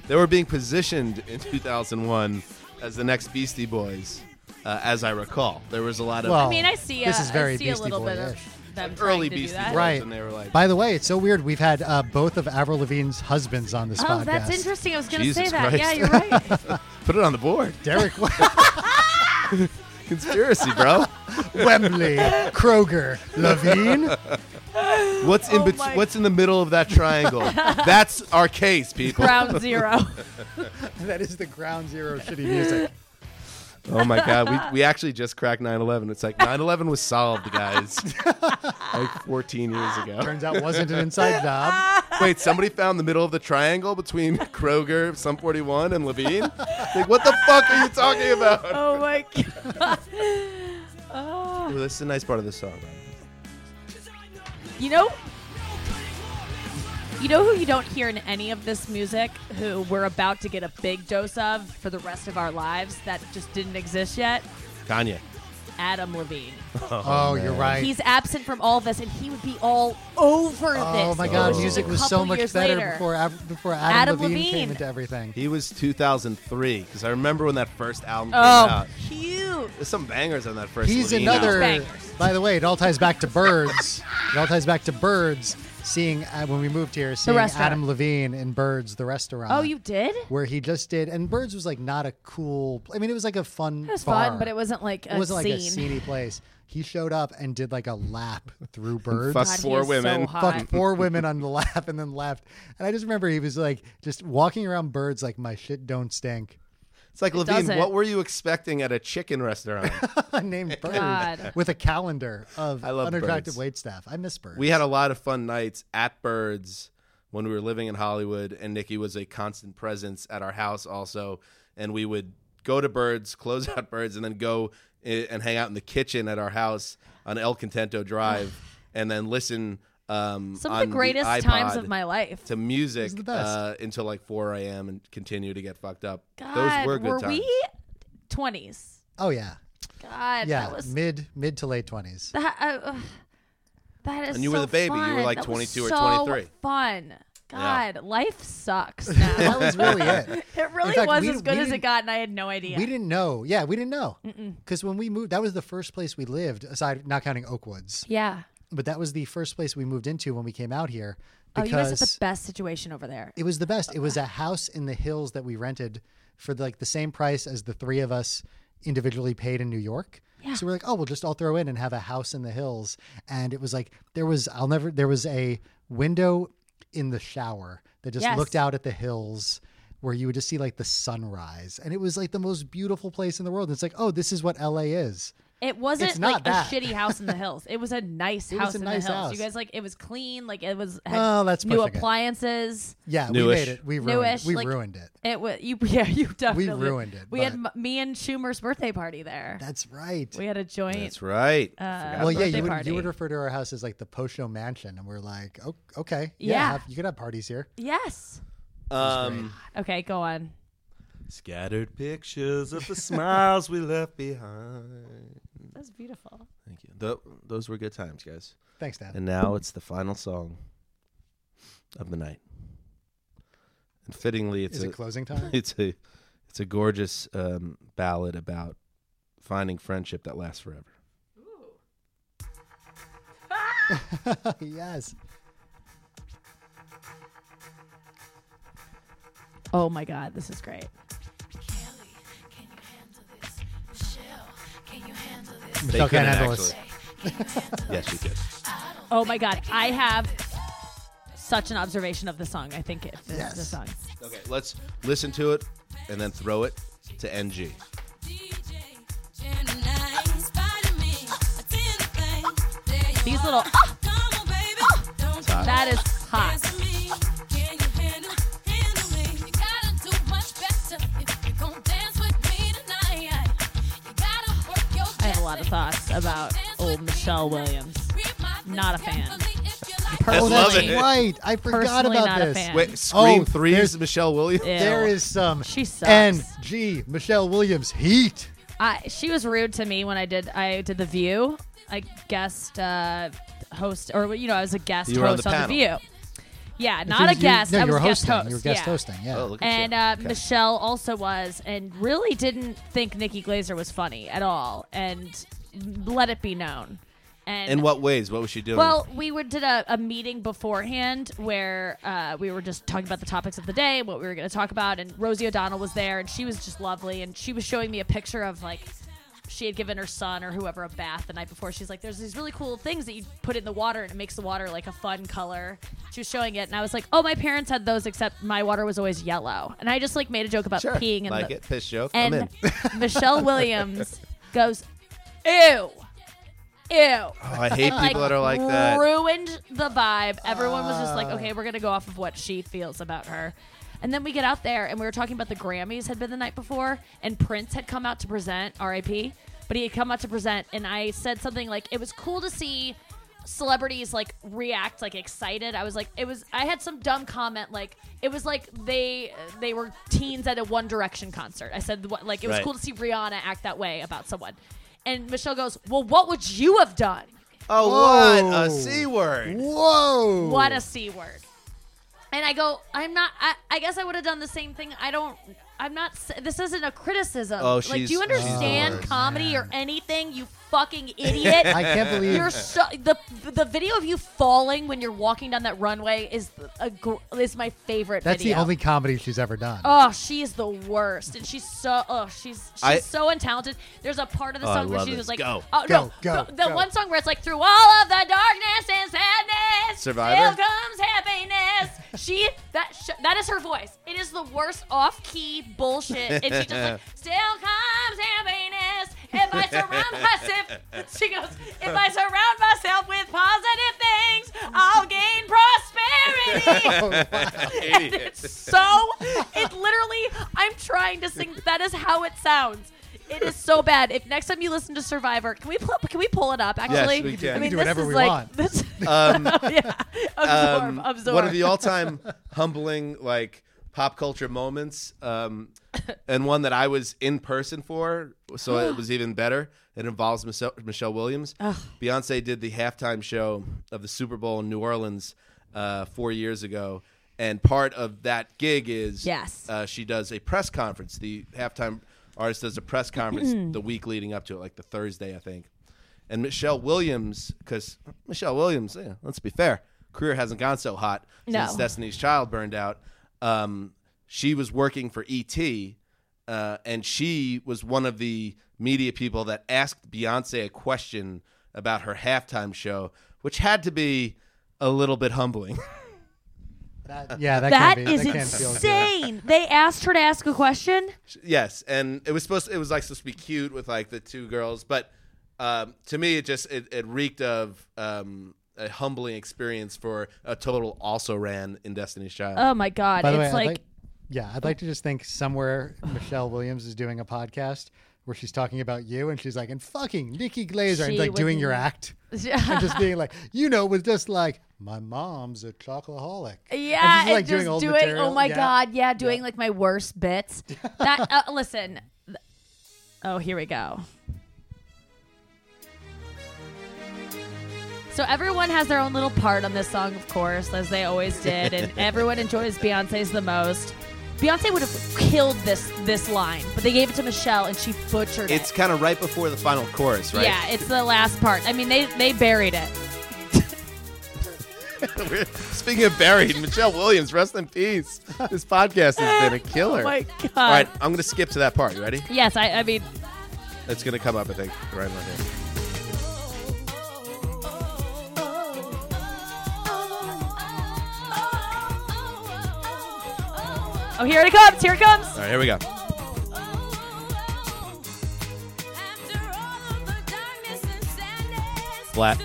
[SPEAKER 2] they were being positioned in 2001 as the next Beastie Boys, uh, as I recall. There was a lot of
[SPEAKER 3] Well,
[SPEAKER 4] I mean, I see. A,
[SPEAKER 3] This is very
[SPEAKER 4] I see a
[SPEAKER 3] Beastie
[SPEAKER 4] little bit
[SPEAKER 3] Boy-ish.
[SPEAKER 4] of them
[SPEAKER 2] early
[SPEAKER 4] trying to do
[SPEAKER 2] Beastie
[SPEAKER 4] that.
[SPEAKER 2] Boys,
[SPEAKER 3] Right.
[SPEAKER 2] and they were like,
[SPEAKER 3] By the way, it's so weird. We've had uh, both of Avril Lavigne's husbands on this podcast.
[SPEAKER 4] Oh, that's interesting. I was gonna
[SPEAKER 2] Jesus
[SPEAKER 4] say that. Yeah,
[SPEAKER 2] Christ.
[SPEAKER 4] you're right.
[SPEAKER 2] put it on the board.
[SPEAKER 3] Derek Wem-
[SPEAKER 2] Conspiracy, bro.
[SPEAKER 3] Wembley, Kroger, Lavigne.
[SPEAKER 2] What's in
[SPEAKER 4] Oh
[SPEAKER 2] bet-
[SPEAKER 4] my-
[SPEAKER 2] What's in the middle of that triangle? That's our case, people.
[SPEAKER 4] Ground zero.
[SPEAKER 3] That is the ground zero shitty music.
[SPEAKER 2] Oh my god, we, we actually just cracked 9/11. It's like 9/11 was solved, guys. like 14 years ago.
[SPEAKER 3] Turns out wasn't an inside job.
[SPEAKER 2] Wait, somebody found the middle of the triangle between Kroger, Sum 41, and Levine. Like, what the fuck are you talking about?
[SPEAKER 4] oh my god.
[SPEAKER 2] Well, this is a nice part of the song.
[SPEAKER 4] You know, you know who you don't hear in any of this music, who we're about to get a big dose of for the rest of our lives that just didn't exist yet?
[SPEAKER 2] Kanye.
[SPEAKER 4] Adam Levine.
[SPEAKER 3] Oh, you're right.
[SPEAKER 4] He's absent from all this, and he would be all over this.
[SPEAKER 3] oh my
[SPEAKER 4] if
[SPEAKER 3] God,
[SPEAKER 4] it
[SPEAKER 3] music
[SPEAKER 4] a
[SPEAKER 3] was so
[SPEAKER 4] couple
[SPEAKER 3] much
[SPEAKER 4] years
[SPEAKER 3] better
[SPEAKER 4] later.
[SPEAKER 3] before Av- before Adam,
[SPEAKER 4] Adam
[SPEAKER 3] Levine,
[SPEAKER 4] Levine.
[SPEAKER 3] came into everything.
[SPEAKER 2] He was 2003 because I remember when that first album came
[SPEAKER 4] Oh,
[SPEAKER 2] out.
[SPEAKER 4] cute.
[SPEAKER 2] There's some bangers on that first.
[SPEAKER 3] He's
[SPEAKER 2] Levine
[SPEAKER 3] another.
[SPEAKER 2] album.
[SPEAKER 4] Bangers.
[SPEAKER 3] By the way, it all ties back to birds. it all ties back to birds. Seeing uh, when we moved here, seeing
[SPEAKER 4] restaurant.
[SPEAKER 3] Adam Levine in Birds, the restaurant.
[SPEAKER 4] Oh, you did? It
[SPEAKER 3] Where he just did, and Birds was like not a cool. I mean, it was like a fun. It
[SPEAKER 4] was fun, but it wasn't like a
[SPEAKER 3] it wasn't like a
[SPEAKER 4] scene.
[SPEAKER 3] seedy place. He showed up and did like a lap through Birds.
[SPEAKER 2] Fuck
[SPEAKER 4] God, he
[SPEAKER 2] four
[SPEAKER 4] is so
[SPEAKER 2] women.
[SPEAKER 4] hot.
[SPEAKER 3] fucked four women on the lap and then left. And I just remember he was like just walking around birds like my shit don't stink.
[SPEAKER 2] It's like Levine.
[SPEAKER 4] doesn't.
[SPEAKER 2] What were you expecting at a chicken restaurant?
[SPEAKER 3] Named bird
[SPEAKER 4] God.
[SPEAKER 3] with a calendar of
[SPEAKER 2] I love
[SPEAKER 3] unattractive
[SPEAKER 2] birds.
[SPEAKER 3] wait staff. I miss birds.
[SPEAKER 2] We had a lot of fun nights at Birds when we were living in Hollywood, and Nikki was a constant presence at our house also. And we would go to Birds, close out Birds, and then go i- and hang out in the kitchen at our house on El Contento Drive, and then listen. Um,
[SPEAKER 4] Some
[SPEAKER 2] on
[SPEAKER 4] of the greatest times
[SPEAKER 2] iPod
[SPEAKER 4] of my life.
[SPEAKER 2] To music
[SPEAKER 3] the best.
[SPEAKER 2] uh, until like 4 a.m. and continue to get fucked up.
[SPEAKER 4] God,
[SPEAKER 2] Those were good times.
[SPEAKER 4] we 20s?
[SPEAKER 3] oh yeah.
[SPEAKER 4] God,
[SPEAKER 3] Yeah.
[SPEAKER 4] that was
[SPEAKER 3] Mid mid to late twenties.
[SPEAKER 4] That I, ugh, that is.
[SPEAKER 2] And you were
[SPEAKER 4] so
[SPEAKER 2] the baby. You were
[SPEAKER 4] fun.
[SPEAKER 2] like
[SPEAKER 4] That was
[SPEAKER 2] 22 or
[SPEAKER 4] so
[SPEAKER 2] 23.
[SPEAKER 4] Fun.
[SPEAKER 2] Yeah.
[SPEAKER 4] God, life sucks now.
[SPEAKER 3] that was really it.
[SPEAKER 4] it really
[SPEAKER 3] In fact,
[SPEAKER 4] was
[SPEAKER 3] we-
[SPEAKER 4] as
[SPEAKER 3] we
[SPEAKER 4] good as it
[SPEAKER 3] didn't-
[SPEAKER 4] got, and I had no idea.
[SPEAKER 3] We didn't know. Yeah, we didn't know. Because when we moved, that was the first place we lived, aside not counting Oakwoods.
[SPEAKER 4] yeah.
[SPEAKER 3] But that was the first place we moved into when we came out here.
[SPEAKER 4] Oh,
[SPEAKER 3] Because
[SPEAKER 4] you guys had the best situation over there.
[SPEAKER 3] It was the best. It was a house in the hills that we rented for like the same price as the three of us individually paid in New York. So we're like, oh, we'll just all throw in and have a house in the hills. And it was like there was I'll never there was a window in the shower that just
[SPEAKER 4] Yes.
[SPEAKER 3] looked out at the hills where you would just see like the sunrise. And it was like the most beautiful place in the world. it's like, oh, this is what LA is.
[SPEAKER 4] It wasn't
[SPEAKER 3] It's not
[SPEAKER 4] like
[SPEAKER 3] that.
[SPEAKER 4] a shitty house in the hills. It was a nice
[SPEAKER 3] It was
[SPEAKER 4] house
[SPEAKER 3] a
[SPEAKER 4] in
[SPEAKER 3] nice
[SPEAKER 4] the hills. You
[SPEAKER 3] house.
[SPEAKER 4] guys like it was clean. Like it was had
[SPEAKER 3] Well, that's
[SPEAKER 4] new
[SPEAKER 3] pushing it.
[SPEAKER 4] appliances.
[SPEAKER 3] Yeah, we
[SPEAKER 2] Newish.
[SPEAKER 3] made it. We ruined,
[SPEAKER 4] Newish,
[SPEAKER 3] we
[SPEAKER 4] like-
[SPEAKER 3] ruined it.
[SPEAKER 4] It was you. Yeah, you definitely
[SPEAKER 3] ruined it,
[SPEAKER 4] We had
[SPEAKER 3] but-
[SPEAKER 4] m- me and Schumer's birthday party there.
[SPEAKER 3] That's right.
[SPEAKER 4] we had a joint.
[SPEAKER 2] That's right.
[SPEAKER 4] Uh,
[SPEAKER 3] well, yeah,
[SPEAKER 4] birthday
[SPEAKER 3] you would,
[SPEAKER 4] party.
[SPEAKER 3] you would refer to our house as like the Posho Mansion, and we're like, oh, okay,
[SPEAKER 4] Yeah.
[SPEAKER 3] have- you could have parties here.
[SPEAKER 4] yes.
[SPEAKER 2] um,
[SPEAKER 4] Okay, go on.
[SPEAKER 2] scattered pictures of the smiles we left behind.
[SPEAKER 4] That's beautiful.
[SPEAKER 2] Thank you. Tho- those were good times, guys.
[SPEAKER 3] Thanks, Dan.
[SPEAKER 2] And now it's the final song of the night. And fittingly, it's
[SPEAKER 3] Is
[SPEAKER 2] a
[SPEAKER 3] it closing time?
[SPEAKER 2] it's a it's a gorgeous um, ballad about finding friendship that lasts forever.
[SPEAKER 3] yes.
[SPEAKER 4] Oh my god, this is great.
[SPEAKER 2] They
[SPEAKER 3] Michelle can't
[SPEAKER 2] couldn't
[SPEAKER 3] handle this.
[SPEAKER 2] Yes, you could.
[SPEAKER 4] Oh my god, I have such an observation of the song. I think if this is the
[SPEAKER 3] Yes.
[SPEAKER 4] song.
[SPEAKER 2] Okay, let's listen to it and then throw it to NG.
[SPEAKER 4] These little that is hot. I have a lot of thoughts about old Michelle Williams. Not a fan.
[SPEAKER 2] Just love
[SPEAKER 4] Personally,
[SPEAKER 2] it.
[SPEAKER 3] Oh, Right. I forgot
[SPEAKER 4] Personally
[SPEAKER 3] about
[SPEAKER 4] not a
[SPEAKER 3] this.
[SPEAKER 4] fan.
[SPEAKER 2] Wait, Scream
[SPEAKER 3] Oh,
[SPEAKER 2] 3 is
[SPEAKER 3] there's-
[SPEAKER 2] Michelle Williams?
[SPEAKER 4] Ew.
[SPEAKER 3] There is some
[SPEAKER 4] She sucks.
[SPEAKER 3] NG Michelle Williams heat.
[SPEAKER 4] I, she was rude to me when I did I did the View. I guest uh, host, or you know, I was a guest
[SPEAKER 2] You were on
[SPEAKER 4] host
[SPEAKER 2] the
[SPEAKER 4] on the,
[SPEAKER 2] panel.
[SPEAKER 4] View. Yeah,
[SPEAKER 3] You-
[SPEAKER 4] not a
[SPEAKER 3] you-
[SPEAKER 4] guest.
[SPEAKER 3] no,
[SPEAKER 4] I
[SPEAKER 3] you
[SPEAKER 4] was
[SPEAKER 3] were
[SPEAKER 4] guest
[SPEAKER 3] hosting.
[SPEAKER 4] host.
[SPEAKER 3] You were guest
[SPEAKER 4] yeah.
[SPEAKER 3] hosting. Yeah.
[SPEAKER 2] Oh, look at
[SPEAKER 4] And
[SPEAKER 2] you.
[SPEAKER 4] uh,
[SPEAKER 2] Okay.
[SPEAKER 4] Michelle also was, and really didn't think Nikki Glazer was funny at all, and let it be known. And
[SPEAKER 2] In what ways? What was she doing?
[SPEAKER 4] well, we were, did a, a meeting beforehand where uh, we were just talking about the topics of the day, what we were going to talk about, and Rosie O'Donnell was there, and she was just lovely, and she was showing me a picture of like she had given her son or whoever a bath the night before. She's like, "There's these really cool things that you put in the water, and it makes the water like a fun color." She was showing it, and I was like, "Oh, my parents had those, except my water was always yellow." And I just like made a joke about
[SPEAKER 2] sure.
[SPEAKER 4] peeing in
[SPEAKER 2] like
[SPEAKER 4] the
[SPEAKER 2] it, piss joke. I'm in.
[SPEAKER 4] and Michelle Williams goes, "Ew." Ew
[SPEAKER 2] Oh, I hate people
[SPEAKER 4] like,
[SPEAKER 2] that are like that. Ah.
[SPEAKER 4] Ruined the vibe. Everyone was just like, okay, we're gonna go off of what she feels about her. And then we get out there, and we were talking about the Grammys had been the night before, and Prince had come out to present, R.I.P. But he had come out to present, and I said something like, "It was cool to see celebrities like react like excited." I was like, "It was." I had some dumb comment like, "It was like they they were teens at a One Direction concert." I said, what- "Like it was
[SPEAKER 2] Right.
[SPEAKER 4] cool to see Rihanna act that way about someone." And Michelle goes, "Well, what would you have done?"
[SPEAKER 2] Oh, what a
[SPEAKER 3] Whoa.
[SPEAKER 2] C word.
[SPEAKER 3] Whoa.
[SPEAKER 4] What a C word. And I go, I'm not, I, I guess I would have done the same thing. I don't, I'm not, s- this isn't a criticism.
[SPEAKER 2] Oh,
[SPEAKER 4] like,
[SPEAKER 2] she's-
[SPEAKER 4] do you
[SPEAKER 2] she's the
[SPEAKER 4] understand
[SPEAKER 2] worst.
[SPEAKER 4] comedy or anything, you fucking idiot?
[SPEAKER 3] I can't believe
[SPEAKER 4] You're so the the video of you falling when you're walking down that runway is a gr- is my favorite.
[SPEAKER 3] that's
[SPEAKER 4] video.
[SPEAKER 3] the only comedy she's ever done.
[SPEAKER 4] Oh, she is the worst, and she's so oh she's she's
[SPEAKER 2] I-
[SPEAKER 4] so untalented. There's a part of the
[SPEAKER 2] Oh, I
[SPEAKER 4] song where
[SPEAKER 2] love
[SPEAKER 4] she
[SPEAKER 2] this.
[SPEAKER 4] was like,
[SPEAKER 2] Go.
[SPEAKER 4] oh
[SPEAKER 3] Go,
[SPEAKER 4] no,
[SPEAKER 3] go,
[SPEAKER 4] the, the
[SPEAKER 3] go.
[SPEAKER 4] one song where it's like through all of the darkness and sadness,
[SPEAKER 2] Survivor?
[SPEAKER 4] still comes happiness. she that sh- that is her voice. It is the worst off key bullshit, and she just like still comes happiness. If I surround myself, she goes, if I surround myself with positive things, I'll gain prosperity. And it's so it literally I'm trying to sing that is how it sounds. It is so bad. If next time you listen to Survivor, can we pull, can we pull it up actually?
[SPEAKER 2] we can.
[SPEAKER 4] I mean
[SPEAKER 3] We can do
[SPEAKER 4] this
[SPEAKER 3] whatever
[SPEAKER 4] is
[SPEAKER 3] we
[SPEAKER 4] like
[SPEAKER 3] want.
[SPEAKER 4] this
[SPEAKER 2] Um,
[SPEAKER 4] yeah. Absorb,
[SPEAKER 2] um,
[SPEAKER 4] absorb.
[SPEAKER 2] One of the all-time humbling like pop culture moments, um, and one that I was in person for, so it was even better. It involves Michelle, Michelle Williams. Beyonce did the halftime show of the Super Bowl in New Orleans uh, four years ago. And part of that gig is
[SPEAKER 4] Yes.
[SPEAKER 2] uh, she does a press conference. The halftime artist does a press conference the week leading up to it, like the Thursday, I think. And Michelle Williams, because Michelle Williams, yeah, let's be fair, career hasn't gone so hot
[SPEAKER 4] No.
[SPEAKER 2] since Destiny's Child burned out. Um, she was working for ET, uh, and she was one of the media people that asked Beyonce a question about her halftime show, which had to be a little bit humbling.
[SPEAKER 3] That- yeah, that,
[SPEAKER 4] that
[SPEAKER 3] can't be,
[SPEAKER 4] is
[SPEAKER 3] that can't feel good.
[SPEAKER 4] insane. They asked her to ask a question.
[SPEAKER 2] Yes, and it was supposed. it was like supposed to be cute with like the two girls, but um, to me, it just it, it reeked of um, a humbling experience for a total also ran in Destiny's Child.
[SPEAKER 4] Oh my god,
[SPEAKER 3] By the way,
[SPEAKER 4] it's
[SPEAKER 3] I'd
[SPEAKER 4] like
[SPEAKER 3] like, yeah, I'd like to just think somewhere Michelle Williams is doing a podcast where she's talking about you, and she's like, "And fucking Nikki Glazer," and
[SPEAKER 4] She
[SPEAKER 3] like doing
[SPEAKER 4] would-
[SPEAKER 3] your act, and just being like, you know, it was just like, "My mom's a chocoholic."
[SPEAKER 4] Yeah,
[SPEAKER 3] and she's, like
[SPEAKER 4] and just
[SPEAKER 3] doing old
[SPEAKER 4] doing.
[SPEAKER 3] material.
[SPEAKER 4] Oh my
[SPEAKER 3] Yeah.
[SPEAKER 4] god, yeah, doing like my worst bits. that uh, listen. th- Oh, here we go. So everyone has their own little part on this song, of course, as they always did, and everyone enjoys Beyonce's the most. Beyonce would have killed this this line, but they gave it to Michelle, and she butchered
[SPEAKER 2] It's
[SPEAKER 4] it.
[SPEAKER 2] kind of right before the final chorus, right?
[SPEAKER 4] Yeah, it's the last part. I mean, they they buried it.
[SPEAKER 2] We're- Speaking of buried, Michelle Williams, rest in peace. This podcast has been a killer.
[SPEAKER 4] Oh my god.
[SPEAKER 2] All right, I'm going to skip to that part. You ready?
[SPEAKER 4] Yes, I, I mean,
[SPEAKER 2] It's going to come up, I think, right on here.
[SPEAKER 4] oh, here it comes. Here it comes.
[SPEAKER 2] All right, here we go. Flat.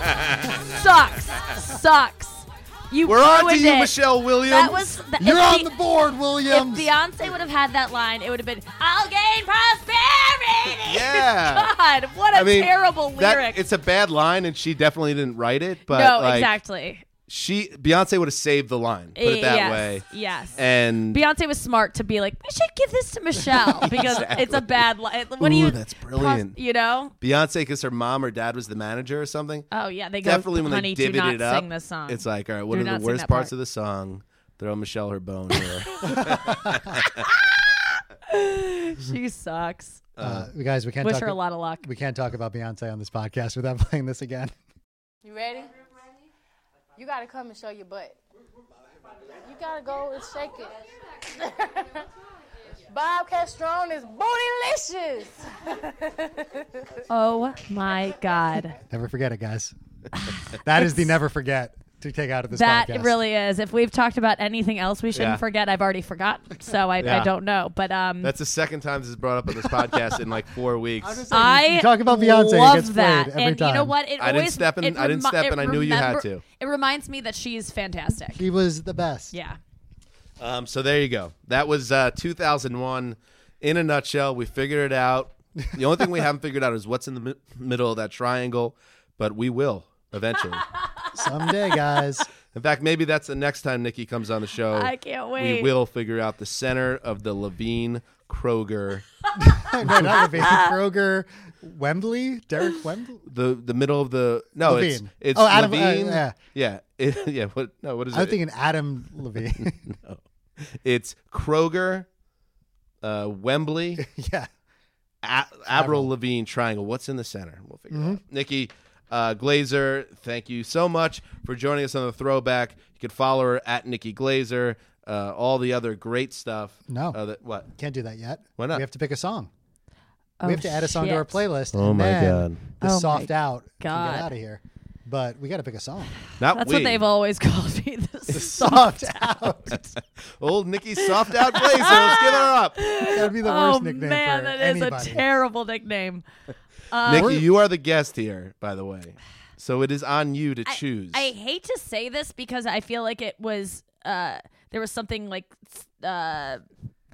[SPEAKER 4] sucks. Sucks. You
[SPEAKER 2] We're on to
[SPEAKER 4] ruined
[SPEAKER 2] you,
[SPEAKER 4] it.
[SPEAKER 2] Michelle Williams.
[SPEAKER 4] That was that,
[SPEAKER 3] You're
[SPEAKER 4] if
[SPEAKER 3] on
[SPEAKER 4] Be-
[SPEAKER 3] the board,
[SPEAKER 4] If
[SPEAKER 3] Williams.
[SPEAKER 4] Beyonce would have had that line, it would have been "I'll gain prosperity."
[SPEAKER 2] Yeah.
[SPEAKER 4] God, what a
[SPEAKER 2] I mean,
[SPEAKER 4] terrible
[SPEAKER 2] that-
[SPEAKER 4] lyric.
[SPEAKER 2] it's a bad line, and she definitely didn't write it. But
[SPEAKER 4] no,
[SPEAKER 2] like,
[SPEAKER 4] exactly.
[SPEAKER 2] She Beyonce would have saved the line. Put it that
[SPEAKER 4] yes,
[SPEAKER 2] way.
[SPEAKER 4] Yes.
[SPEAKER 2] And
[SPEAKER 4] Beyonce was smart to be like, we should give this to Michelle because it's a bad line. What do
[SPEAKER 2] Ooh,
[SPEAKER 4] you?
[SPEAKER 2] that's brilliant.
[SPEAKER 4] you know?
[SPEAKER 2] Beyonce, because her mom or dad was the manager or something.
[SPEAKER 4] Oh yeah, they go.
[SPEAKER 2] definitely when
[SPEAKER 4] Honey,
[SPEAKER 2] they divvied
[SPEAKER 4] do not
[SPEAKER 2] it up,
[SPEAKER 4] sing this song.
[SPEAKER 2] it's like, all right, what
[SPEAKER 4] Do
[SPEAKER 2] are
[SPEAKER 4] not
[SPEAKER 2] the
[SPEAKER 4] sing
[SPEAKER 2] worst
[SPEAKER 4] that
[SPEAKER 2] parts
[SPEAKER 4] part.
[SPEAKER 2] of the song? Throw Michelle her bone here.
[SPEAKER 4] she sucks.
[SPEAKER 3] uh, guys, we can't
[SPEAKER 4] Wish
[SPEAKER 3] talk.
[SPEAKER 4] her a lot of luck.
[SPEAKER 3] We can't talk about Beyonce on this podcast without playing this again.
[SPEAKER 10] You ready? You gotta come and show your butt. You gotta go and shake it. Bobcat Strong is bootylicious.
[SPEAKER 4] Oh my god.
[SPEAKER 3] Never forget it, guys. That is the never forget to take out of this
[SPEAKER 4] That
[SPEAKER 3] podcast.
[SPEAKER 4] really is. If we've talked about anything else we shouldn't
[SPEAKER 2] Yeah.
[SPEAKER 4] forget, I've already forgotten. So I,
[SPEAKER 2] Yeah.
[SPEAKER 4] I don't know. But um
[SPEAKER 2] That's the second time this is brought up on this podcast in like four weeks.
[SPEAKER 4] I
[SPEAKER 3] You talk about Beyonce, it
[SPEAKER 4] Love
[SPEAKER 3] gets played
[SPEAKER 4] that,
[SPEAKER 3] every
[SPEAKER 4] and you know
[SPEAKER 3] time.
[SPEAKER 4] what? It
[SPEAKER 2] I didn't
[SPEAKER 4] always
[SPEAKER 2] step in-
[SPEAKER 4] it
[SPEAKER 2] I didn't
[SPEAKER 4] remi-
[SPEAKER 2] step in,
[SPEAKER 4] it
[SPEAKER 2] I knew you had
[SPEAKER 4] remember-
[SPEAKER 2] to.
[SPEAKER 4] It reminds me that she's fantastic.
[SPEAKER 3] She was the best.
[SPEAKER 4] Yeah,
[SPEAKER 2] Um, so there you go. That was uh, 2001 in a nutshell. We figured it out. The only thing we haven't figured out is what's in the mi- middle of that triangle, but we will eventually.
[SPEAKER 3] Someday, guys.
[SPEAKER 2] in fact, maybe that's the next time Nikki comes on the show.
[SPEAKER 4] I can't
[SPEAKER 2] We
[SPEAKER 4] wait.
[SPEAKER 2] will figure out the center of the Levine Kroger,
[SPEAKER 3] no, not Levine. Kroger, Wembley, Derek Wembley.
[SPEAKER 2] the the middle of the no, it's
[SPEAKER 3] Levine.
[SPEAKER 2] it's
[SPEAKER 3] Oh, Adam- uh,
[SPEAKER 2] Levine.
[SPEAKER 3] yeah.
[SPEAKER 2] yeah, It- yeah. What no? What is
[SPEAKER 3] I'm
[SPEAKER 2] it?
[SPEAKER 3] thinking Adam Levine.
[SPEAKER 2] it's Kroger, uh, Wembley.
[SPEAKER 3] yeah.
[SPEAKER 2] A- Avril Levine triangle. What's in the center? We'll figure it out. Nikki uh, Glazer, thank you so much for joining us on the throwback. You can follow her at Nikki Glazer. Uh, all the other great stuff.
[SPEAKER 3] No.
[SPEAKER 2] Uh, that, what?
[SPEAKER 3] Can't do that yet.
[SPEAKER 2] Why not?
[SPEAKER 3] We have to pick a song.
[SPEAKER 4] Oh,
[SPEAKER 3] we have to add a song to
[SPEAKER 4] shit.
[SPEAKER 3] our playlist.
[SPEAKER 2] Oh
[SPEAKER 3] and
[SPEAKER 2] my
[SPEAKER 3] then
[SPEAKER 2] God.
[SPEAKER 3] The
[SPEAKER 4] Oh my
[SPEAKER 3] soft out. Can
[SPEAKER 4] God.
[SPEAKER 3] get out of here. But we got to pick a song.
[SPEAKER 2] Not
[SPEAKER 4] That's
[SPEAKER 2] we.
[SPEAKER 4] what they've always called me. This
[SPEAKER 3] Soft out.
[SPEAKER 2] Old Nikki soft out Glazer. Let's give her up.
[SPEAKER 3] That'd be the
[SPEAKER 4] oh
[SPEAKER 3] worst nickname
[SPEAKER 4] man,
[SPEAKER 3] for
[SPEAKER 4] that is
[SPEAKER 3] anybody.
[SPEAKER 4] a terrible nickname. Uh,
[SPEAKER 2] Nikki, you are the guest here, by the way. So it is on you to
[SPEAKER 4] I-
[SPEAKER 2] choose.
[SPEAKER 4] I, hate to say this because I feel like it was uh there was something like uh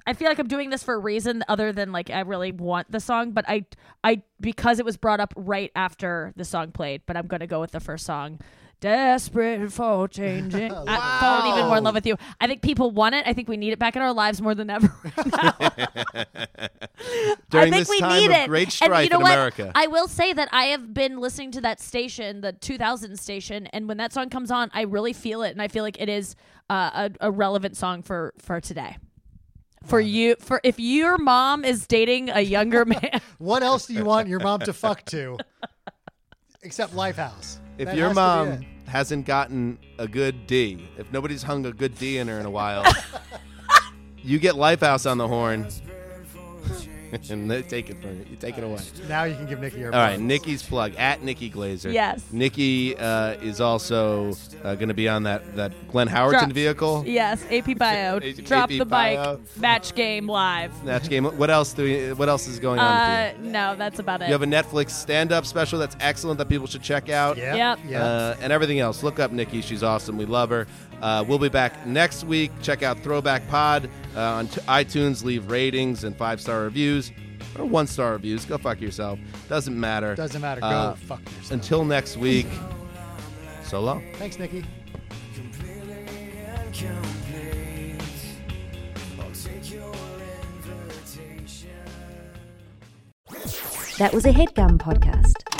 [SPEAKER 4] I feel like I'm doing this for a reason other than like I really want the song, but I I because it was brought up right after the song played, but I'm gonna go with the first song. Desperate for changing, I fallen even more in love with you. I think people want it. I think we need it back in our lives more than ever.
[SPEAKER 2] During
[SPEAKER 4] I think
[SPEAKER 2] this
[SPEAKER 4] we
[SPEAKER 2] time
[SPEAKER 4] need
[SPEAKER 2] of
[SPEAKER 4] it.
[SPEAKER 2] great
[SPEAKER 4] and
[SPEAKER 2] strife
[SPEAKER 4] you know
[SPEAKER 2] in
[SPEAKER 4] what?
[SPEAKER 2] America.
[SPEAKER 4] I will say that I have been listening to that station, the 2000 station, and when that song comes on, I really feel it, and I feel like it is uh, a, a relevant song for for today. For you, for if your mom is dating a younger man,
[SPEAKER 3] What else do you want your mom to fuck to? Except Lifehouse.
[SPEAKER 2] if
[SPEAKER 3] That
[SPEAKER 2] your
[SPEAKER 3] has to be
[SPEAKER 2] mom
[SPEAKER 3] it.
[SPEAKER 2] hasn't gotten a good D, if nobody's hung a good D in her in a while, you get Lifehouse on the horn. and they take it from you. You take it away.
[SPEAKER 3] Now you can give Nikki your.
[SPEAKER 2] All right,
[SPEAKER 3] plug.
[SPEAKER 2] Nikki's plug at Nikki Glazer.
[SPEAKER 4] Yes.
[SPEAKER 2] Nikki uh, is also uh, going to be on that that Glenn Howerton
[SPEAKER 4] Drop-
[SPEAKER 2] vehicle.
[SPEAKER 4] Yes, AP Bio.
[SPEAKER 2] AP
[SPEAKER 4] Drop the
[SPEAKER 2] Bio.
[SPEAKER 4] bike. Match game live.
[SPEAKER 2] That's game. What else do we, What else is going on? with you?
[SPEAKER 4] Uh, no, that's about it.
[SPEAKER 2] You have a Netflix stand-up special that's excellent that people should check out.
[SPEAKER 3] Yep.
[SPEAKER 4] Yep.
[SPEAKER 3] Yep.
[SPEAKER 2] Uh, and everything else. Look up Nikki; she's awesome. We love her. Uh, we'll be back next week. Check out Throwback Pod uh, on t- iTunes. Leave ratings and five-star reviews or one-star reviews. Go fuck yourself. Doesn't matter.
[SPEAKER 3] Doesn't matter. Go
[SPEAKER 2] Uh,
[SPEAKER 3] fuck yourself.
[SPEAKER 2] Until next week. So long.
[SPEAKER 3] Thanks, Nikki.
[SPEAKER 5] Incomplete. I'll take your invitation.
[SPEAKER 1] That was a headgum podcast.